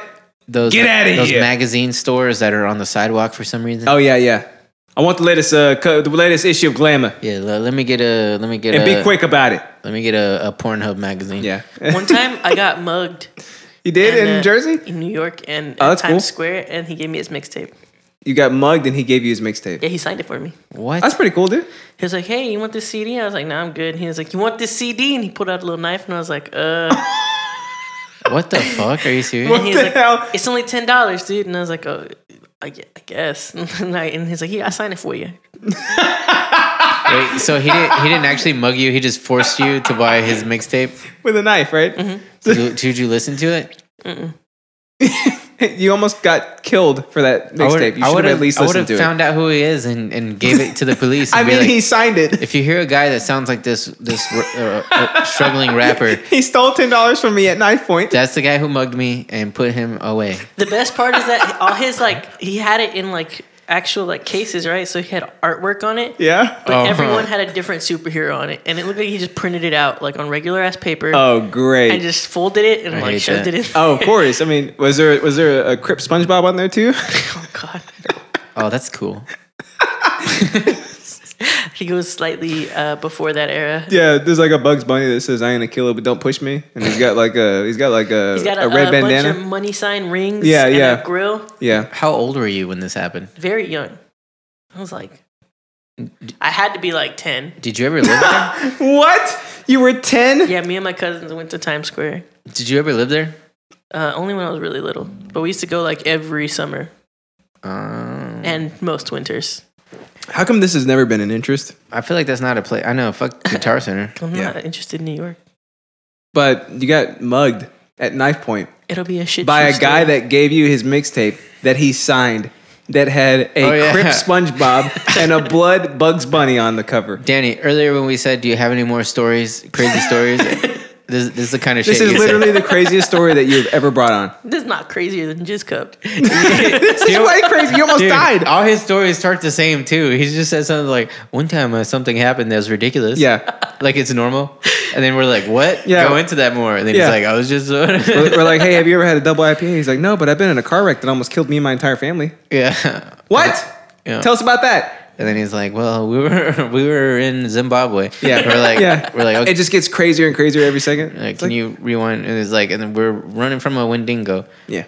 Speaker 3: those
Speaker 1: Get outta
Speaker 3: those
Speaker 1: here.
Speaker 3: magazine stores that are on the sidewalk for some reason.
Speaker 1: Oh yeah, yeah. I want the latest, uh, co- the latest issue of Glamour,
Speaker 3: Yeah, le- let me get a let me get
Speaker 1: and
Speaker 3: a
Speaker 1: be quick about it.
Speaker 3: Let me get a, a Pornhub magazine.
Speaker 1: Yeah, [laughs]
Speaker 2: One time I got mugged
Speaker 1: you did
Speaker 2: and,
Speaker 1: in
Speaker 2: uh,
Speaker 1: Jersey.
Speaker 2: in New York and
Speaker 1: Oh,
Speaker 2: at
Speaker 1: that's
Speaker 2: Times
Speaker 1: cool.
Speaker 2: Square, and he gave me his mixtape.
Speaker 1: You got mugged, and he gave you his mixtape.
Speaker 2: Yeah, he signed it for me.
Speaker 3: What?
Speaker 1: That's pretty cool, dude.
Speaker 2: He was like, "Hey, you want this CD?" I was like, "No, I'm good." And he was like, "You want this CD?" And he pulled out a little knife, and I was like, "Uh."
Speaker 1: [laughs]
Speaker 3: what the fuck? Are you serious?
Speaker 1: What
Speaker 2: he's
Speaker 1: the
Speaker 2: like,
Speaker 1: hell?
Speaker 2: It's only ten dollars, dude. And I was like, "Oh, I, gue- I guess." [laughs] and I- and he's like, "Yeah, I signed it for you."
Speaker 3: Wait, so he didn't he didn't actually mug you. He just forced you to buy his mixtape.
Speaker 1: With a knife, right?
Speaker 2: Mm-hmm.
Speaker 3: Did, you- did you listen to it?
Speaker 1: You almost got killed for that
Speaker 3: I would-
Speaker 1: mixtape. You
Speaker 3: I
Speaker 1: should
Speaker 3: would've-
Speaker 1: have at least
Speaker 3: I would
Speaker 1: listened
Speaker 3: have
Speaker 1: to
Speaker 3: found out who he is and, and gave it
Speaker 1: [laughs]
Speaker 3: to the police.
Speaker 1: it. I
Speaker 3: and be
Speaker 1: mean,
Speaker 3: like,
Speaker 1: he signed it.
Speaker 3: if you hear a guy that sounds like this this uh, uh, struggling rapper,
Speaker 1: He stole ten dollars from me at knife point.
Speaker 3: that's the guy who mugged me and put him away.
Speaker 2: The best part is that all his like he had it in like actual like cases, right? So he had artwork on it.
Speaker 1: Yeah. Uh-huh.
Speaker 2: But
Speaker 3: Oh, huh.
Speaker 2: everyone had a different superhero on it, and it looked like he just printed it out like on regular ass paper
Speaker 1: Oh great.
Speaker 2: and just folded it and
Speaker 3: I
Speaker 2: like
Speaker 3: hate
Speaker 2: shoved
Speaker 3: that.
Speaker 2: it in.
Speaker 1: oh, of course. I mean, was there was there a, a Crip SpongeBob on there too?
Speaker 2: [laughs]
Speaker 1: [laughs]
Speaker 2: Oh god!
Speaker 3: Oh, that's cool.
Speaker 2: He goes slightly uh, before that era.
Speaker 1: yeah, there's like a Bugs Bunny that says "I ain't a killer, but don't push me," and he's got like a he's got like a,
Speaker 2: He's got a,
Speaker 1: a red
Speaker 2: a
Speaker 1: bandana.
Speaker 2: bunch of money sign rings.
Speaker 1: Yeah,
Speaker 2: and
Speaker 1: yeah.
Speaker 2: A grill.
Speaker 1: yeah.
Speaker 3: How old were you when this happened?
Speaker 2: Very young. I was like, I had to be like ten.
Speaker 3: Did you ever live there?
Speaker 1: What? You were ten?
Speaker 2: Yeah, me and my cousins went to Times Square.
Speaker 3: Did you ever live there?
Speaker 2: Uh, only when I was really little, but we used to go like every summer
Speaker 3: Um,
Speaker 2: and most winters.
Speaker 1: How come this has never been an interest?
Speaker 3: I feel like that's not a place. I know. Fuck Guitar Center.
Speaker 2: I'm
Speaker 1: Yeah.
Speaker 2: not interested in New York.
Speaker 1: But you got mugged at knife point
Speaker 2: It'll be a shit
Speaker 1: by
Speaker 2: show
Speaker 1: a guy
Speaker 2: story.
Speaker 1: that gave you his mixtape that he signed that had a
Speaker 3: Oh, yeah.
Speaker 1: Crip SpongeBob [laughs] and a blood Bugs Bunny on the cover.
Speaker 3: Danny, earlier when we said, "Do you have any more stories?
Speaker 1: [laughs]
Speaker 3: Crazy stories?" this, this is the kind of
Speaker 1: This
Speaker 3: shit.
Speaker 1: is
Speaker 3: you
Speaker 1: literally the craziest story that you've ever brought on.
Speaker 2: This is not crazier than Jizz Cup.
Speaker 1: This is way crazy. You almost
Speaker 3: Dude,
Speaker 1: died.
Speaker 3: All his stories start the same too. He just says something like, "One time uh, something happened that was ridiculous."
Speaker 1: Yeah.
Speaker 3: like it's normal. And then we're like, "What?"
Speaker 1: Yeah.
Speaker 3: Go into that more. And then
Speaker 1: Yeah.
Speaker 3: he's like, "I was just."
Speaker 1: We're we're like, hey, have you ever had a double IPA? He's like, no, but I've been in a car wreck that almost killed me and my entire family.
Speaker 3: [laughs] yeah.
Speaker 1: What?
Speaker 3: Yeah.
Speaker 1: Tell us about that.
Speaker 3: And then he's like, "Well, we were [laughs] we were in Zimbabwe."
Speaker 1: Yeah.
Speaker 3: we're like,
Speaker 1: yeah.
Speaker 3: we're like, okay,
Speaker 1: It just gets crazier and crazier every second.
Speaker 3: like,
Speaker 1: It's
Speaker 3: can you rewind? And it's like, and then we're running from a Wendigo.
Speaker 1: Yeah.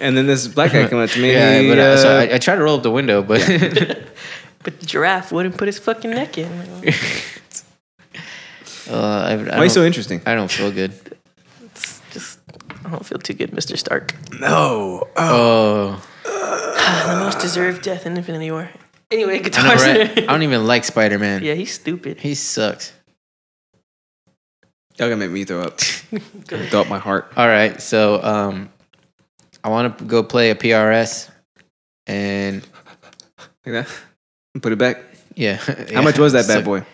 Speaker 1: And then this black guy come up to me.
Speaker 3: Yeah, but uh, so
Speaker 1: uh,
Speaker 3: I, I tried to roll up the window, but
Speaker 2: But the giraffe wouldn't put his fucking neck in.
Speaker 3: [laughs] uh, I, I,
Speaker 1: why are you
Speaker 3: don't,
Speaker 1: so interesting?
Speaker 3: I don't feel
Speaker 1: [laughs]
Speaker 3: good.
Speaker 2: It's just, I don't feel too good, Mr. Stark.
Speaker 1: No. [laughs]
Speaker 3: Oh,
Speaker 2: The most deserved death in Infinity War. Anyway,
Speaker 3: I, know,
Speaker 2: Guitar [laughs]
Speaker 3: right?
Speaker 2: Center.
Speaker 3: I don't even like Spider Man.
Speaker 2: yeah, he's stupid.
Speaker 3: He sucks.
Speaker 1: Y'all gonna make me throw [laughs] up. throw up my heart.
Speaker 3: All right, so um, I want to go play a PRS, and
Speaker 1: Like that. Put it back.
Speaker 3: yeah.
Speaker 1: How much was that
Speaker 3: [laughs] So-
Speaker 1: bad boy?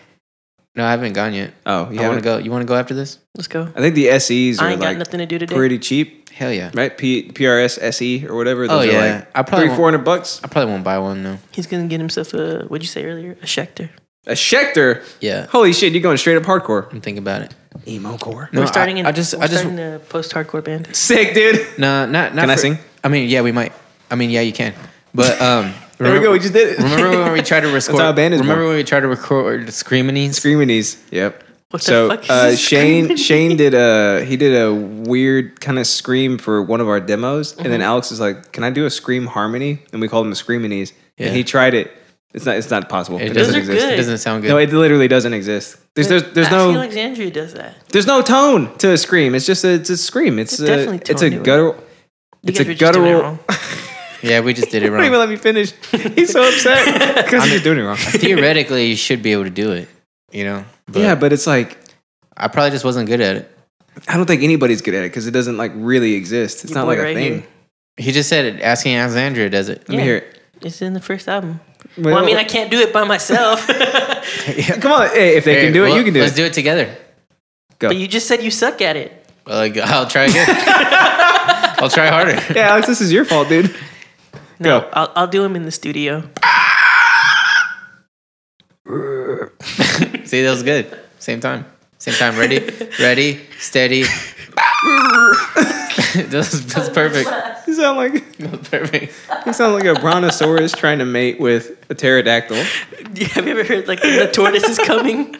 Speaker 3: No, I haven't gone yet.
Speaker 1: Oh, you
Speaker 3: I want
Speaker 1: haven't?
Speaker 3: to go. You want to go after this?
Speaker 2: Let's go.
Speaker 1: I think the SEs
Speaker 2: I
Speaker 1: are
Speaker 2: ain't got
Speaker 1: like
Speaker 2: nothing to do today.
Speaker 1: pretty cheap,
Speaker 3: Hell yeah.
Speaker 1: right? P- PRS SE E or whatever. Those are
Speaker 3: Oh, yeah.
Speaker 1: like
Speaker 3: I probably
Speaker 1: three,
Speaker 3: won't-
Speaker 1: four hundred bucks.
Speaker 3: I probably won't buy one though.
Speaker 2: He's gonna get himself a what'd you say earlier? A Schecter.
Speaker 1: A Schecter.
Speaker 3: Yeah. Mm.
Speaker 1: Holy shit, you're going straight up hardcore.
Speaker 3: I'm thinking about it.
Speaker 1: Emo core.
Speaker 3: No,
Speaker 2: we're starting.
Speaker 3: I,
Speaker 2: in,
Speaker 3: I just.
Speaker 2: we're
Speaker 3: I just.
Speaker 2: starting a post-hardcore band.
Speaker 1: Sick, dude.
Speaker 3: No, not. not
Speaker 1: Can I
Speaker 3: for-
Speaker 1: sing?
Speaker 3: I mean, yeah, we might. I mean, yeah, you can. But um,
Speaker 1: [laughs] There we go. We just did it.
Speaker 3: remember when we
Speaker 1: [laughs]
Speaker 3: tried to record?
Speaker 1: how a band is
Speaker 3: remember
Speaker 1: born.
Speaker 3: when we tried to record Screaming?
Speaker 1: Screaming these. Yep.
Speaker 2: What the
Speaker 1: so
Speaker 2: fuck is
Speaker 1: uh,
Speaker 2: this
Speaker 1: Shane
Speaker 2: screaming?
Speaker 1: Shane did a he did a weird kind of scream for one of our demos, and
Speaker 2: Uh-huh.
Speaker 1: then Alex is like, "Can I do a scream harmony?" And we called him a screaminese,
Speaker 3: Yeah.
Speaker 1: and he tried it. It's not it's not possible. It,
Speaker 3: It
Speaker 1: doesn't
Speaker 3: doesn't,
Speaker 2: Those are
Speaker 1: exist.
Speaker 2: good.
Speaker 3: it doesn't sound good.
Speaker 1: No, it literally doesn't exist. There's there's, there's
Speaker 2: Ashley
Speaker 1: no
Speaker 2: Alexandria does that.
Speaker 1: there's no tone to a scream. It's just a, it's a scream. It's
Speaker 2: There's
Speaker 1: a,
Speaker 2: definitely
Speaker 1: it's
Speaker 2: tone
Speaker 1: a
Speaker 2: to it.
Speaker 1: guttural.
Speaker 2: You
Speaker 1: It's a
Speaker 2: guys were just doing it
Speaker 1: guttural-
Speaker 2: wrong.
Speaker 3: yeah, we just did
Speaker 1: [laughs]
Speaker 3: it
Speaker 1: Don't even
Speaker 3: wrong.
Speaker 1: let me finish. He's so
Speaker 2: [laughs]
Speaker 1: upset because you're doing it wrong.
Speaker 3: Theoretically, you should be able to do it. You know. But
Speaker 1: yeah, [laughs] but it's like
Speaker 3: I probably just wasn't good at it.
Speaker 1: I don't think anybody's good at it because it doesn't like really exist. It's
Speaker 2: Your
Speaker 1: not
Speaker 2: boy
Speaker 1: like a
Speaker 2: right
Speaker 1: thing.
Speaker 2: here.
Speaker 3: He just said it. Asking Alexandria does it.
Speaker 1: Let me
Speaker 2: Yeah.
Speaker 1: hear it.
Speaker 2: It's in the first
Speaker 3: [laughs]
Speaker 2: album. Well, I mean, I can't do it by myself. [laughs] but
Speaker 1: Come on, hey, if they
Speaker 3: Hey,
Speaker 1: can do it,
Speaker 3: well,
Speaker 1: you can do
Speaker 3: Let's
Speaker 1: it.
Speaker 3: do it together.
Speaker 1: Go.
Speaker 2: you just said you suck at it.
Speaker 3: Well, like, [laughs] I'll try again. I'll try harder.
Speaker 1: yeah, Alex, this is your fault,
Speaker 3: [laughs]
Speaker 1: dude.
Speaker 2: No,
Speaker 1: Go.
Speaker 2: I'll, I'll do him in the studio. [laughs]
Speaker 3: See, that was good. Same time. Same time. Ready? Ready? Steady. [laughs] this, is, that's perfect.
Speaker 1: You sound like
Speaker 3: That's perfect.
Speaker 1: you sound like a brontosaurus trying to mate with a pterodactyl.
Speaker 2: Have you ever heard like the tortoise is coming?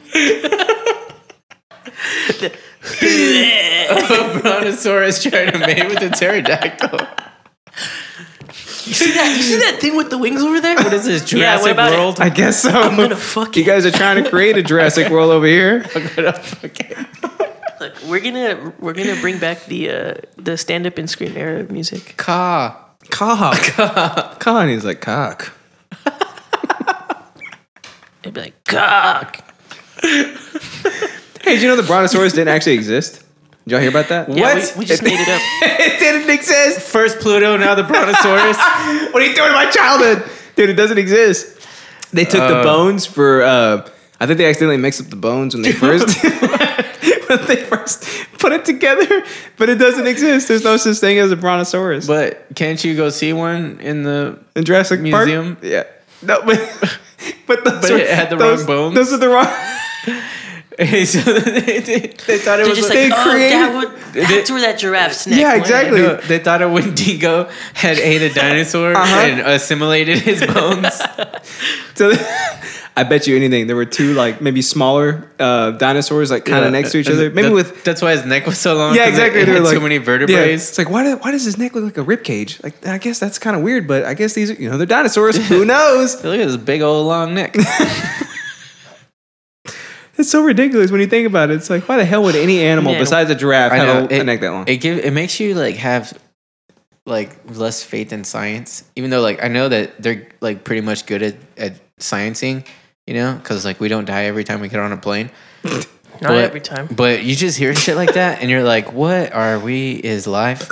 Speaker 2: [laughs]
Speaker 3: Brontosaurus trying to mate with a pterodactyl.
Speaker 2: You see that? You see that thing with the wings over there?
Speaker 3: What is this
Speaker 2: Yeah, what
Speaker 3: Jurassic
Speaker 2: about it?
Speaker 3: World?
Speaker 1: I guess so.
Speaker 2: I'm gonna
Speaker 1: [laughs]
Speaker 2: fuck
Speaker 1: you
Speaker 2: it.
Speaker 1: guys are trying to create a Jurassic
Speaker 2: [laughs]
Speaker 1: World over here.
Speaker 2: Look, we're gonna we're gonna bring back the uh, the stand up and scream era of music.
Speaker 3: Ka.
Speaker 1: Cock. Cock. And he's like, cock.
Speaker 2: It'd be like cock.
Speaker 1: Hey, did you know the brontosaurus didn't actually exist? Did y'all hear about that?
Speaker 2: Yeah, we- We, just made it up.
Speaker 1: [laughs] it didn't exist.
Speaker 3: First Pluto, now the Brontosaurus.
Speaker 1: What are you doing to my childhood? Dude, it doesn't exist. They took the bones for uh I think they accidentally mixed up the bones
Speaker 3: [laughs]
Speaker 1: when they first [laughs] when they first put it together, but it doesn't exist. There's no such thing as a brontosaurus. But
Speaker 3: but can't you go see one in the? [laughs]
Speaker 1: in Jurassic
Speaker 3: Museum?
Speaker 1: Park, yeah. No, but [laughs] but, those
Speaker 3: But
Speaker 1: were-
Speaker 3: it had the
Speaker 1: those,
Speaker 3: wrong bones?
Speaker 1: Those are the
Speaker 3: [laughs]
Speaker 1: wrong.
Speaker 3: So they, they-
Speaker 1: They thought it
Speaker 2: They're
Speaker 1: was
Speaker 2: just
Speaker 1: a-
Speaker 2: like,
Speaker 1: they
Speaker 2: oh,
Speaker 1: created.
Speaker 2: that would, that's where that giraffe's neck.
Speaker 1: yeah,
Speaker 2: went."
Speaker 1: exactly.
Speaker 3: no, they thought a Wendigo had ate a dinosaur and assimilated his bones.
Speaker 1: So [laughs] I bet you anything. There were two like maybe smaller uh, dinosaurs like kind of
Speaker 3: Yeah,
Speaker 1: next to each
Speaker 3: and
Speaker 1: other. Maybe
Speaker 3: that-
Speaker 1: with
Speaker 3: that's why his neck was so long.
Speaker 1: yeah,
Speaker 3: 'cause it-
Speaker 1: exactly.
Speaker 3: It,
Speaker 1: They
Speaker 3: had
Speaker 1: were
Speaker 3: too
Speaker 1: like-
Speaker 3: many vertebrae.
Speaker 1: yeah. It's like why do, why does his neck look like a rib cage? Like I guess that's kind of weird, but I guess these are, you know they're
Speaker 3: [laughs]
Speaker 1: dinosaurs. Who knows?
Speaker 3: Look at this big old long
Speaker 1: [laughs]
Speaker 3: neck.
Speaker 1: It's so ridiculous when you think about it. It's like why the hell would any animal
Speaker 2: Man,
Speaker 1: besides a giraffe
Speaker 3: I know,
Speaker 1: have a, a neck that long?
Speaker 3: It give it makes you like have like less faith in science, even though like I know that they're like pretty much good at at sciencing, you know, because like we don't die every time we get on a plane.
Speaker 2: Not
Speaker 3: But-
Speaker 2: every time.
Speaker 3: But you just hear [laughs] shit like that, and you're like, "What are we?
Speaker 1: [laughs]
Speaker 3: Is life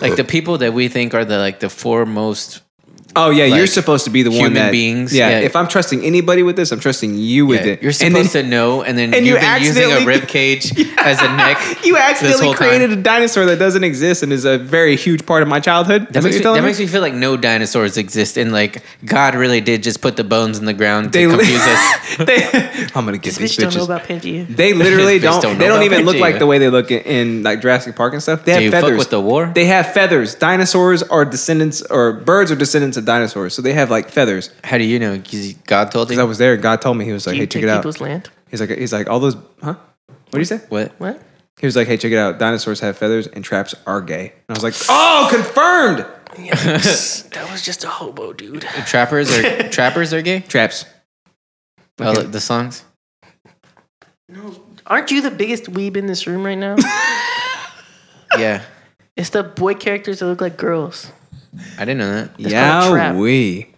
Speaker 3: like the people that we think are the like the foremost?
Speaker 1: oh yeah, you're
Speaker 3: like,
Speaker 1: supposed to be the one
Speaker 3: human
Speaker 1: that
Speaker 3: beings,
Speaker 1: Yeah,
Speaker 3: yeah.
Speaker 1: if I'm trusting anybody with this, I'm trusting you with
Speaker 3: Yeah,
Speaker 1: it.
Speaker 3: you're
Speaker 1: And then-
Speaker 3: supposed to know, and then
Speaker 1: and you
Speaker 3: you've been using a
Speaker 1: accidentally- [laughs]
Speaker 3: rib cage as a neck.
Speaker 1: You
Speaker 3: this
Speaker 1: accidentally
Speaker 3: whole time.
Speaker 1: created a dinosaur that doesn't exist and is a very huge part of my childhood. That's what
Speaker 3: That, makes
Speaker 1: you're
Speaker 3: me,
Speaker 1: telling
Speaker 3: that
Speaker 1: me?
Speaker 3: makes me feel like no dinosaurs exist, and like God really did just put the bones in the ground to
Speaker 1: They-
Speaker 3: confuse us.
Speaker 1: [laughs] They- I'm gonna get
Speaker 2: This
Speaker 1: these
Speaker 2: bitch don't know
Speaker 1: bitches.
Speaker 2: about Pangea.
Speaker 1: they literally
Speaker 3: Bitch
Speaker 1: don't.
Speaker 3: don't
Speaker 1: they
Speaker 3: know
Speaker 1: don't
Speaker 3: about
Speaker 1: even look
Speaker 3: Pangea.
Speaker 1: like the way they look in, in like Jurassic Park and stuff. They
Speaker 3: Do
Speaker 1: have
Speaker 3: you fuck
Speaker 1: feathers.
Speaker 3: with the war?
Speaker 1: They have feathers. Dinosaurs are descendants, or birds are descendants of dinosaurs, so they have like feathers.
Speaker 3: How do you know? Because God told
Speaker 1: Because I
Speaker 3: you.
Speaker 1: was there, and God told me He was like,
Speaker 2: Do you
Speaker 1: "Hey, check
Speaker 2: take
Speaker 1: it out."
Speaker 2: people's land?
Speaker 1: He's like, he's like all those, huh? What do you say?
Speaker 3: What?
Speaker 2: [laughs] What?
Speaker 1: He was like, "Hey, check it out. Dinosaurs have feathers, and traps are gay." And I was like, "Oh, confirmed."
Speaker 2: Yikes. that was just a hobo, dude.
Speaker 3: Trappers
Speaker 1: [laughs]
Speaker 3: are trappers are gay.
Speaker 1: Traps.
Speaker 3: Oh, the- the songs.
Speaker 2: Aren't you the biggest weeb in this room right [laughs] now?
Speaker 3: Yeah,
Speaker 2: it's the boy characters that look like girls
Speaker 3: I didn't know that.
Speaker 2: It's called a trap.
Speaker 1: we.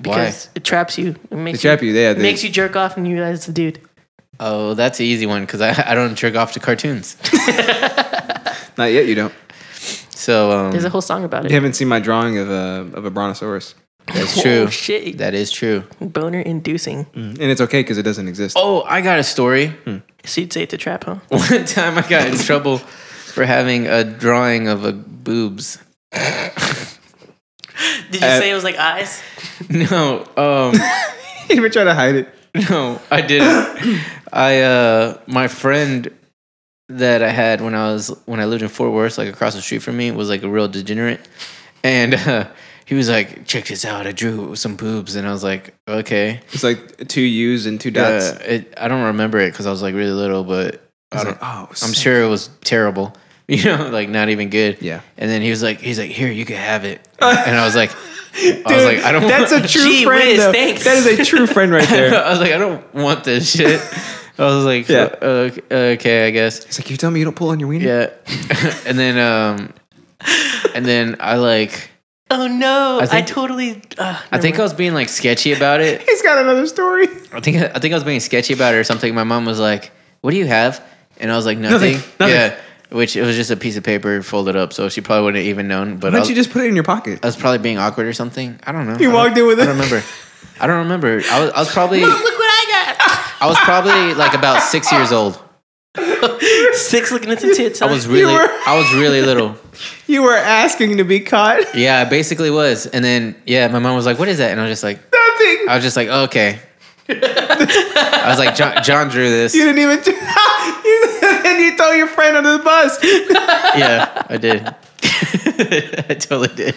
Speaker 2: because it traps you. It
Speaker 1: They
Speaker 2: makes
Speaker 1: trap you. Yeah,
Speaker 2: It
Speaker 1: they,
Speaker 2: makes you jerk off and you realize it's a dude.
Speaker 3: Oh, that's an easy one because I, I don't jerk off to cartoons.
Speaker 1: Not yet. You don't.
Speaker 3: So um,
Speaker 2: There's a whole song about it.
Speaker 1: You haven't seen my drawing of a of a brontosaurus,
Speaker 3: that's
Speaker 2: Whoa,
Speaker 3: true.
Speaker 2: Oh, shit.
Speaker 3: That is true.
Speaker 2: Boner inducing.
Speaker 1: and it's okay because it doesn't exist.
Speaker 3: Oh, I got a story.
Speaker 1: Hmm.
Speaker 2: So you'd say it's a trap, huh?
Speaker 3: [laughs] One time I got in trouble for having a drawing of a boobs.
Speaker 2: Did you
Speaker 1: Uh,
Speaker 2: say it was like eyes?
Speaker 3: No, um,
Speaker 1: [laughs]
Speaker 3: [laughs]
Speaker 1: You were trying to hide it.
Speaker 3: no, I [laughs] didn't. I uh, my friend that I had when I was when I lived in Fort Worth, like across the street from me, was like a real degenerate, and uh, he was like, "Check this out! I drew some boobs," and I was like, "Okay."
Speaker 1: It's like two U's and two dots.
Speaker 3: Uh, it, I don't remember it because I was like really little, but I
Speaker 1: It's like,
Speaker 3: don't,
Speaker 1: oh,
Speaker 3: I'm sure it was terrible. [laughs] You know, like not even good.
Speaker 1: Yeah.
Speaker 3: And then he was like, he's like, here, you can have it. And I was
Speaker 1: [laughs]
Speaker 3: like, I was like, [laughs] I don't.
Speaker 1: That's
Speaker 3: want,
Speaker 1: a true
Speaker 2: Gee
Speaker 1: friend.
Speaker 2: whiz,
Speaker 1: though.
Speaker 2: thanks.
Speaker 1: That is a true friend right there.
Speaker 3: [laughs] I was like, I don't want this shit.
Speaker 1: [laughs]
Speaker 3: I was like,
Speaker 1: Yeah.
Speaker 3: yeah. okay, I guess.
Speaker 1: It's like you tell me you don't pull on your wiener.
Speaker 3: Yeah. [laughs] and then, um, and then I like,
Speaker 2: Oh no! I,
Speaker 3: think-
Speaker 2: totally. Uh,
Speaker 3: I think I was being like sketchy about it.
Speaker 1: [laughs] He's got another story.
Speaker 3: I think I think I was being sketchy about it or something. My mom was like, "What do you have?" And I was like, "Nothing."
Speaker 1: Nothing, nothing.
Speaker 3: Yeah, which it was just a piece of paper folded up, so she probably wouldn't have even known.
Speaker 1: Why
Speaker 3: But I
Speaker 1: don't
Speaker 3: was,
Speaker 1: you just put it in your pocket?
Speaker 3: I was probably being awkward or something. I don't know.
Speaker 1: You
Speaker 3: I don't-
Speaker 1: walked in with
Speaker 3: I
Speaker 1: it.
Speaker 3: don't remember. I don't remember. I was
Speaker 1: [laughs]
Speaker 3: I was probably
Speaker 2: Look what I got!
Speaker 3: I was probably like about six years old.
Speaker 2: Six looking at some tits.
Speaker 3: I
Speaker 1: [laughs]
Speaker 2: huh?
Speaker 3: was really
Speaker 1: were-
Speaker 3: I was really
Speaker 1: [laughs]
Speaker 3: little.
Speaker 1: You were asking to be [laughs] caught.
Speaker 3: Yeah, I basically was. And then yeah, my mom was like, "What is that?" And I was just like,
Speaker 1: Nothing.
Speaker 3: I was just like, "Oh,
Speaker 1: [laughs]
Speaker 3: "Okay." I was like, "John, John drew this."
Speaker 1: You didn't even. [laughs] you, and you throw your friend under the bus.
Speaker 3: Yeah, I did. [laughs] I totally did.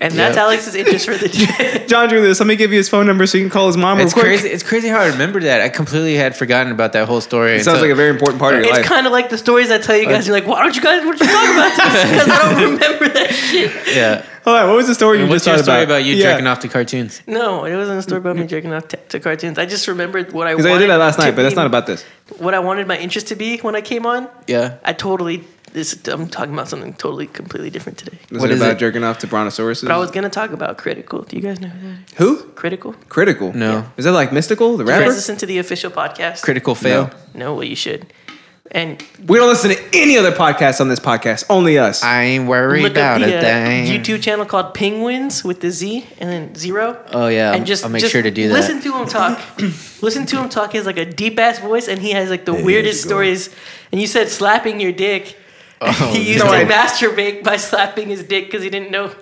Speaker 2: and that's
Speaker 3: Yeah.
Speaker 2: Alex's interest
Speaker 1: [laughs]
Speaker 2: for the day.
Speaker 1: John drew this. Let me give you his phone number so you can call his mom.
Speaker 3: It's
Speaker 1: real quick.
Speaker 3: crazy. It's crazy how I remember that. I completely had forgotten about that whole story.
Speaker 1: It sounds like a very important part of your
Speaker 2: It's
Speaker 1: life.
Speaker 2: kind of like the stories I tell you guys. You're like, why don't you guys? What you talking about
Speaker 1: [laughs]
Speaker 2: this? Because I don't remember that shit.
Speaker 3: yeah.
Speaker 1: Hold on. What was the story you
Speaker 3: What's
Speaker 1: just
Speaker 3: your
Speaker 1: thought
Speaker 3: story about, you
Speaker 1: Yeah.
Speaker 3: jerking off to cartoons?
Speaker 2: No, it wasn't a story about me jerking off t- to cartoons. I just remembered what I wanted.
Speaker 1: Because I did that last
Speaker 2: to
Speaker 1: night, but that's
Speaker 2: be-
Speaker 1: not about this.
Speaker 2: what I wanted my interest to be when I came on.
Speaker 3: Yeah.
Speaker 2: I totally. This, I'm talking about something totally, completely different today.
Speaker 1: This
Speaker 3: What
Speaker 1: is
Speaker 3: is
Speaker 1: about
Speaker 3: it?
Speaker 1: jerking off to brontosauruses.
Speaker 2: But I was gonna talk about critical. Do you guys know who that is?
Speaker 1: Who?
Speaker 2: Critical.
Speaker 1: Critical.
Speaker 3: No.
Speaker 1: Is that like mystical? The
Speaker 2: Guys,
Speaker 1: rapper?
Speaker 2: listen to the official podcast.
Speaker 3: Critical fail.
Speaker 2: no, well, you should. And
Speaker 1: We don't listen to any other podcast on this podcast. Only us.
Speaker 3: I ain't worried
Speaker 2: look
Speaker 3: about
Speaker 2: up
Speaker 3: a
Speaker 2: the uh,
Speaker 3: thing.
Speaker 2: YouTube channel called Penguins with the Z and then zero.
Speaker 3: Oh, yeah,
Speaker 2: and
Speaker 3: I'll-
Speaker 2: just
Speaker 3: I'll make
Speaker 2: just
Speaker 3: sure to do that.
Speaker 2: Listen to him talk.
Speaker 3: [coughs]
Speaker 2: listen to him talk. He has like a deep ass voice, and he has like the weirdest stories. And you said slapping your dick. [laughs] he used
Speaker 3: Oh, no.
Speaker 2: to masturbate by slapping his dick because he didn't know.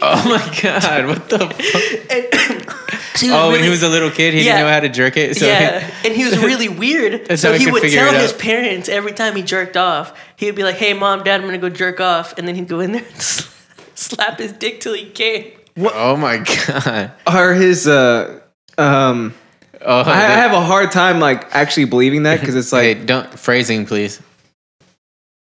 Speaker 3: Oh my [laughs] god!
Speaker 2: [laughs]
Speaker 3: What the? Fuck?
Speaker 2: And, So he was
Speaker 3: Oh, when he
Speaker 2: really-
Speaker 3: was a little kid, he
Speaker 2: Yeah.
Speaker 3: didn't know how to jerk it. So
Speaker 2: yeah, and he was really weird.
Speaker 3: That's
Speaker 2: so
Speaker 3: how he
Speaker 2: he
Speaker 3: could
Speaker 2: would
Speaker 3: figure
Speaker 2: tell
Speaker 3: it
Speaker 2: his
Speaker 3: out.
Speaker 2: parents every time he jerked off. He would be like, "Hey, mom, dad, I'm gonna go jerk off," and then he'd go in there and [laughs] sl- slap his dick till he came.
Speaker 3: [laughs] Oh my [laughs] god!
Speaker 1: Are his uh um
Speaker 3: Oh,
Speaker 1: I, I
Speaker 3: the-
Speaker 1: have a hard time like actually believing that because it's
Speaker 3: [laughs] hey,
Speaker 1: like
Speaker 3: don't phrasing, please. [laughs]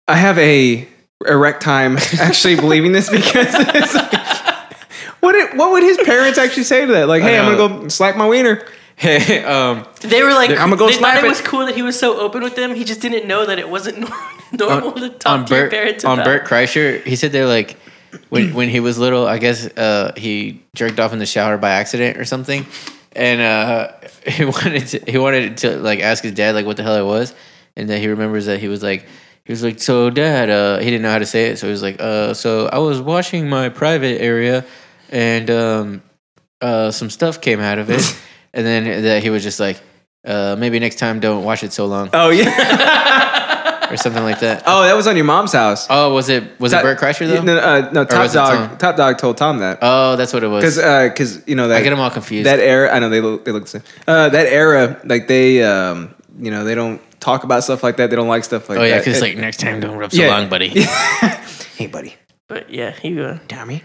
Speaker 1: I have a erect time actually believing this because [laughs] it's like, what did, what would his parents actually say to that? Like, hey, I'm
Speaker 3: know.
Speaker 1: gonna go slap my wiener.
Speaker 3: Hey, um,
Speaker 2: They were like,
Speaker 1: "I'ma go
Speaker 2: they thought
Speaker 1: slap
Speaker 2: it,
Speaker 1: it."
Speaker 2: was cool that he was so open with them. He just didn't know that it wasn't [laughs] nor- normal to talk
Speaker 3: on
Speaker 2: to your
Speaker 3: Bert
Speaker 2: parents
Speaker 3: on
Speaker 2: about.
Speaker 3: Bert Kreischer, he said they're like when when he was little, I guess uh, he jerked off in the shower by accident or something, and uh, [laughs] he wanted to, he wanted to like ask his dad like what the hell it was, and then he remembers that he was like. He was like, so dad, uh, he didn't know how to say it, so he was like, uh, so I was washing my private area, and um, uh, some stuff came out
Speaker 2: [laughs]
Speaker 3: of it, and then that he was just like, uh, maybe next time don't wash it so long
Speaker 1: Oh yeah.
Speaker 3: or something like that.
Speaker 1: [laughs] oh, that was on your mom's house.
Speaker 3: Oh, was it was it Bert Kreischer though?
Speaker 1: No, uh, no Top
Speaker 3: was it
Speaker 1: Dog.
Speaker 3: Tom?
Speaker 1: Top Dog told Tom that
Speaker 3: Oh, that's what it was.
Speaker 1: because because you know that
Speaker 3: I get them all confused.
Speaker 1: uh, that era. I know they look they look the same. Uh, that era, like they um you know they don't talk about stuff like that. They don't like stuff like
Speaker 3: oh
Speaker 1: that.
Speaker 3: yeah, because
Speaker 1: It-
Speaker 3: like next time don't rub so
Speaker 1: Yeah.
Speaker 3: long, buddy.
Speaker 1: hey buddy,
Speaker 2: But yeah, he uh,
Speaker 1: Tommy.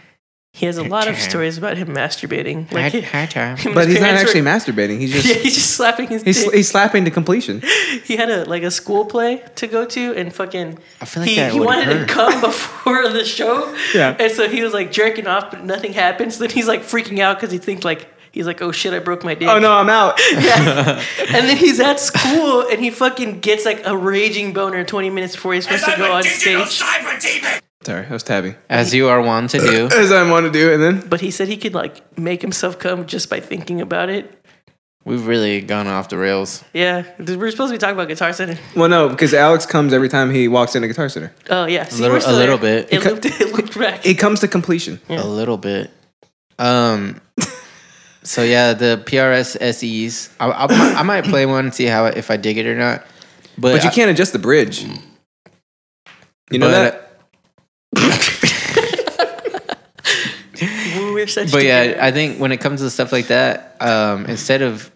Speaker 2: He has a lot of stories about him masturbating. Like, [laughs]
Speaker 3: Hi-
Speaker 2: him
Speaker 3: hi, Tom.
Speaker 2: and
Speaker 1: But
Speaker 2: his
Speaker 1: he's not
Speaker 2: parents
Speaker 1: actually
Speaker 2: were-
Speaker 1: masturbating. [laughs] He's just
Speaker 2: [laughs] Yeah, he's just slapping his
Speaker 1: he's,
Speaker 2: dick.
Speaker 1: he's slapping to completion.
Speaker 2: he had a like a school play to go to and fucking
Speaker 3: I feel like
Speaker 2: he,
Speaker 3: that
Speaker 2: he
Speaker 3: would
Speaker 2: wanted
Speaker 3: hurt.
Speaker 2: to come [laughs] before the show
Speaker 1: Yeah.
Speaker 2: and so he was like jerking off but nothing happened so then he's like freaking out because he thinks like he's like oh shit i broke my
Speaker 1: [laughs]
Speaker 2: dick
Speaker 1: Oh no, I'm out.
Speaker 2: Yeah. [laughs] and then he's at school and he fucking gets like a raging boner 20 minutes before he's supposed to go on stage
Speaker 1: [laughs] Sorry, I was tabbing.
Speaker 3: As you are wont
Speaker 1: [laughs]
Speaker 3: to do.
Speaker 1: As I want to do, and then
Speaker 2: but he said he could like make himself come just by thinking about it
Speaker 3: We've really gone off the rails.
Speaker 2: yeah we're supposed to be talking about guitar center
Speaker 1: well, no, because Alex comes every time he walks in a guitar center.
Speaker 2: oh yeah See,
Speaker 3: little-
Speaker 2: we're still
Speaker 3: a little
Speaker 2: there.
Speaker 3: bit.
Speaker 2: it looped, [laughs] it looped back
Speaker 1: It comes to completion.
Speaker 3: A little bit. Um. so yeah, the PRS SEs. I, I, might- I might play one and see how if I dig it or not. But,
Speaker 1: But you
Speaker 3: I-
Speaker 1: can't adjust the bridge. You know
Speaker 3: Mm. But-
Speaker 1: that?
Speaker 2: We we're such
Speaker 3: but yeah,
Speaker 2: together.
Speaker 3: I think when it comes to stuff like that, um, instead of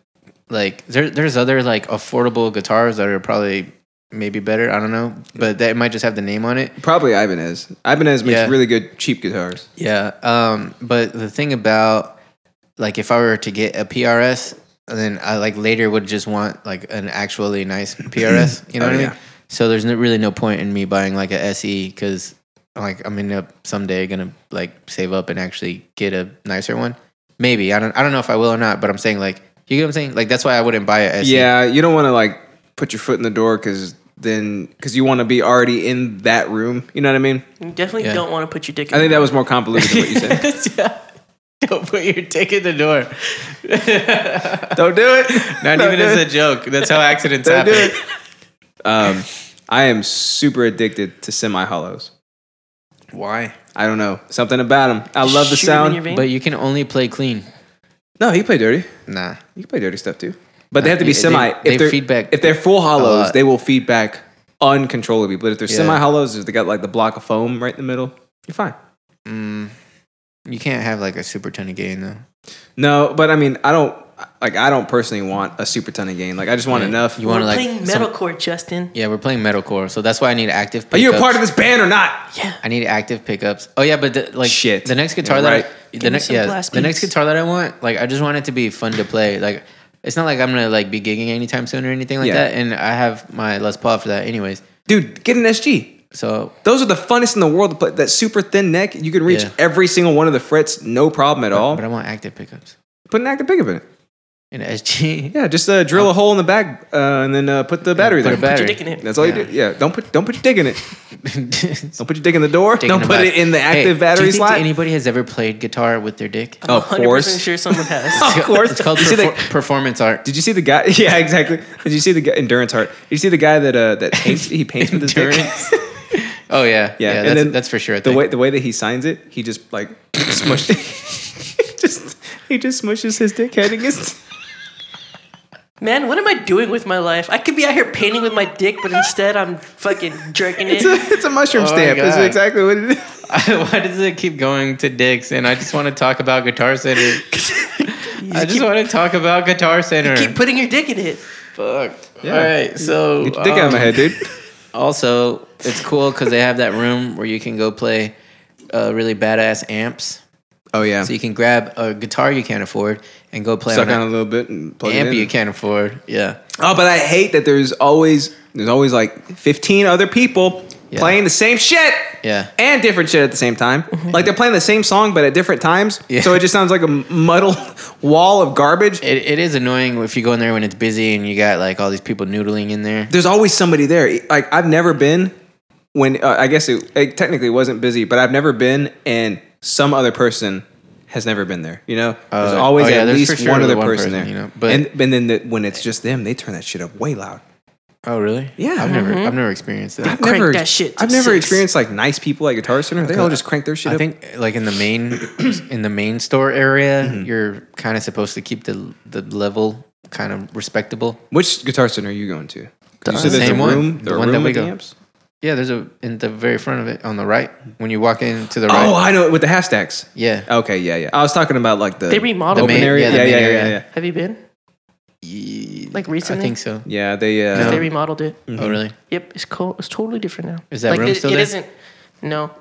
Speaker 3: like there, there's other like affordable guitars that are probably maybe better. I don't know, but that might just have the name on it.
Speaker 1: Probably Ibanez. Ibanez makes
Speaker 3: Yeah.
Speaker 1: really good cheap guitars.
Speaker 3: Yeah. Um, but the thing about like if I were to get a PRS, then I like later would just want like an actually [laughs] nice PRS. You know
Speaker 1: Oh,
Speaker 3: what I
Speaker 1: yeah.
Speaker 3: mean? So there's no, really no point in me buying like a SE because like I'm end up someday gonna like save up and actually get a nicer one. Maybe I don't I don't know if I will or not, but I'm saying like you get what I'm saying. Like that's why I wouldn't buy a E. SE.
Speaker 1: Yeah, you don't want to like put your foot in the door because then because you want to be already in that room. You know what I mean?
Speaker 2: you definitely
Speaker 3: Yeah.
Speaker 2: don't want to put your dick in
Speaker 1: I think that was more convoluted than what you said.
Speaker 3: [laughs] [laughs]
Speaker 1: [laughs]
Speaker 3: yeah. Don't put your dick in the door.
Speaker 1: don't do
Speaker 3: [laughs]
Speaker 1: it.
Speaker 3: Not even as a joke. That's how accidents
Speaker 1: Don't do
Speaker 3: happen.
Speaker 1: it. Um, I am super addicted to semi hollows.
Speaker 3: Why?
Speaker 1: I don't know something about them. I love the
Speaker 2: Shoot 'em in your
Speaker 1: sound.
Speaker 2: vein.
Speaker 3: But you can only play clean.
Speaker 1: No, he play dirty.
Speaker 3: Nah.
Speaker 1: You can play dirty stuff too. But they have to be
Speaker 3: They-
Speaker 1: semi.
Speaker 3: Uh, they
Speaker 1: if they're
Speaker 3: feedback
Speaker 1: if they're full hollows,
Speaker 3: lot.
Speaker 1: they will feedback uncontrollably. But if they're
Speaker 3: Yeah.
Speaker 1: semi hollows, if they got like the block of foam right in the middle, you're fine.
Speaker 3: Mm, you can't have like a super ton of gain though.
Speaker 1: No, but I mean, I don't like. I don't personally want a super ton of gain. Like, I just want
Speaker 3: Yeah.
Speaker 1: enough.
Speaker 3: You want
Speaker 2: we're
Speaker 3: to like
Speaker 2: playing
Speaker 3: some-
Speaker 2: metalcore, Justin.
Speaker 3: yeah, we're playing metalcore, so that's why I need active.
Speaker 1: Are
Speaker 3: Pickups.
Speaker 1: you a part of this band or not?
Speaker 3: I need active pickups. Oh yeah, but the, like
Speaker 1: Shit.
Speaker 3: the next guitar
Speaker 1: Yeah,
Speaker 3: that
Speaker 1: right.
Speaker 3: I, the
Speaker 2: Give me
Speaker 3: next
Speaker 2: some
Speaker 3: yeah,
Speaker 2: blast
Speaker 3: the next
Speaker 2: beats.
Speaker 3: guitar that I want, like I just want it to be fun to play. Like it's not like I'm gonna like be gigging anytime soon or anything like
Speaker 1: Yeah.
Speaker 3: that. And I have my Les Paul for that, anyways.
Speaker 1: Dude, get an SG.
Speaker 3: So
Speaker 1: Those are the funnest in the world to play. That super thin neck, you can reach
Speaker 3: Yeah.
Speaker 1: every single one of the frets, no problem at all.
Speaker 3: but I want active pickups
Speaker 1: Put an active pickup in it.
Speaker 3: in [laughs] SG.
Speaker 1: Yeah, just uh, drill a hole in the back uh, and then uh, put the battery
Speaker 3: put
Speaker 1: there.
Speaker 3: a battery.
Speaker 2: Your dick
Speaker 3: [laughs]
Speaker 2: in it.
Speaker 1: That's all
Speaker 3: Yeah.
Speaker 1: you do. Yeah, don't put don't put your dick in it. Don't put your dick in the door.
Speaker 3: Dick in
Speaker 1: don't
Speaker 3: the
Speaker 1: put
Speaker 3: back.
Speaker 1: it in the
Speaker 3: Hey,
Speaker 1: active
Speaker 3: do
Speaker 1: battery
Speaker 3: you think
Speaker 1: slot.
Speaker 3: Anybody has ever played guitar with their dick?
Speaker 2: I'm
Speaker 1: Of course.
Speaker 2: sure someone
Speaker 3: [laughs]
Speaker 2: has.
Speaker 1: of course.
Speaker 3: it's
Speaker 1: [laughs]
Speaker 3: called
Speaker 1: You see the-
Speaker 3: perfor- performance art.
Speaker 1: Did you see the guy? [laughs] Yeah, exactly. Did you see the guy, endurance heart? Did you see the guy that uh, that
Speaker 3: [laughs]
Speaker 1: paints? He paints with his dick. [laughs]
Speaker 3: Endurance? Oh yeah, yeah.
Speaker 1: and
Speaker 3: that's,
Speaker 1: then
Speaker 3: that's for sure. I
Speaker 1: the
Speaker 3: think.
Speaker 1: way the way that he signs it, he just like [laughs] smushed. it. just he just smushes his dick head against. [laughs]
Speaker 2: Man, what am I doing with my life? I could be out here painting with my dick, but instead I'm fucking jerking it.
Speaker 1: It's a, it's a mushroom
Speaker 3: Oh my
Speaker 1: stamp. That's
Speaker 3: God.
Speaker 1: exactly what it is.
Speaker 3: [laughs] Why does it keep going to dicks? And I just want to talk about Guitar Center. [laughs] I just want to talk about Guitar Center.
Speaker 2: Keep putting your dick in it.
Speaker 3: Fuck.
Speaker 1: Yeah.
Speaker 3: All right. So
Speaker 1: Get your dick out of my
Speaker 3: um,
Speaker 1: head,
Speaker 3: [laughs]
Speaker 1: dude.
Speaker 3: Also, it's cool because they have that room where you can go play uh, really badass amps.
Speaker 1: Oh yeah,
Speaker 3: So you can grab a guitar you can't afford and go play
Speaker 1: suck
Speaker 3: on
Speaker 1: on a
Speaker 3: an
Speaker 1: little bit and plug
Speaker 3: amp
Speaker 1: it
Speaker 3: you
Speaker 1: in.
Speaker 3: can't afford. Yeah.
Speaker 1: Oh, but I hate that there's always there's always like 15 other people
Speaker 3: Yeah.
Speaker 1: playing the same shit.
Speaker 3: Yeah. Mm-hmm.
Speaker 1: And different shit at the same time. Like they're playing the same song but at different times.
Speaker 3: Yeah.
Speaker 1: So it just sounds like a muddled [laughs] wall of garbage.
Speaker 3: It, it is annoying if you go in there when it's busy and you got like all these people noodling in there.
Speaker 1: there's always somebody there. Like I've never been when uh, I guess it, it technically wasn't busy, but I've never been and some other person has never been there. You know, there's
Speaker 3: Oh,
Speaker 1: always
Speaker 3: oh, yeah,
Speaker 1: at
Speaker 3: there's
Speaker 1: least
Speaker 3: for sure
Speaker 1: one
Speaker 3: the
Speaker 1: other
Speaker 3: one
Speaker 1: person,
Speaker 3: person,
Speaker 1: there.
Speaker 3: you know, but-
Speaker 1: and and then the, when it's just them, they turn that shit up way loud.
Speaker 3: Oh really? Mm-hmm.
Speaker 1: Yeah.
Speaker 3: I've never I've never experienced that.
Speaker 1: I've never,
Speaker 2: that shit to
Speaker 1: I've never
Speaker 2: six.
Speaker 1: experienced like nice people at Guitar Center. They all just crank their shit
Speaker 3: I
Speaker 1: up.
Speaker 3: think like in
Speaker 1: [clears throat]
Speaker 3: the main in the main store area,
Speaker 1: Mm-hmm.
Speaker 3: you're kind of supposed to keep the the level kind of respectable.
Speaker 1: Which Guitar Center are you going to? 'Cause You
Speaker 3: The
Speaker 1: there's a
Speaker 3: same one.
Speaker 1: room,
Speaker 3: The
Speaker 1: the
Speaker 3: one that
Speaker 1: room
Speaker 3: we
Speaker 1: with the
Speaker 3: go.
Speaker 1: amps?
Speaker 3: Yeah, there's a in the very front of it on the right when you walk into the right.
Speaker 1: Oh, I know it with the half stacks.
Speaker 3: yeah.
Speaker 1: Okay, yeah, yeah. I was talking about like the
Speaker 2: They remodeled
Speaker 1: open
Speaker 3: The main-
Speaker 1: area.
Speaker 3: yeah, the
Speaker 1: Yeah, yeah,
Speaker 3: main
Speaker 1: yeah, yeah,
Speaker 3: area.
Speaker 1: yeah.
Speaker 2: Have you been? Like
Speaker 3: I
Speaker 2: recently?
Speaker 3: think so.
Speaker 1: Yeah, they uh,
Speaker 2: They remodeled it.
Speaker 3: Oh really?
Speaker 2: Yep, it's cool. It's totally different now.
Speaker 3: Is that
Speaker 2: like
Speaker 3: room
Speaker 2: it,
Speaker 3: still
Speaker 2: it
Speaker 3: there?
Speaker 2: isn't. No,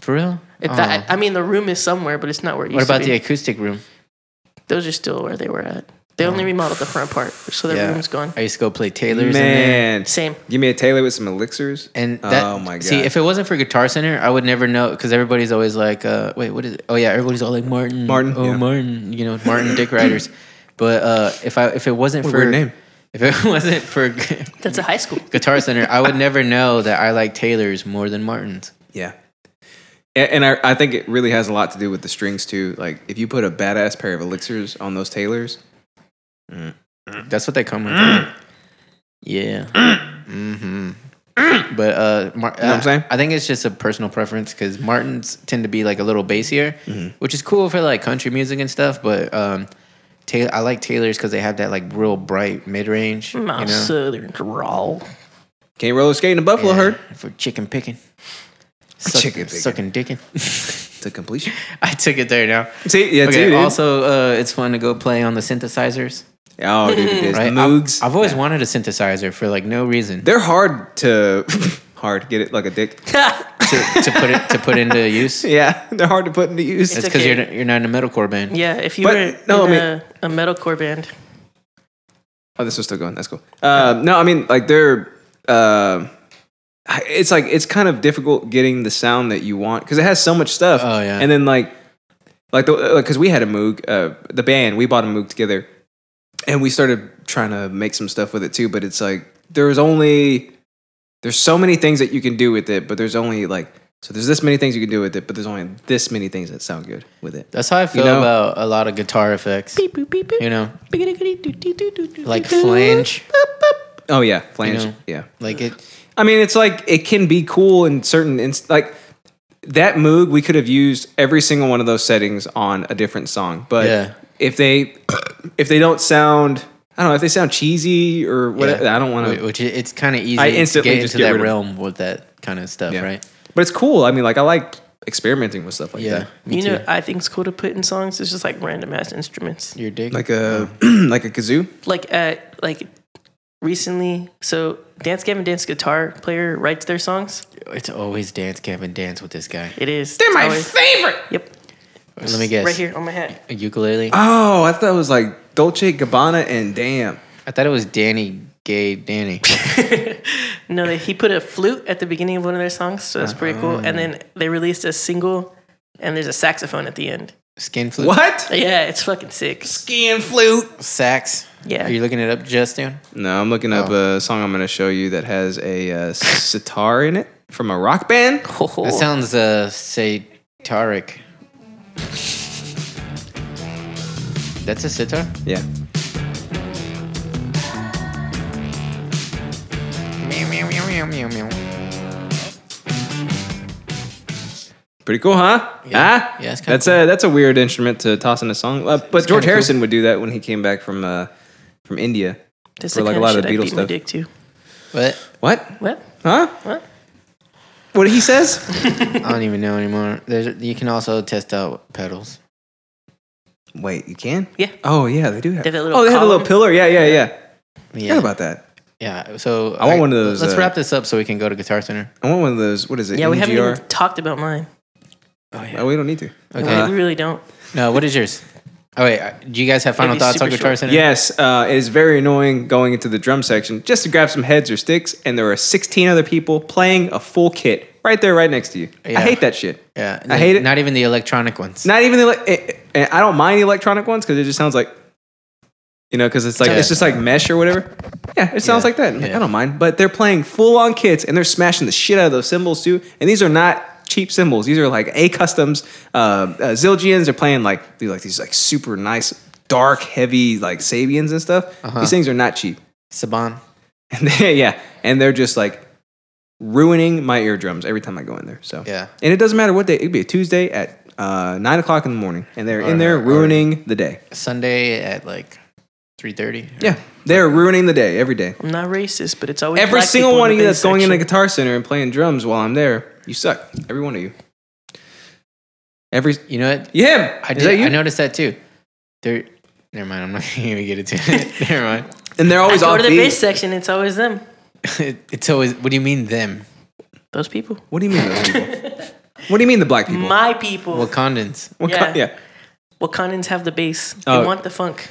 Speaker 3: For real?
Speaker 2: If
Speaker 3: Oh.
Speaker 2: that, I mean, the room is somewhere, but it's not where it
Speaker 3: what
Speaker 2: used
Speaker 3: about
Speaker 2: to
Speaker 3: the
Speaker 2: be.
Speaker 3: acoustic room?
Speaker 2: Those are still where they were at. They only remodeled the front part, so the
Speaker 3: Oh. Yeah.
Speaker 2: room's gone.
Speaker 3: I used to go play Taylor's in there.
Speaker 1: Man,
Speaker 2: Same.
Speaker 1: give me a Taylor with some elixirs.
Speaker 3: And that,
Speaker 1: oh my god!
Speaker 3: See, if it wasn't for Guitar Center, I would never know because everybody's always like, uh, "Wait, what is it?" Oh yeah, everybody's all like Martin,
Speaker 1: Martin,
Speaker 3: oh
Speaker 1: yeah.
Speaker 3: Martin, you know, Martin
Speaker 1: [laughs]
Speaker 3: Dick Riders. But uh, if I if it wasn't
Speaker 1: What a
Speaker 3: for
Speaker 1: weird name.
Speaker 3: if it [laughs] wasn't for Gu-
Speaker 2: That's a high school.
Speaker 3: Guitar Center, I would never know that I like Taylor's more than Martin's.
Speaker 1: yeah, and, and I, I think it really has a lot to do with the strings too. Like if you put a badass pair of elixirs on those Taylors,
Speaker 3: That's what they come with.
Speaker 1: Mm.
Speaker 3: Yeah. hmm But uh, Mar-
Speaker 1: know what I'm saying?
Speaker 3: I think it's just a personal preference because Martins tend to be like a little bassier,
Speaker 1: Mm-hmm.
Speaker 3: which is cool for like country music and stuff. But um, Taylor, I like Taylors because they have that like real bright mid range. You
Speaker 2: My
Speaker 3: know?
Speaker 2: southern
Speaker 3: [laughs]
Speaker 2: drawl.
Speaker 1: can't roller skate in a buffalo
Speaker 3: Yeah,
Speaker 1: herd
Speaker 3: for chicken picking, Suck-
Speaker 1: Chicken picking.
Speaker 3: sucking dicking.
Speaker 1: to completion.
Speaker 3: [laughs] I took it there now.
Speaker 1: See, yeah,
Speaker 3: okay.
Speaker 1: too, dude.
Speaker 3: also, uh, it's fun to go play on the synthesizers.
Speaker 1: oh, dude, it is.
Speaker 3: Right?
Speaker 1: Moogs.
Speaker 3: I've, I've always wanted a synthesizer for like no
Speaker 1: [laughs]
Speaker 3: reason.
Speaker 1: They're hard to [laughs] hard get it like a dick. [laughs]
Speaker 3: to, to put it to put into use.
Speaker 1: Yeah, they're hard to put into use.
Speaker 3: That's
Speaker 2: It's
Speaker 3: because
Speaker 2: okay.
Speaker 3: you're you're not in a metalcore band.
Speaker 2: Yeah, if you
Speaker 1: But-
Speaker 2: were
Speaker 1: no, I
Speaker 2: in
Speaker 1: mean-
Speaker 2: a, a metalcore band,
Speaker 1: Oh, this was still going. That's cool. Uh, no, I mean, like they're. Uh, it's like it's kind of difficult getting the sound that you want because it has so much stuff.
Speaker 3: Oh, yeah.
Speaker 1: And then like, like the because we had a Moog, uh, the band we bought a Moog together, and we started trying to make some stuff with it too. But it's like there's only there's so many things that you can do with it, but there's only like so there's this many things you can do with it, but there's only this many things that sound good with it.
Speaker 3: That's how I feel
Speaker 1: know?
Speaker 3: about a lot of guitar effects. You know, like
Speaker 2: like
Speaker 3: flange,
Speaker 1: Oh yeah, flange.
Speaker 3: know.
Speaker 1: Yeah.
Speaker 3: like it.
Speaker 1: I mean, it's like it can be cool in certain inst- like that Moog. We could have used every single one of those settings on a different song, but
Speaker 3: Yeah.
Speaker 1: if they if they don't sound, I don't know if they sound cheesy or whatever. I don't want
Speaker 3: Wh-
Speaker 1: to.
Speaker 3: Which i- it's kind of easy
Speaker 1: I
Speaker 3: to
Speaker 1: instantly
Speaker 3: get
Speaker 1: just
Speaker 3: into
Speaker 1: get
Speaker 3: that
Speaker 1: rid of it.
Speaker 3: realm with that kind of stuff,
Speaker 1: Yeah.
Speaker 3: right?
Speaker 1: But it's cool. I mean, like I like experimenting with stuff like
Speaker 3: Yeah,
Speaker 1: that.
Speaker 3: me
Speaker 2: You know,
Speaker 3: too.
Speaker 2: I think it's cool to put in songs. It's just like random ass instruments.
Speaker 3: your dick.
Speaker 1: Like a [clears throat] like a kazoo.
Speaker 2: Like, uh, like recently, so Dance Gavin Dance guitar player writes their songs.
Speaker 3: it's always dance camp and dance with this guy.
Speaker 2: It is. They're my favorite. Yep,
Speaker 3: Let me guess.
Speaker 2: right here on my hat. [laughs]
Speaker 3: A ukulele.
Speaker 1: Oh, I thought it was like Dolce Gabbana and Damn.
Speaker 3: I thought it was Danny Gay Danny.
Speaker 2: No, they, he put a flute at the beginning of one of their songs, so that's pretty cool. And
Speaker 1: Uh-huh.
Speaker 2: then they released a single, and there's a saxophone at the end.
Speaker 3: Skin flute.
Speaker 1: What?
Speaker 2: Yeah, it's fucking sick.
Speaker 1: Skin flute.
Speaker 3: Sax.
Speaker 2: Yeah.
Speaker 3: Are you looking it up, Justin?
Speaker 1: No, I'm looking up
Speaker 3: Oh.
Speaker 1: a song I'm going to show you that has a uh, sitar in it from a rock band.
Speaker 3: That sounds uh satiric. That's a sitar?
Speaker 1: Yeah.
Speaker 3: Meow, meow, meow, meow, meow, meow.
Speaker 1: Pretty cool, huh?
Speaker 3: Yeah.
Speaker 1: Huh?
Speaker 3: Yeah, it's kinda
Speaker 1: that's a that's a weird instrument to toss in a song. Uh, but George
Speaker 3: cool.
Speaker 1: Harrison would do that when he came back from uh, from India.
Speaker 2: That's
Speaker 1: For
Speaker 2: the
Speaker 1: like a
Speaker 2: kinda
Speaker 1: lot of
Speaker 2: shit I
Speaker 1: Beatles
Speaker 2: beat my
Speaker 1: stuff.
Speaker 2: dick to.
Speaker 3: What?
Speaker 1: What?
Speaker 2: What?
Speaker 1: Huh?
Speaker 2: What?
Speaker 1: What he says?
Speaker 3: I don't even know anymore. There's, you can also test out pedals.
Speaker 1: Wait, you can?
Speaker 2: Yeah.
Speaker 1: Oh yeah, they do have.
Speaker 2: They have that little
Speaker 1: oh, they have a little
Speaker 2: column.
Speaker 1: pillar. Yeah, yeah, yeah.
Speaker 3: Yeah.
Speaker 1: Forgot about that.
Speaker 3: yeah. So
Speaker 1: I want one of those,
Speaker 3: Let's
Speaker 1: uh,
Speaker 3: wrap this up so we can go to Guitar Center.
Speaker 1: I want one of those. What is it?
Speaker 2: Yeah, we haven't
Speaker 1: MGR?
Speaker 2: even talked about mine.
Speaker 3: Oh
Speaker 1: Oh, we don't need to.
Speaker 3: Okay.
Speaker 1: Uh,
Speaker 2: we really don't.
Speaker 3: No, what is yours? Oh wait, uh, do you guys have final
Speaker 2: Maybe
Speaker 3: thoughts on
Speaker 2: super
Speaker 3: Guitar
Speaker 2: short.
Speaker 3: Center?
Speaker 1: Yes, uh, it is very annoying going into the drum section just to grab some heads or sticks, and there are 16 other people playing a full kit right there, right next to you.
Speaker 3: Yeah.
Speaker 1: I hate that shit.
Speaker 3: Yeah.
Speaker 1: I hate it.
Speaker 3: Not even the electronic ones.
Speaker 1: Not even the, ele- eh, eh, I don't mind the electronic ones because it just sounds like, you know, because it's like
Speaker 3: Yeah.
Speaker 1: it's just like mesh or whatever. Yeah, it sounds
Speaker 3: Yeah.
Speaker 1: like that. I'm like,
Speaker 3: Yeah.
Speaker 1: I don't mind, but they're playing full on kits and they're smashing the shit out of those cymbals too. And these are not cheap cymbals. These are like A Customs, uh, uh, Zildjians. They're playing like these like these like super nice, dark, heavy like Sabians and stuff.
Speaker 3: Uh-huh.
Speaker 1: These things are not cheap.
Speaker 3: Saban.
Speaker 1: And they, [laughs] yeah, and they're just like ruining my eardrums every time I go in there. So
Speaker 3: Yeah.
Speaker 1: and it doesn't matter what day. It'd be a Tuesday at uh, nine o'clock in the morning, and they're in
Speaker 3: Alright,
Speaker 1: there
Speaker 3: alright.
Speaker 1: ruining the day.
Speaker 3: Sunday at like three thirty.
Speaker 1: Yeah, they're ruining the day every day.
Speaker 2: I'm not racist, but it's always
Speaker 1: Every
Speaker 2: black
Speaker 1: single
Speaker 2: people
Speaker 1: one
Speaker 2: in
Speaker 1: of
Speaker 2: the
Speaker 1: you
Speaker 2: bass
Speaker 1: that's going in the
Speaker 2: section.
Speaker 1: guitar center and playing drums while I'm there, you suck. Every one of you. Every
Speaker 3: You know what?
Speaker 1: you him.
Speaker 3: I
Speaker 1: Is
Speaker 3: did.
Speaker 1: that you?
Speaker 3: I noticed that too. There. Never mind. I'm not [laughs] gonna get into
Speaker 1: [laughs]
Speaker 3: it. never mind.
Speaker 1: And they're
Speaker 2: I
Speaker 1: always
Speaker 2: go
Speaker 1: off
Speaker 2: to the bass
Speaker 1: beat.
Speaker 2: section. It's always them.
Speaker 3: it's always. What do you mean them?
Speaker 2: Those people.
Speaker 1: What do you mean those people? What do you mean the black people?
Speaker 2: My people.
Speaker 3: Wakandans.
Speaker 1: Waka-
Speaker 2: yeah.
Speaker 1: yeah.
Speaker 2: Wakandans have the bass. They
Speaker 1: Oh.
Speaker 2: want the funk.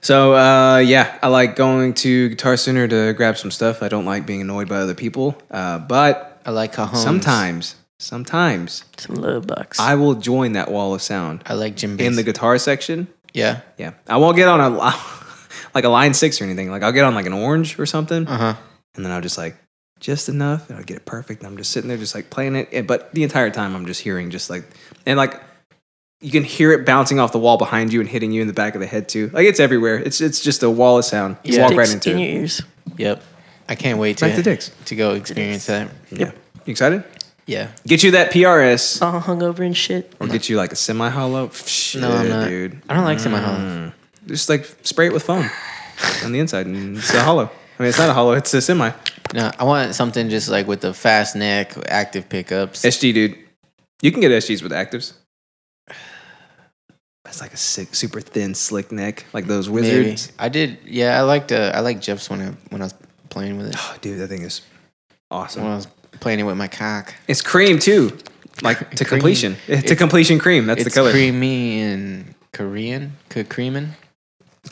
Speaker 1: So uh, yeah, I like going to Guitar Center to grab some stuff. I don't like being annoyed by other people, uh, but
Speaker 3: I like cajones.
Speaker 1: sometimes, sometimes
Speaker 2: Some love bucks.
Speaker 1: I will join that wall of sound
Speaker 3: I like Jim
Speaker 1: in the guitar section.
Speaker 3: yeah.
Speaker 1: Yeah, I won't get on a [laughs] li- like a line six or anything. Like I'll get on like an orange or something,
Speaker 3: Uh huh.
Speaker 1: and then I'll just like just enough, and I'll get it perfect. And I'm just sitting there, just like playing it, and- but the entire time I'm just hearing, just like and like you can hear it bouncing off the wall behind you and hitting you in the back of the head too. Like it's everywhere. It's it's just a wall of sound. Just walk right
Speaker 2: Sticks
Speaker 1: into
Speaker 2: in
Speaker 1: it.
Speaker 2: your ears.
Speaker 3: Yep. I can't wait
Speaker 1: Back
Speaker 3: to
Speaker 1: to dicks.
Speaker 3: to go experience that.
Speaker 1: Yeah. You excited?
Speaker 3: Yeah.
Speaker 1: Get you that
Speaker 3: Oh.
Speaker 1: PRS
Speaker 2: All hungover and shit.
Speaker 1: or get you like a semi hollow. Shit,
Speaker 3: No, I'm not.
Speaker 1: dude.
Speaker 3: I don't like
Speaker 1: Mm.
Speaker 3: semi hollow.
Speaker 1: Just like spray it with foam on the inside and it's a hollow. I mean, it's not a hollow, it's a semi.
Speaker 3: No, I want something just like with the fast neck, active pickups.
Speaker 1: SG, dude. You can get SGs with actives. That's like a sick, super thin, slick neck, like those
Speaker 3: Maybe.
Speaker 1: wizards.
Speaker 3: I did. Yeah, I liked. Uh, I liked Jeff's when I when I was playing with it.
Speaker 1: Oh, dude, that thing is awesome.
Speaker 3: When I was playing it with my cock.
Speaker 1: it's cream
Speaker 3: [laughs]
Speaker 1: too, like to
Speaker 3: Cream.
Speaker 1: completion. [laughs] to
Speaker 3: It's-
Speaker 1: completion cream. That's
Speaker 3: it's
Speaker 1: the color.
Speaker 3: creamy and Korean. K- Korean.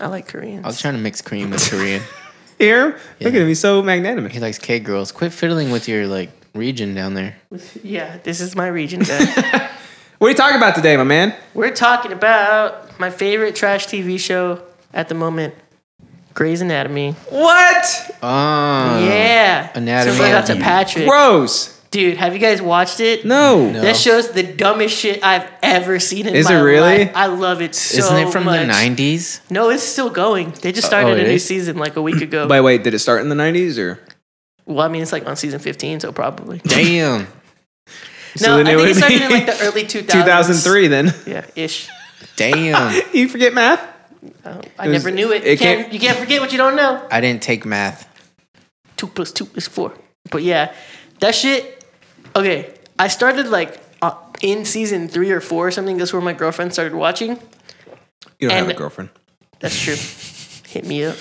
Speaker 2: I like Koreans.
Speaker 3: I was trying to mix cream with Korean.
Speaker 1: Here, look
Speaker 3: Yeah.
Speaker 1: at me, so magnanimous.
Speaker 3: He likes K girls. Quit fiddling with your like region down there.
Speaker 2: yeah, this is my region. [laughs] guys.
Speaker 1: What are you talking about today, my man?
Speaker 2: We're talking about my favorite trash TV show at the moment. Grey's Anatomy.
Speaker 1: What? Uh,
Speaker 3: Oh.
Speaker 2: yeah.
Speaker 3: Anatomy
Speaker 2: So shout out
Speaker 3: of
Speaker 2: to
Speaker 3: you.
Speaker 2: Patrick.
Speaker 1: Gross.
Speaker 2: Dude, have you guys watched it?
Speaker 1: No.
Speaker 3: No.
Speaker 2: That show's the dumbest shit I've ever seen in
Speaker 1: Is
Speaker 2: my
Speaker 1: it really?
Speaker 2: life. I love it so
Speaker 3: Isn't it from
Speaker 2: much.
Speaker 3: the nineties?
Speaker 2: No, it's still going. They
Speaker 1: Uh,
Speaker 2: just started
Speaker 3: oh,
Speaker 2: a
Speaker 3: it
Speaker 2: new
Speaker 3: is?
Speaker 2: season like a week
Speaker 1: [clears throat]
Speaker 2: ago.
Speaker 1: By the way, did it start in the nineties or?
Speaker 2: well, I mean, it's like on season 15, so probably.
Speaker 3: Damn.
Speaker 1: So
Speaker 2: no, I
Speaker 1: then it
Speaker 2: think
Speaker 1: would
Speaker 2: it started
Speaker 1: be
Speaker 2: in like the early 2000s.
Speaker 1: Two thousand three. Then [laughs]
Speaker 2: Yeah, ish.
Speaker 3: Damn.
Speaker 1: you forget math.
Speaker 2: Oh, I
Speaker 1: It was-
Speaker 2: never knew it.
Speaker 1: it
Speaker 2: Can't-
Speaker 1: can't-
Speaker 2: you can't forget what you don't know.
Speaker 3: I didn't take math.
Speaker 2: Two plus two is four. But yeah, that shit. Okay, I started like uh, in season three or four or something. That's where my girlfriend started watching.
Speaker 1: You don't have
Speaker 2: And-
Speaker 1: a girlfriend.
Speaker 2: That's true. Hit me up.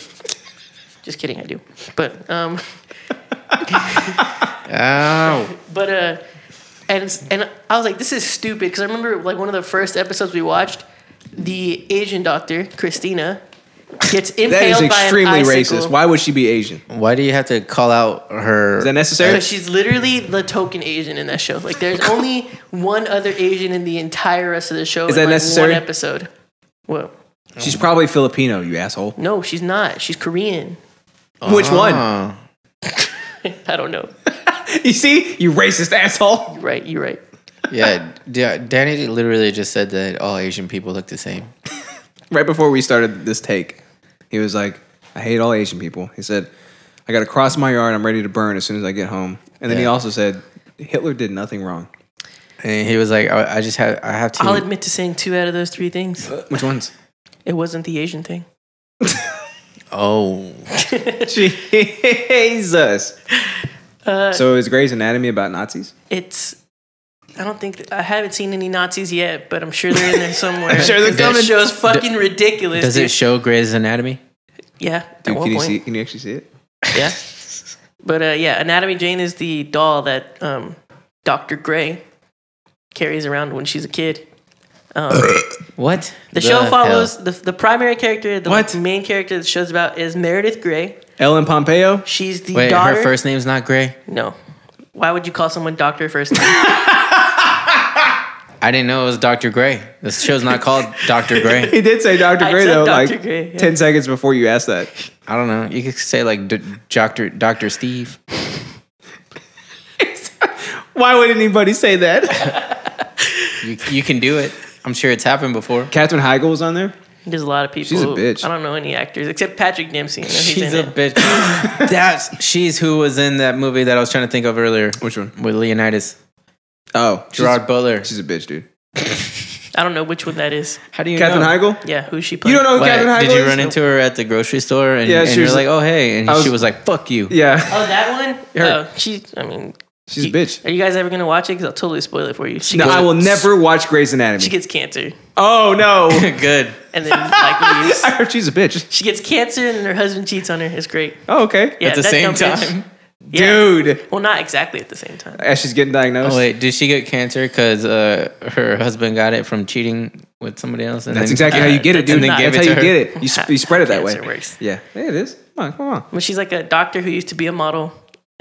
Speaker 2: Just kidding, I do. But um,
Speaker 3: Oh.
Speaker 2: but uh, and and I was like, this is stupid because I remember like one of the first episodes we watched, the Asian doctor Christina gets
Speaker 1: That is
Speaker 2: impaled by
Speaker 1: extremely
Speaker 2: an
Speaker 1: racist. Why would she be Asian?
Speaker 3: Why do you have to call out her?
Speaker 1: Is that necessary?
Speaker 2: Because she's literally the token Asian in that show. Like, there's only one other Asian in the entire rest of the show.
Speaker 1: Is
Speaker 2: in,
Speaker 1: that
Speaker 2: like,
Speaker 1: necessary?
Speaker 2: One episode. Well,
Speaker 1: She's probably Filipino, you asshole.
Speaker 2: no, she's not. She's Korean. [laughs]
Speaker 1: Which one?
Speaker 3: Oh.
Speaker 2: I don't know.
Speaker 1: You see, you racist asshole.
Speaker 2: You're right. You're right.
Speaker 1: Mm.
Speaker 3: Yeah, Da- Danny literally just said that all Asian people look the same.
Speaker 1: Right before we started this take, he was like, "I hate all Asian people." He said, "I got to cross my yard. I'm ready to burn as soon as I get home." And then he
Speaker 3: Yeah.
Speaker 1: also said, "Hitler did nothing wrong."
Speaker 3: And he was like, "I, I just have, I have to."
Speaker 2: I'll admit to saying two out of those three things.
Speaker 1: Which ones?
Speaker 2: It wasn't the Asian thing.
Speaker 3: oh,
Speaker 1: [laughs] Jesus. Uh, so is Grey's Anatomy about Nazis?
Speaker 2: It's. I don't think I haven't seen any Nazis yet, but I'm sure they're in there
Speaker 1: [laughs]
Speaker 2: somewhere.
Speaker 1: I'm sure they're
Speaker 2: That
Speaker 1: coming.
Speaker 2: show's fucking ridiculous.
Speaker 3: does
Speaker 2: dude.
Speaker 3: it show Grey's Anatomy?
Speaker 2: yeah. at
Speaker 1: Dude,
Speaker 2: one
Speaker 1: can you
Speaker 2: point.
Speaker 1: see? Can you actually see it?
Speaker 3: Yeah.
Speaker 2: But uh, yeah, Anatomy Jane is the doll that um, Dr. Gray carries around when she's a kid.
Speaker 3: What?
Speaker 2: The, show
Speaker 3: hell?
Speaker 2: follows the, the primary character, the
Speaker 1: What?
Speaker 2: main character the show's about is Meredith Gray.
Speaker 1: Ellen Pompeo. [laughs]
Speaker 2: She's the
Speaker 3: Wait,
Speaker 2: daughter.
Speaker 3: her first name's not Grey.
Speaker 2: No. Why would you call someone doctor
Speaker 1: [laughs]
Speaker 2: first name?
Speaker 3: I didn't know it was Doctor Grey. This show's not called Doctor Grey.
Speaker 1: He did say Dr.
Speaker 2: I
Speaker 1: Gray
Speaker 2: said
Speaker 1: though,
Speaker 2: Dr.
Speaker 1: like
Speaker 2: Gray, yeah.
Speaker 1: ten seconds before you asked that.
Speaker 3: I don't know. You could say like D- Doctor Doctor Steve.
Speaker 1: [laughs] Why would anybody say that?
Speaker 3: You you can do it. I'm sure it's happened before.
Speaker 1: Catherine Heigl was on there.
Speaker 2: There's a lot of people.
Speaker 1: She's a
Speaker 2: who-
Speaker 1: bitch.
Speaker 2: I don't know any actors except Patrick Dempsey. I know he's
Speaker 3: She's
Speaker 2: in
Speaker 3: a
Speaker 2: it.
Speaker 3: bitch. [laughs] That's she's who was in that movie that I was trying to think of earlier.
Speaker 1: Which one?
Speaker 3: With Leonidas,
Speaker 1: Oh,
Speaker 3: Gerard Butler.
Speaker 1: She's, she's a bitch, dude.
Speaker 2: I don't know which one that is.
Speaker 3: How do you
Speaker 1: Catherine
Speaker 3: know?
Speaker 1: Heigl.
Speaker 2: Yeah, who's she
Speaker 1: You
Speaker 2: playing?
Speaker 1: don't know who
Speaker 3: What,
Speaker 1: Catherine Heigl
Speaker 3: did you
Speaker 1: is?
Speaker 3: run into her at the grocery store and,
Speaker 1: Yeah,
Speaker 3: and
Speaker 1: she
Speaker 3: you're
Speaker 1: was
Speaker 3: like, oh hey, and
Speaker 1: I
Speaker 3: she
Speaker 1: was-
Speaker 3: was like, fuck you.
Speaker 1: Yeah,
Speaker 2: Oh, that one?
Speaker 1: Her.
Speaker 2: Oh, she, I mean,
Speaker 1: she's a
Speaker 2: you-
Speaker 1: bitch.
Speaker 2: Are you guys ever going to watch it? Because I'll totally spoil it for you. She,
Speaker 1: No,
Speaker 2: gets,
Speaker 1: I will never watch Grey's Anatomy.
Speaker 2: she gets cancer.
Speaker 1: oh [laughs] no,
Speaker 3: [laughs] Good.
Speaker 2: And then, like, leaves.
Speaker 1: I heard she's a bitch.
Speaker 2: She gets cancer and her husband cheats on her. It's great.
Speaker 1: Oh okay.
Speaker 2: Yeah,
Speaker 3: At the
Speaker 2: that
Speaker 3: same
Speaker 2: dumb bitch.
Speaker 3: time.
Speaker 2: Yeah.
Speaker 1: Dude.
Speaker 2: Well, not exactly at the same time.
Speaker 1: As she's getting diagnosed.
Speaker 3: Oh wait, did she get cancer because uh, her husband got it from cheating with somebody else? And
Speaker 1: That's
Speaker 3: then-
Speaker 1: exactly how you get it,
Speaker 2: that's
Speaker 1: dude.
Speaker 2: not-
Speaker 1: That's how
Speaker 3: give
Speaker 1: you
Speaker 3: it to
Speaker 1: get
Speaker 3: her.
Speaker 1: it. You, sp- you spread it that way.
Speaker 2: Cancer works.
Speaker 1: Yeah, there it is. Come on, come on.
Speaker 2: But she's like a doctor who used to be a model,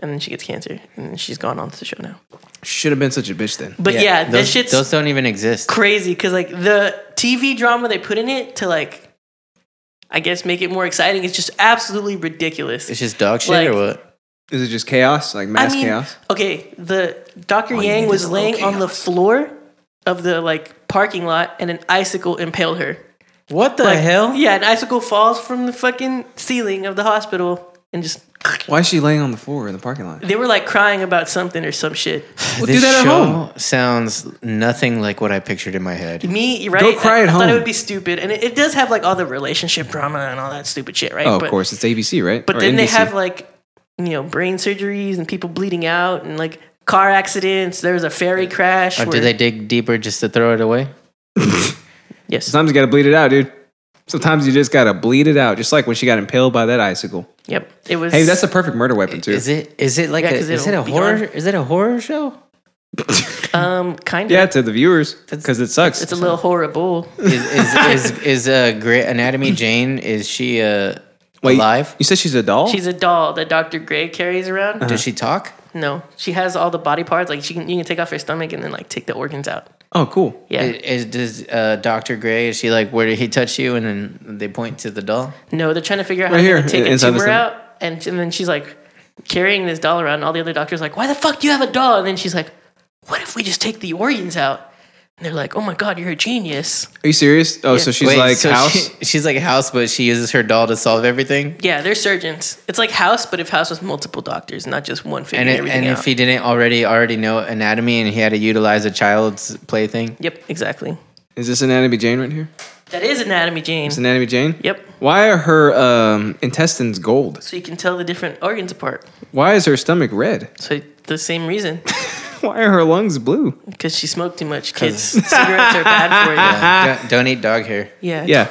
Speaker 2: and then she gets cancer, and then she's gone on to the show now.
Speaker 1: Should have been such a bitch then.
Speaker 2: But yeah, that
Speaker 3: those,
Speaker 2: shit's
Speaker 3: those don't even exist.
Speaker 2: crazy because like the TV drama they put in it to like, I guess make it more exciting is just absolutely ridiculous.
Speaker 3: It's just dog shit
Speaker 2: Like-
Speaker 3: or what?
Speaker 1: Is it just chaos? Like
Speaker 2: I
Speaker 1: mass
Speaker 2: mean,
Speaker 1: chaos? Oh,
Speaker 2: okay, the Dr. Yang was laying on the floor of the like parking lot, and an icicle impaled her.
Speaker 3: What the
Speaker 2: Like,
Speaker 3: hell?
Speaker 2: Yeah, an icicle falls from the fucking ceiling of the hospital and just. [laughs]
Speaker 1: Why is she laying on the floor in the parking lot?
Speaker 2: They were like crying about something or some shit.
Speaker 1: Well,
Speaker 3: this
Speaker 1: do that at
Speaker 3: show
Speaker 1: home.
Speaker 3: sounds nothing like what I pictured in my head.
Speaker 2: Me, right?
Speaker 1: cry
Speaker 2: I,
Speaker 1: at
Speaker 2: I thought
Speaker 1: home.
Speaker 2: it would be stupid, and it, it does have like all the relationship drama and all that stupid shit, right?
Speaker 1: Oh,
Speaker 2: but,
Speaker 1: of course. It's ABC, right?
Speaker 2: But
Speaker 1: Or
Speaker 2: then they
Speaker 1: NBC.
Speaker 2: have like you know brain surgeries and people bleeding out and like car accidents. There was a ferry
Speaker 1: Uh,
Speaker 2: crash.
Speaker 3: Or
Speaker 2: where-
Speaker 3: did they dig deeper just to throw it away?
Speaker 2: Yes.
Speaker 1: Sometimes you gotta bleed it out, dude. Sometimes you just gotta bleed it out, just like when she got impaled by that icicle.
Speaker 2: Yep. It was.
Speaker 1: Hey, that's the perfect murder weapon too.
Speaker 3: Is it is it like
Speaker 2: Yeah,
Speaker 3: a,
Speaker 2: 'cause
Speaker 3: is it
Speaker 2: it'll
Speaker 3: a
Speaker 2: be
Speaker 3: horror
Speaker 2: on-
Speaker 3: is it a
Speaker 2: [laughs]
Speaker 3: horror show?
Speaker 2: um kind of.
Speaker 1: yeah, to the viewers, because it sucks.
Speaker 2: It's a little horrible.
Speaker 3: Is is is, is uh, Grey Anatomy Jane is she uh,
Speaker 1: Wait,
Speaker 3: alive?
Speaker 1: You said she's a doll.
Speaker 2: She's a doll that Dr. Gray carries around.
Speaker 3: Does she talk?
Speaker 2: No, she has all the body parts. Like she can, you can take off her stomach and then like take the organs out.
Speaker 1: oh, cool.
Speaker 2: Yeah.
Speaker 3: Is, is does uh, Doctor Gray? Is she like where did he touch you? And then they point to the doll.
Speaker 2: No, they're trying to figure out how
Speaker 1: Right
Speaker 2: to
Speaker 1: here,
Speaker 2: take a
Speaker 1: inside the
Speaker 2: tumor
Speaker 1: stomach.
Speaker 2: out, and, and then she's like carrying this doll around. And all the other doctors are like, "Why the fuck do you have a doll?" And then she's like, "What if we just take the organs out?" And they're like, "Oh my god, you're a genius!"
Speaker 1: Are you serious? Oh, so she's
Speaker 3: Wait,
Speaker 1: like
Speaker 3: so
Speaker 1: house.
Speaker 3: she- [laughs] she's like house, but she uses her doll to solve everything.
Speaker 2: Yeah, they're surgeons. It's like House, but if House was multiple doctors, not just one figuring
Speaker 3: And it,
Speaker 2: everything
Speaker 3: and
Speaker 2: out.
Speaker 3: if he didn't already already know anatomy, and he had to utilize a child's plaything,
Speaker 2: yep, exactly.
Speaker 1: Is this Anatomy Jane right here?
Speaker 2: That is Anatomy Jane.
Speaker 1: It's Anatomy Jane.
Speaker 2: Yep.
Speaker 1: Why are her um, intestines gold?
Speaker 2: So you can tell the different organs apart.
Speaker 1: Why is her stomach red? [laughs]
Speaker 2: So the same reason.
Speaker 1: Why are her lungs blue?
Speaker 2: Because she smoked too much. Kids, cigarettes are bad
Speaker 1: [laughs]
Speaker 2: for you.
Speaker 1: Ah.
Speaker 3: don't, don't eat dog hair.
Speaker 2: Yeah.
Speaker 1: Yeah.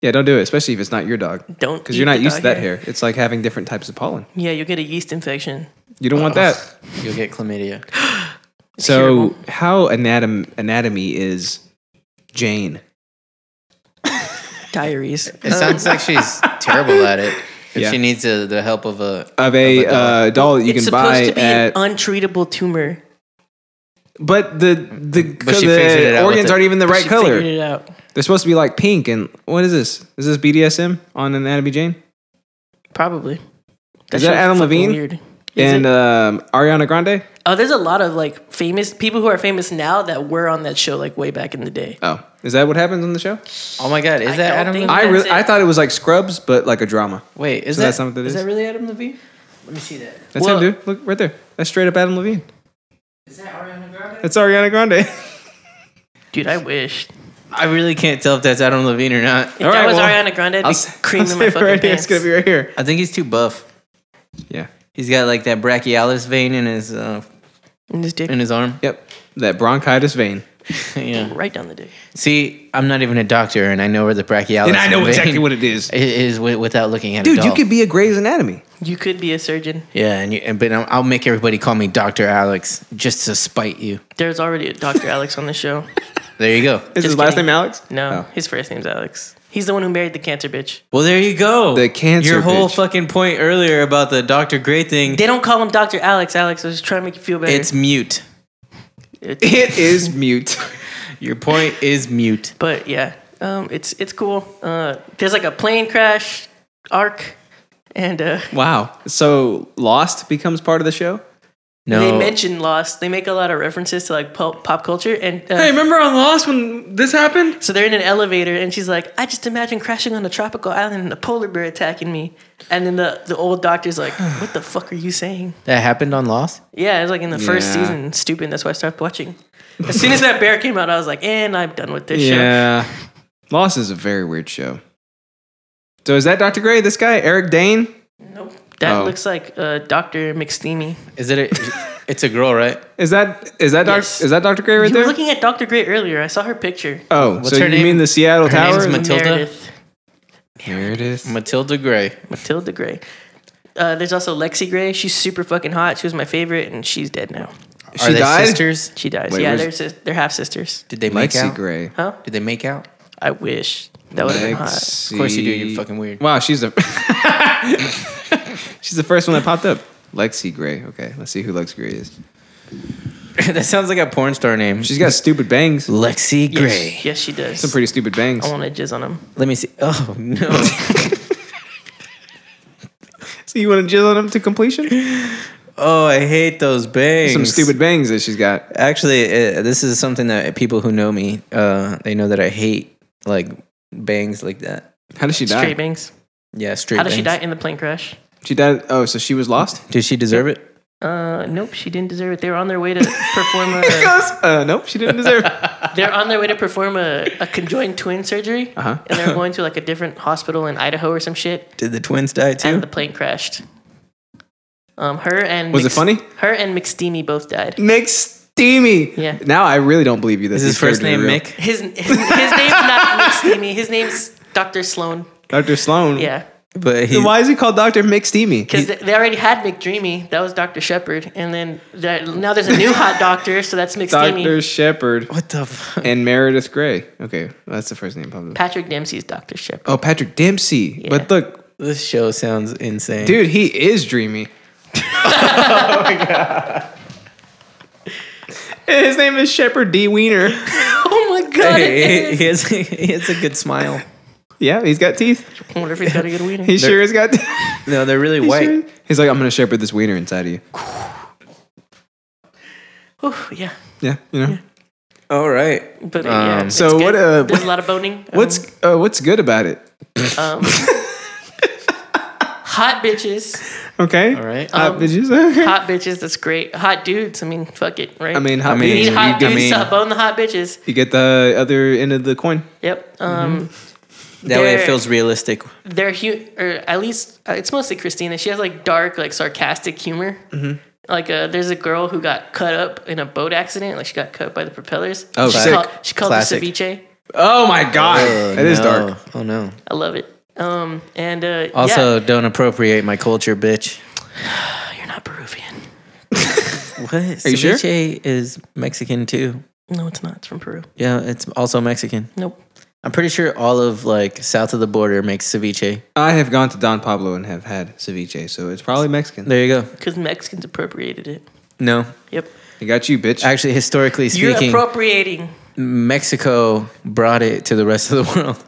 Speaker 1: Yeah, don't do it, especially if it's not your dog.
Speaker 2: Don't
Speaker 1: Because
Speaker 2: eat
Speaker 1: you're not
Speaker 2: the
Speaker 1: used to
Speaker 2: dog
Speaker 1: that hair. It's like having different types of pollen.
Speaker 2: Yeah, you'll get a yeast infection.
Speaker 1: You don't want that.
Speaker 3: You'll get chlamydia.
Speaker 1: So, how anatom- anatomy is Jane?
Speaker 2: Diaries.
Speaker 3: It sounds
Speaker 1: [laughs]
Speaker 3: like she's terrible at it. If
Speaker 1: Yeah.
Speaker 3: she needs uh the help of a
Speaker 1: Of a
Speaker 3: Of a dog.
Speaker 1: uh, doll that you
Speaker 2: it's
Speaker 1: can
Speaker 2: supposed
Speaker 1: buy
Speaker 2: to be
Speaker 1: at.
Speaker 2: an untreatable tumor.
Speaker 1: but the the,
Speaker 3: she figured it
Speaker 1: the
Speaker 3: out with
Speaker 1: organs
Speaker 3: it.
Speaker 1: aren't even the right
Speaker 2: she
Speaker 1: color.
Speaker 2: figured it out.
Speaker 1: They're supposed to be like pink. And what is this? Is this BDSM on Anatomy Jane?
Speaker 2: Probably.
Speaker 1: Is
Speaker 2: show's
Speaker 1: that Adam
Speaker 2: fucking
Speaker 1: Levine?
Speaker 2: Weird. Is
Speaker 1: and
Speaker 2: it?
Speaker 1: um, Ariana Grande?
Speaker 2: oh, there's a lot of like famous people who are famous now that were on that show like way back in the day.
Speaker 1: Oh, is that what happens on the show?
Speaker 3: Oh my god, is
Speaker 2: I
Speaker 3: that
Speaker 2: don't
Speaker 3: Adam?
Speaker 2: think-
Speaker 3: Levine?
Speaker 1: I
Speaker 2: That's
Speaker 1: really,
Speaker 2: it.
Speaker 1: I thought it was like Scrubs, but like a drama.
Speaker 3: Wait, is
Speaker 1: So
Speaker 3: that
Speaker 1: that's not what it
Speaker 3: is
Speaker 1: is?
Speaker 3: that really Adam Levine? Let me see that.
Speaker 1: That's
Speaker 2: Well-
Speaker 1: him, dude. Look right there. That's straight up Adam Levine.
Speaker 3: Is that Ariana Grande?
Speaker 1: That's Ariana Grande.
Speaker 2: Dude, I wish.
Speaker 3: I really can't tell if that's Adam Levine or not.
Speaker 2: If
Speaker 1: All
Speaker 2: that
Speaker 1: right,
Speaker 2: was
Speaker 1: well,
Speaker 2: Ariana Grande, I'd be
Speaker 1: s- [laughs]
Speaker 2: creaming
Speaker 1: say
Speaker 2: my
Speaker 1: it
Speaker 2: fucking
Speaker 1: right here.
Speaker 2: pants.
Speaker 1: It's gonna be right here.
Speaker 3: I think he's too buff.
Speaker 1: Yeah.
Speaker 3: He's got like that brachialis vein in his uh,
Speaker 2: And his dick
Speaker 3: in his arm. [laughs]
Speaker 1: Yep. That bronchitis vein.
Speaker 3: yeah.
Speaker 2: right down the dick.
Speaker 3: See, I'm not even a doctor, and I know where the brachialis. vein [laughs]
Speaker 1: it is.
Speaker 3: i- is wi- without looking at.
Speaker 1: Dude,
Speaker 3: a
Speaker 1: you
Speaker 3: doll.
Speaker 1: could be a Grey's Anatomy.
Speaker 2: You could be a surgeon.
Speaker 3: Yeah, and, you, and but I'll, I'll make everybody call me Doctor Alex just to spite you.
Speaker 2: There's already a Dr. Alex on the show.
Speaker 3: There you go.
Speaker 1: Is
Speaker 2: Just
Speaker 1: his last
Speaker 2: kidding.
Speaker 1: name Alex?
Speaker 2: No,
Speaker 1: Oh.
Speaker 2: his first name's Alex. He's the one who married the cancer bitch.
Speaker 3: Well, there you go.
Speaker 1: The cancer
Speaker 3: Your whole
Speaker 1: bitch.
Speaker 3: fucking point earlier about the Doctor Gray thing.
Speaker 2: They don't call him Dr. Alex. Alex I was trying to make you feel better.
Speaker 3: It's mute.
Speaker 2: It's-
Speaker 1: It is mute.
Speaker 3: Your point is mute.
Speaker 2: but yeah, um, it's it's cool. Uh, there's like a plane crash arc, and uh,
Speaker 1: wow. So Lost becomes part of the show.
Speaker 3: No.
Speaker 2: they mention Lost. They make a lot of references to like pop, pop culture, and uh,
Speaker 1: remember on Lost when this happened?
Speaker 2: so they're in an elevator, and she's like, "I just imagine crashing on a tropical island and a polar bear attacking me." And then the, the old doctor's like, "What the fuck are you saying?"
Speaker 3: that happened on Lost.
Speaker 2: Yeah, it was like in the first
Speaker 1: Yeah.
Speaker 2: season. Stupid. That's why I stopped watching. As soon as that bear came out, I was like, "And I'm done with this show."
Speaker 1: Yeah. Lost is a very weird show. So is that Dr. Gray? This guy, Eric Dane?
Speaker 2: Nope. That
Speaker 1: Oh.
Speaker 2: looks like uh, Doctor McSteamy.
Speaker 3: Is it? A, [laughs] it's a girl, right?
Speaker 1: Is that is that doc,
Speaker 2: Yes.
Speaker 1: is that Dr. Gray right
Speaker 2: you were
Speaker 1: there?
Speaker 2: looking at Doctor Gray earlier. I saw her picture.
Speaker 1: oh,
Speaker 3: What's
Speaker 1: so
Speaker 3: her
Speaker 1: you
Speaker 3: name?
Speaker 1: mean the Seattle
Speaker 3: Her
Speaker 1: Tower?
Speaker 3: name's Matilda?
Speaker 2: Meredith.
Speaker 1: Meredith.
Speaker 3: Matilda Gray.
Speaker 2: Matilda Gray. Uh, there's also Lexi Gray. She's super fucking hot. She was my favorite, and she's dead now.
Speaker 3: Are they
Speaker 1: died?
Speaker 3: sisters?
Speaker 2: She dies.
Speaker 1: Wait,
Speaker 2: yeah, they're,
Speaker 1: where's-
Speaker 2: sis- they're half sisters.
Speaker 3: Did they make
Speaker 1: Lexi
Speaker 3: out?
Speaker 1: Gray.
Speaker 2: Huh?
Speaker 3: Did they make out? [laughs]
Speaker 2: I wish that would have been hot.
Speaker 1: Lexi-
Speaker 3: Of course you do. You're fucking weird.
Speaker 1: Wow, she's the [laughs] she's the first one that popped up. Lexi Gray. Okay, let's see who Lexi Gray is.
Speaker 3: that sounds like a porn star name.
Speaker 1: She's got stupid bangs. Some
Speaker 3: Lexi
Speaker 2: Yes,
Speaker 3: Gray.
Speaker 2: Yes, she does.
Speaker 1: pretty stupid bangs.
Speaker 2: I want to jizz on him.
Speaker 3: Let me see. Oh [laughs] no.
Speaker 1: So you want to jizz on them to completion?
Speaker 3: oh, I hate those bangs.
Speaker 1: Some stupid bangs that she's got.
Speaker 3: Actually, uh, this is something that people who know me, uh, they know that I hate like bangs like that.
Speaker 1: How did she die?
Speaker 2: Straight bangs.
Speaker 3: Yeah, straight.
Speaker 2: How did she die
Speaker 3: bangs.
Speaker 2: in the plane crash?
Speaker 1: She died. Oh, so she was lost. [laughs]
Speaker 3: Did she deserve it?
Speaker 2: Uh, nope, she didn't deserve it. They were on their
Speaker 1: [laughs]
Speaker 2: way to perform a.
Speaker 1: Uh, nope, she didn't deserve. it.
Speaker 2: they're on their way to perform a, a conjoined twin surgery,
Speaker 1: Uh-huh.
Speaker 2: and they're going to like a different hospital in Idaho or some shit.
Speaker 3: Did the twins die too?
Speaker 2: and the plane crashed. Um, her and
Speaker 1: Was it funny?
Speaker 2: Her and McSteamy both died.
Speaker 1: Mick Steamy.
Speaker 2: Yeah.
Speaker 1: Now I really don't believe you. That
Speaker 3: Is
Speaker 1: these
Speaker 3: his first
Speaker 1: characters
Speaker 3: name
Speaker 1: are real.
Speaker 3: Mick?
Speaker 2: His his, his name's not McSteamy. His name's Doctor Sloan.
Speaker 1: Dr. Sloan.
Speaker 2: Yeah,
Speaker 3: But he,
Speaker 1: Then why is he called Dr. Mick Steamy?
Speaker 2: because they already had McDreamy. That was Doctor Shepard, and then there, now there's a new hot doctor, so that's McSteamy.
Speaker 1: Dr. Shepard
Speaker 3: what the fuck?
Speaker 1: and Meredith Grey. Okay, well, that's the first name. Probably.
Speaker 2: Patrick Dempsey's Doctor Shepard.
Speaker 1: Oh, Patrick Dempsey.
Speaker 2: Yeah.
Speaker 1: But look,
Speaker 3: This show sounds insane,
Speaker 1: dude, he is dreamy. oh my god. His name is Shepard D. Wiener.
Speaker 2: Oh my [laughs] god!
Speaker 3: Hey, [laughs] he, has, [laughs] he has a good smile.
Speaker 1: Yeah, he's got teeth.
Speaker 2: I wonder if he's got a good wiener.
Speaker 1: He sure has got.
Speaker 3: No, they're really
Speaker 1: He
Speaker 3: white.
Speaker 1: sure- He's like, I'm gonna shepherd this wiener inside of you.
Speaker 2: Oh, yeah,
Speaker 1: Yeah, you know.
Speaker 3: All right.
Speaker 2: but uh, yeah.
Speaker 3: Um,
Speaker 2: it's
Speaker 1: so
Speaker 2: good.
Speaker 1: what, uh,
Speaker 2: there's a lot of boning.
Speaker 1: What's uh, what's good about it?
Speaker 2: Um, um, hot bitches?
Speaker 1: Okay. Uh,
Speaker 3: All right.
Speaker 1: Hot
Speaker 2: Um,
Speaker 1: bitches. Okay. [laughs]
Speaker 2: hot bitches. That's great. Hot dudes. I mean, fuck it, right?
Speaker 1: I mean, hot
Speaker 2: you
Speaker 3: I mean,
Speaker 1: bitches.
Speaker 2: need hot
Speaker 1: you,
Speaker 2: dudes
Speaker 1: I mean,
Speaker 2: to bone the hot bitches.
Speaker 1: you get the other end of the coin.
Speaker 2: Yep. Um,
Speaker 3: that way it
Speaker 2: they're-
Speaker 3: feels realistic.
Speaker 2: they're hu- or at least uh, it's mostly Christina. She has like dark, like sarcastic humor. Like uh, there's a girl who got cut up in a boat accident. Like she got cut by the propellers.
Speaker 1: Oh,
Speaker 2: she
Speaker 1: sick.
Speaker 2: Called, she called it
Speaker 3: Classic.
Speaker 2: ceviche.
Speaker 1: Oh my god, that is dark.
Speaker 3: Oh no.
Speaker 2: I love it. Um, and uh,
Speaker 3: Also,
Speaker 2: yeah,
Speaker 3: don't appropriate my culture, bitch.
Speaker 2: Oh, you're not Peruvian.
Speaker 3: What?
Speaker 1: you sure?
Speaker 3: Ceviche is Mexican too.
Speaker 2: No, it's not. It's from Peru.
Speaker 3: Yeah, it's also Mexican.
Speaker 2: Nope.
Speaker 3: I'm pretty sure all of like south of the border makes ceviche.
Speaker 1: I have gone to Don Pablo and have had ceviche, so it's probably Mexican.
Speaker 3: There you go.
Speaker 2: Because Mexicans appropriated it.
Speaker 3: No,
Speaker 2: Yep.
Speaker 1: They got you, bitch.
Speaker 3: actually, historically speaking,
Speaker 2: You're appropriating.
Speaker 3: Mexico brought it to the rest of the [laughs] world.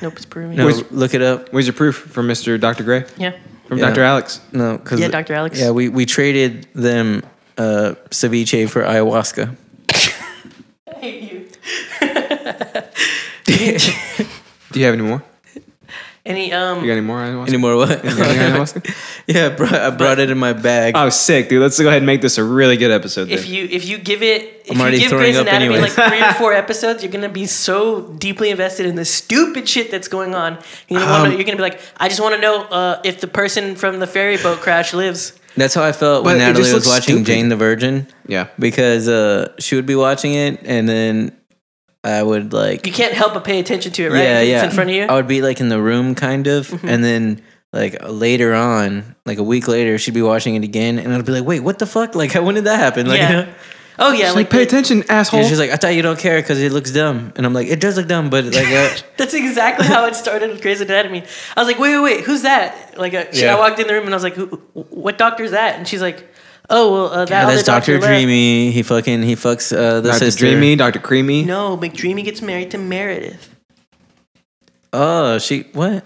Speaker 2: Nope, it's Peruvian.
Speaker 3: No,
Speaker 1: Which-
Speaker 3: look it up.
Speaker 1: Where's your proof from Mr. Dr. Gray?
Speaker 2: Yeah.
Speaker 1: From
Speaker 3: Yeah.
Speaker 1: Dr. Alex?
Speaker 3: No, because
Speaker 2: Yeah, Dr. Alex.
Speaker 3: Yeah, we we traded them uh, ceviche for ayahuasca.
Speaker 2: I hate you.
Speaker 1: Do you have any more?
Speaker 2: Any um
Speaker 1: You got any more ayahuasca?
Speaker 3: Any
Speaker 1: [laughs]
Speaker 3: more what?
Speaker 1: You got any ayahuasca?
Speaker 3: [laughs] yeah, bro, I brought it in my bag.
Speaker 1: Oh, sick, dude. Let's go ahead and make this a really good episode. Then.
Speaker 2: if you if you give it if
Speaker 3: I'm already
Speaker 2: you give
Speaker 3: throwing
Speaker 2: Grey's
Speaker 3: up
Speaker 2: Anatomy
Speaker 3: anyway.
Speaker 2: like three or four [laughs] episodes, you're gonna be so deeply invested in the stupid shit that's going on. You're gonna,
Speaker 3: Um,
Speaker 2: wanna, you're gonna be like, I just want to know uh, if the person from the ferry boat crash lives.
Speaker 3: That's how I felt
Speaker 1: But
Speaker 3: when
Speaker 1: it
Speaker 3: Natalie
Speaker 1: just
Speaker 3: was
Speaker 1: looks
Speaker 3: watching
Speaker 1: stupid.
Speaker 3: Jane the Virgin
Speaker 1: yeah.
Speaker 3: because uh, she would be watching it, and then I would like
Speaker 2: You can't help but pay attention to it, right?
Speaker 3: Yeah,
Speaker 2: 'Cause
Speaker 3: yeah.
Speaker 2: It's in front of you. Mm-hmm.
Speaker 3: I would be like in the room, kind of, and then like later on, like a week later, she'd be watching it again, and I'd be like, "Wait, what the fuck? Like, [laughs] how when did that happen?" Like, [laughs]
Speaker 2: yeah. Oh yeah,
Speaker 1: Like,
Speaker 2: like
Speaker 1: pay
Speaker 2: the-
Speaker 1: attention, asshole.
Speaker 3: and she's like, "I thought you don't care because it looks dumb," and I'm like, "It does look dumb,
Speaker 2: [laughs]
Speaker 3: but like, uh,
Speaker 2: That's exactly how it started with Grey's Anatomy. I was like, wait, wait, wait, who's that? Like, uh, she,
Speaker 3: Yeah.
Speaker 2: I walked in the room and I was like, who, what doctor's that? And she's like, oh, well, uh, that
Speaker 3: yeah,
Speaker 2: other
Speaker 3: that's Doctor
Speaker 2: left.
Speaker 3: Dreamy. He fucking he fucks uh, the
Speaker 1: Dr.
Speaker 3: sister.
Speaker 1: Dreamy, Dr. Creamy.
Speaker 2: No, McDreamy gets married to Meredith.
Speaker 3: Oh, she what?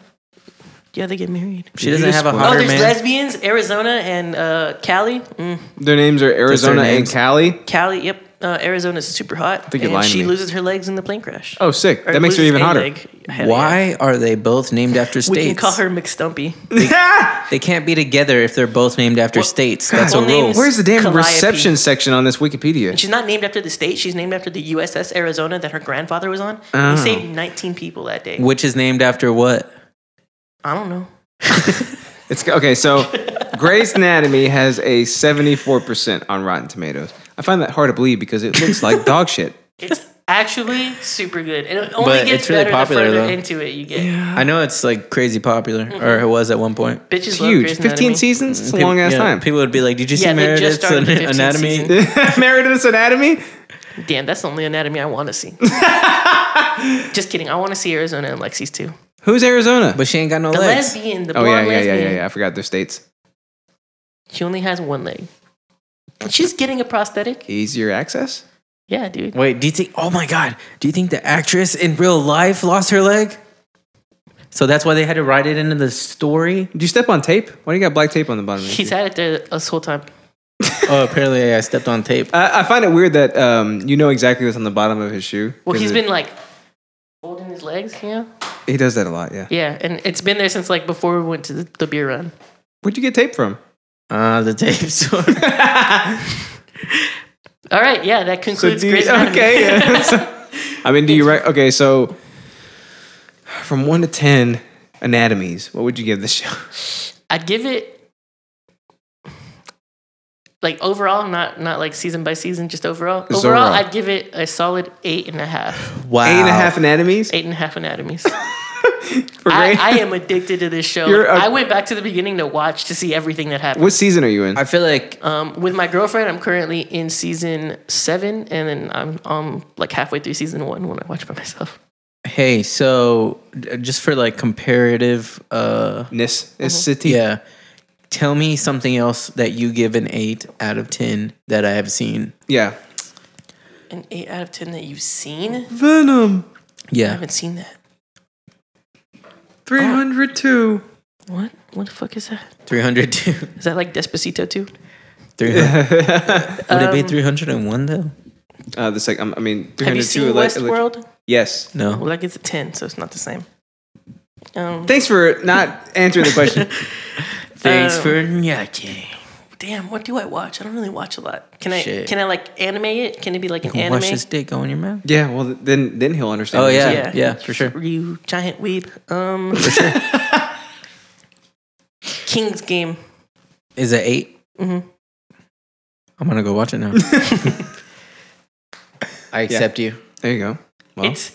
Speaker 2: Yeah, they get married.
Speaker 3: She doesn't
Speaker 1: just
Speaker 3: have a
Speaker 1: spoil-
Speaker 2: Oh,
Speaker 3: hotter
Speaker 2: there's
Speaker 3: man.
Speaker 2: lesbians, Arizona and uh, Cali. Mm,
Speaker 1: Their names are Arizona
Speaker 3: names.
Speaker 1: and Cali.
Speaker 2: Cali, yep. Uh, Arizona's super hot. I
Speaker 1: think you're lying
Speaker 2: and
Speaker 1: to
Speaker 2: she
Speaker 1: me.
Speaker 2: loses her legs in the plane crash.
Speaker 1: Oh, sick.
Speaker 2: Or
Speaker 1: that makes her
Speaker 2: loses
Speaker 1: even
Speaker 2: a
Speaker 1: hotter.
Speaker 2: leg. Hell yeah.
Speaker 3: Why are they both
Speaker 2: [laughs]
Speaker 3: named after
Speaker 2: We
Speaker 3: states?
Speaker 2: can call her McStumpy.
Speaker 1: [laughs]
Speaker 3: They can't be together if they're both named after
Speaker 2: [laughs]
Speaker 3: states. That's a
Speaker 2: Full
Speaker 3: rule.
Speaker 2: names-
Speaker 1: Where's the damn
Speaker 2: Calliope.
Speaker 1: reception section on this Wikipedia?
Speaker 2: She's not named after the state. She's named after the USS Arizona that her grandfather was on.
Speaker 1: Oh.
Speaker 2: He saved 19 people that day.
Speaker 3: Which is named after what?
Speaker 2: I don't know.
Speaker 1: It's okay.
Speaker 2: [laughs]
Speaker 1: So, Grey's Anatomy has a
Speaker 2: [laughs]
Speaker 1: seventy-four percent on Rotten Tomatoes. I find that hard to believe because it looks like dog shit.
Speaker 2: It's actually super good, and it only
Speaker 3: But
Speaker 2: gets
Speaker 3: it's really
Speaker 2: better
Speaker 3: popular,
Speaker 2: the further
Speaker 3: though.
Speaker 2: into it you get.
Speaker 3: I know it's like crazy popular,
Speaker 2: Mm-hmm.
Speaker 3: or it was at one point.
Speaker 2: Bitches
Speaker 1: It's
Speaker 2: love
Speaker 1: huge.
Speaker 2: Grey's
Speaker 1: 15
Speaker 2: Anatomy.
Speaker 1: seasons? It's a
Speaker 3: Peop-
Speaker 1: long ass
Speaker 3: yeah,
Speaker 1: time.
Speaker 3: People would be like, "Did you see
Speaker 2: Yeah, they just
Speaker 3: Meredith's
Speaker 2: started the
Speaker 3: An-
Speaker 2: 15th
Speaker 3: Anatomy?"
Speaker 2: season.
Speaker 1: [laughs] Meredith's Anatomy?
Speaker 2: Damn, that's the only anatomy I want to
Speaker 3: [laughs]
Speaker 2: see. Just kidding. I want to see Arizona and Lexi's too.
Speaker 1: Who's Arizona?
Speaker 3: But she ain't got no
Speaker 2: The
Speaker 3: legs.
Speaker 2: lesbian, the
Speaker 1: oh,
Speaker 2: blonde
Speaker 1: yeah, yeah, yeah,
Speaker 2: lesbian.
Speaker 1: yeah, yeah. I forgot their states.
Speaker 2: She only has one leg. And She's getting a prosthetic.
Speaker 1: Easier access?
Speaker 2: Yeah, dude.
Speaker 3: Wait, do you think? Oh my god, do you think the actress in real life lost her leg? So that's why they had to write it into the story.
Speaker 1: Did you step on tape? Why do you got black tape on the bottom of your
Speaker 2: She's
Speaker 1: shoe?
Speaker 2: had it there this whole time.
Speaker 3: oh, apparently I stepped on tape.
Speaker 1: I, I find it weird that um, you know exactly what's on the bottom of his shoe.
Speaker 2: Well,
Speaker 1: 'Cause
Speaker 2: he's
Speaker 1: it-
Speaker 2: been like holding his legs, you know?
Speaker 1: He does that a lot, yeah.
Speaker 2: Yeah, and it's been there since like before we went to the, the beer run.
Speaker 1: Where'd you get tape from?
Speaker 3: Ah, the tape [laughs] store.
Speaker 2: All right, yeah, that
Speaker 1: So
Speaker 2: concludes
Speaker 1: do you-
Speaker 2: Grey's Anatomy.
Speaker 1: okay. yeah. So- I mean, do you re- okay? So from one to ten anatomies, what would you give this show?
Speaker 2: [laughs] I'd give it like overall, not not like season by season, just overall.
Speaker 1: Just
Speaker 2: overall,
Speaker 1: overall.
Speaker 2: I'd give it a solid eight and a half.
Speaker 3: Wow.
Speaker 1: Eight and a half anatomies
Speaker 2: Eight and a half anatomies.
Speaker 1: for
Speaker 2: I,
Speaker 1: Grey.
Speaker 2: I am addicted to this show.
Speaker 1: You're a-
Speaker 2: I went back to the beginning to watch to see everything that happened.
Speaker 1: what season are you in?
Speaker 3: I feel like
Speaker 2: Um, with my girlfriend, I'm currently in season seven, and then I'm um like halfway through season one when I watch by myself.
Speaker 3: hey, so d- just for like comparative, uh,
Speaker 1: Nis
Speaker 2: Mm-hmm.
Speaker 1: is city.
Speaker 3: yeah. Tell me something else that you give an eight out of ten that I have seen.
Speaker 1: Yeah.
Speaker 2: An eight out of ten that you've seen? I
Speaker 1: Venom
Speaker 3: Yeah,
Speaker 2: haven't seen that.
Speaker 1: three hundred two.
Speaker 2: What? What the fuck is that?
Speaker 3: three hundred two.
Speaker 2: Is that like Despacito too?
Speaker 3: Three hundred. Would it be three hundred and one though?
Speaker 1: Uh, the second, I mean, three
Speaker 2: Have you
Speaker 1: hundred two.
Speaker 2: seen Westworld?
Speaker 1: yes.
Speaker 3: No.
Speaker 2: Well, that gets a 10, so it's not the same. Um,
Speaker 1: Thanks for not answering the
Speaker 2: [laughs]
Speaker 1: question.
Speaker 3: Thanks
Speaker 2: Um,
Speaker 3: for gnocchi.
Speaker 2: damn, what do I watch? I don't really watch a lot. Can I
Speaker 3: Shit.
Speaker 2: can I like anime it? Can it be like an
Speaker 3: Can
Speaker 2: anime?
Speaker 3: wash his dick go in your mouth.
Speaker 1: yeah. Well, then then he'll understand.
Speaker 3: Oh
Speaker 1: what you're
Speaker 3: yeah,
Speaker 1: saying.
Speaker 3: yeah,
Speaker 2: Yeah.
Speaker 3: for sure.
Speaker 2: You giant weed. Um [laughs] King's game.
Speaker 3: Is it 8 Mm-hmm. I'm gonna go watch it now. [laughs] I accept you.
Speaker 1: There you go. Well,
Speaker 2: It's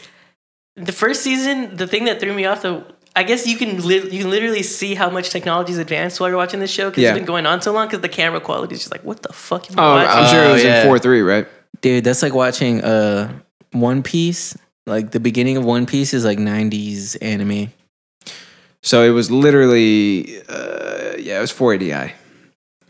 Speaker 2: the first season, the thing that threw me off the I guess you can li- you can literally see how much technology's advanced while you're watching this show because
Speaker 1: Yeah.
Speaker 2: it's been going on so long because the camera quality is just like what the fuck am I
Speaker 1: oh,
Speaker 2: watching?
Speaker 1: I'm sure it was
Speaker 3: Oh, yeah.
Speaker 1: in four three, right?
Speaker 3: dude. That's like watching uh One Piece. Like the beginning of One Piece is like '90s anime.
Speaker 1: So it was literally, uh, yeah, it was 480i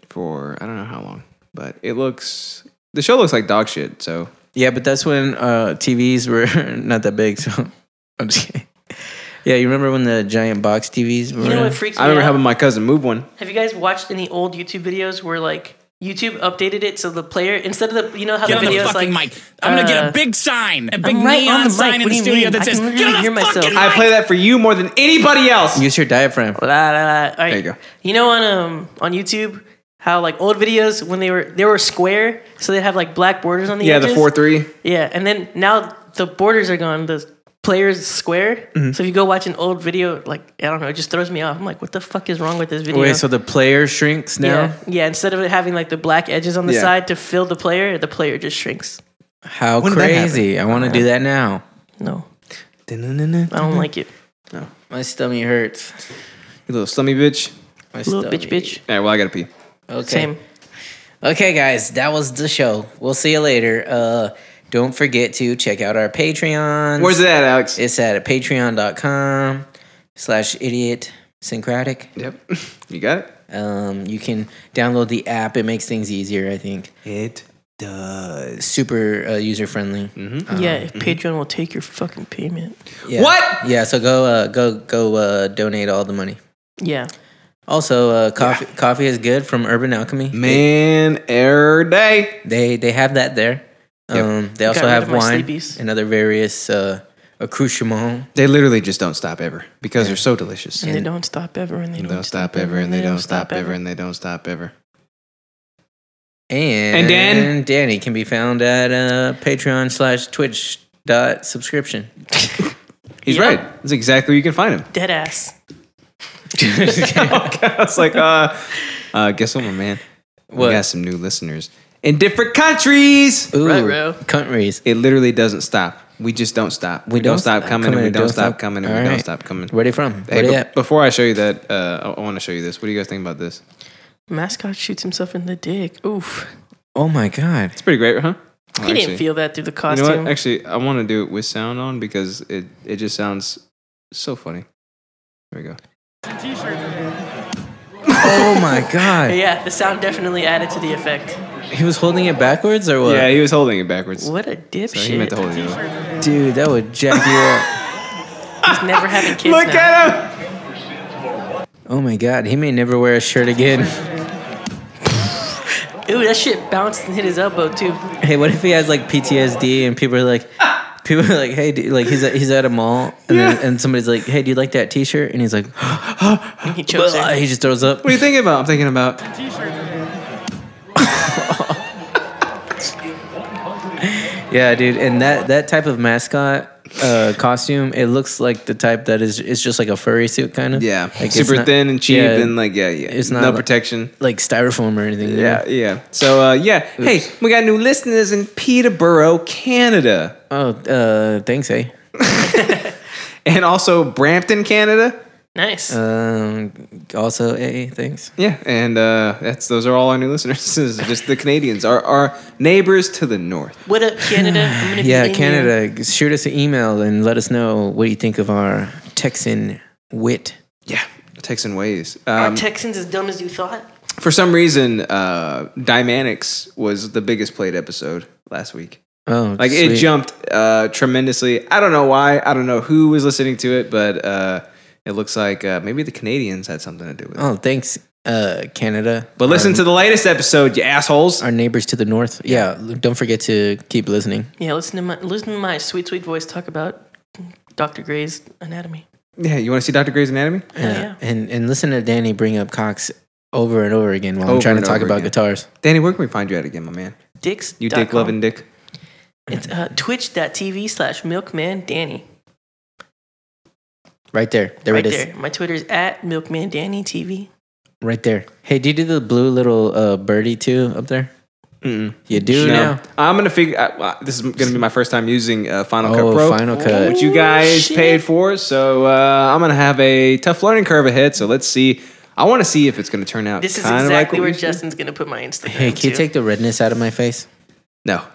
Speaker 1: for I don't know how long, but it looks the show looks like dog shit. So
Speaker 3: Yeah, but that's when uh TVs were [laughs] not that big. So [laughs] I'm just kidding. Yeah, you remember when the giant box TVs were?
Speaker 2: You know what freaks
Speaker 1: I
Speaker 2: me
Speaker 1: remember
Speaker 2: out?
Speaker 1: having my cousin move one.
Speaker 2: Have you guys watched any old YouTube videos where like YouTube updated it so the player instead of the you know how
Speaker 9: Get on
Speaker 2: the
Speaker 9: the
Speaker 2: videos like
Speaker 9: fucking mic. I'm gonna get
Speaker 2: uh,
Speaker 9: a big sign, a big
Speaker 2: I'm right on
Speaker 9: neon
Speaker 2: the mic.
Speaker 9: sign in
Speaker 2: What do
Speaker 9: the
Speaker 2: you
Speaker 9: studio
Speaker 2: mean?
Speaker 9: that
Speaker 2: I
Speaker 9: says,
Speaker 2: can
Speaker 9: "Get
Speaker 2: literally
Speaker 9: on
Speaker 2: hear
Speaker 9: the
Speaker 2: myself.
Speaker 9: fucking
Speaker 1: I play that for you more than anybody else.
Speaker 3: Use your diaphragm.
Speaker 2: La, la, la. All right.
Speaker 1: There you go.
Speaker 2: You know on um on YouTube how like old videos when they were they were square so they have like black borders on the
Speaker 1: yeah,
Speaker 2: edges.
Speaker 1: the four three.
Speaker 2: Yeah, and then now the borders are gone. The players is square.
Speaker 1: Mm-hmm.
Speaker 2: So if you go watch an old video, like I don't know, it just throws me off. I'm like, what the fuck is wrong with this video?
Speaker 3: Wait, so the player shrinks now?
Speaker 2: yeah, yeah. Instead of it having like the black edges on the
Speaker 1: Yeah.
Speaker 2: side to fill the player, the player just shrinks.
Speaker 3: How
Speaker 1: When did that
Speaker 3: crazy! I want to do that now.
Speaker 2: No,
Speaker 1: You
Speaker 2: I don't like it.
Speaker 3: My stomach hurts.
Speaker 1: little slummy bitch.
Speaker 3: My
Speaker 2: Little bitch, bitch.
Speaker 1: All right, well I gotta pee.
Speaker 3: Okay.
Speaker 2: Same.
Speaker 3: Okay, guys, that was the show. We'll see you later. Uh, don't forget to check out our Patreon.
Speaker 1: Where's it at, Alex?
Speaker 3: It's at patreon.com slash idiot syncratic.
Speaker 1: yep, [laughs] you got it.
Speaker 3: Um, you can download the app. It makes things easier, I think.
Speaker 1: It does.
Speaker 3: It's super uh, user friendly.
Speaker 2: yeah, if Patreon will take your fucking payment.
Speaker 3: Yeah.
Speaker 1: What?
Speaker 3: Yeah. So go, uh, go, go, uh, donate all the money.
Speaker 2: Yeah.
Speaker 3: Also, uh, coffee, coffee is good from Urban Alchemy.
Speaker 1: Man, air day.
Speaker 3: They they have that there.
Speaker 1: Yep.
Speaker 3: Um, they also
Speaker 2: rid
Speaker 3: have
Speaker 2: of my
Speaker 3: wine
Speaker 2: sleepies.
Speaker 3: and other various uh, accoutrements.
Speaker 1: They literally just don't stop ever because they're so delicious.
Speaker 2: And they don't stop ever, and they
Speaker 1: They
Speaker 2: don't,
Speaker 1: don't stop ever, and they don't stop ever, and they don't stop ever.
Speaker 3: And,
Speaker 1: And Dan?
Speaker 3: Danny can be found at uh, Patreon slash Twitch dot subscription.
Speaker 1: He's
Speaker 2: Yeah.
Speaker 1: right. That's exactly where you can find him. [laughs]
Speaker 2: Dead ass.
Speaker 1: I was like, uh, uh, guess what, my man?
Speaker 3: What?
Speaker 1: We got some new listeners. in different countries.
Speaker 3: Ooh,
Speaker 2: Right, bro.
Speaker 3: Countries.
Speaker 1: It literally doesn't stop. We just don't stop. We, don't, stop coming, and we don't stop coming and we
Speaker 3: All
Speaker 1: don't
Speaker 3: right.
Speaker 1: stop coming.
Speaker 3: Where they from?
Speaker 1: Hey,
Speaker 3: Where
Speaker 1: be-
Speaker 3: they at?
Speaker 1: before I show you that, uh, I, want to show you this. What do you guys think about this?
Speaker 2: Mascot shoots himself in the dick. Oof.
Speaker 3: Oh my god.
Speaker 1: It's pretty great, huh? Oh,
Speaker 2: He
Speaker 1: actually-
Speaker 2: didn't feel that through the
Speaker 1: You
Speaker 2: costume.
Speaker 1: know what? Actually, I want to do it with sound on because it, it just sounds so funny. There we go.
Speaker 3: Oh
Speaker 1: [laughs]
Speaker 3: my god.
Speaker 2: yeah, the sound definitely added to the effect.
Speaker 3: He was holding it backwards or what?
Speaker 1: Yeah, he was holding it backwards.
Speaker 2: What a dipshit.
Speaker 1: So he meant to hold it. up.
Speaker 3: Dude, that would jack you
Speaker 1: [laughs]
Speaker 3: up.
Speaker 2: He's never having kids
Speaker 1: Look
Speaker 2: now.
Speaker 1: at him!
Speaker 3: Oh my god. He may never wear a shirt again.
Speaker 2: Ooh, that shit bounced and hit his elbow too.
Speaker 3: Hey, what if he has like PTSD and people are like, people are like, hey, dude, like he's at, he's at a mall and then, and somebody's like, hey, do you like that T-shirt? And he's like, [laughs]
Speaker 2: And he chokes
Speaker 3: "Ugh,"
Speaker 2: her.
Speaker 3: he just throws up.
Speaker 1: What are you thinking about? I'm thinking about.
Speaker 3: Yeah, dude. And that that type of mascot uh, costume, it looks like the type that is it's just like a furry suit kind of.
Speaker 1: Yeah,
Speaker 3: Like, it's
Speaker 1: super
Speaker 3: not-
Speaker 1: thin and cheap,
Speaker 3: yeah,
Speaker 1: and like yeah, yeah,
Speaker 3: it's
Speaker 1: it's
Speaker 3: not
Speaker 1: not no
Speaker 3: like-
Speaker 1: protection.
Speaker 3: like styrofoam or anything. you know?
Speaker 1: Yeah, yeah. So uh, yeah, hey, we got new listeners in Peterborough, Canada,
Speaker 3: Oh, uh, thanks, eh?
Speaker 1: and also Brampton, Canada.
Speaker 2: Nice.
Speaker 1: uh,
Speaker 3: Um, also, eh, thanks.
Speaker 1: Yeah, and uh, that's those are all our new listeners. [laughs] This is just the Canadians, our our neighbors to the north.
Speaker 2: what up,
Speaker 1: [sighs]
Speaker 2: Canada? I'm gonna be
Speaker 3: Yeah,
Speaker 2: in you.
Speaker 3: Canada, shoot us an email and let us know what you think of our Texan wit.
Speaker 1: Yeah, Texan ways.
Speaker 2: Are
Speaker 1: Um,
Speaker 2: Texans as dumb as you thought?
Speaker 1: for some reason, uh, Dymanics was the biggest played episode last week.
Speaker 3: Oh,
Speaker 1: Like it
Speaker 3: sweet.
Speaker 1: jumped uh, tremendously. I don't know why. I don't know who was listening to it, but uh, it looks like uh, maybe the Canadians had something to do with it.
Speaker 3: Oh, thanks, uh, Canada.
Speaker 1: But listen to the latest episode, you assholes.
Speaker 3: our neighbors to the north. Yeah, l- don't forget to keep listening.
Speaker 2: Yeah, listen to my listen to my sweet sweet voice talk about Dr. Gray's anatomy. Oh,
Speaker 1: Yeah, you want to see Dr. Grey's Anatomy?
Speaker 2: Hell
Speaker 3: Yeah, and and listen to Danny bring up Cox over and over again while I'm
Speaker 1: Over
Speaker 3: trying to
Speaker 1: and
Speaker 3: talk
Speaker 1: over
Speaker 3: about
Speaker 1: again.
Speaker 3: guitars.
Speaker 1: Danny, where can we find you at again, my man?
Speaker 2: Dicks.
Speaker 1: You dick loving dick.
Speaker 2: It's uh, twitch.tv slash milkman danny.
Speaker 3: Right there, there
Speaker 2: right
Speaker 3: it is,
Speaker 2: there. My Twitter's at milkman danny TV.
Speaker 3: right there. Hey, do you do the blue little uh, birdie too up there?
Speaker 1: Mm-mm.
Speaker 3: You do
Speaker 1: No.
Speaker 3: now.
Speaker 1: I'm gonna figure. I, I- this is gonna be my first time using uh, Final Cut
Speaker 3: Oh,
Speaker 1: Pro,
Speaker 3: Final Cut.
Speaker 1: which you guys
Speaker 2: Shit.
Speaker 1: paid for. So uh, I'm gonna have a tough learning curve ahead. So let's see. I want to see if it's gonna turn out.
Speaker 2: This is
Speaker 1: kinda like
Speaker 2: exactly
Speaker 1: what
Speaker 2: where
Speaker 1: we-
Speaker 2: Justin's gonna put my Instagram.
Speaker 3: Hey, can you
Speaker 2: too.
Speaker 3: take the redness out of my face?
Speaker 1: No,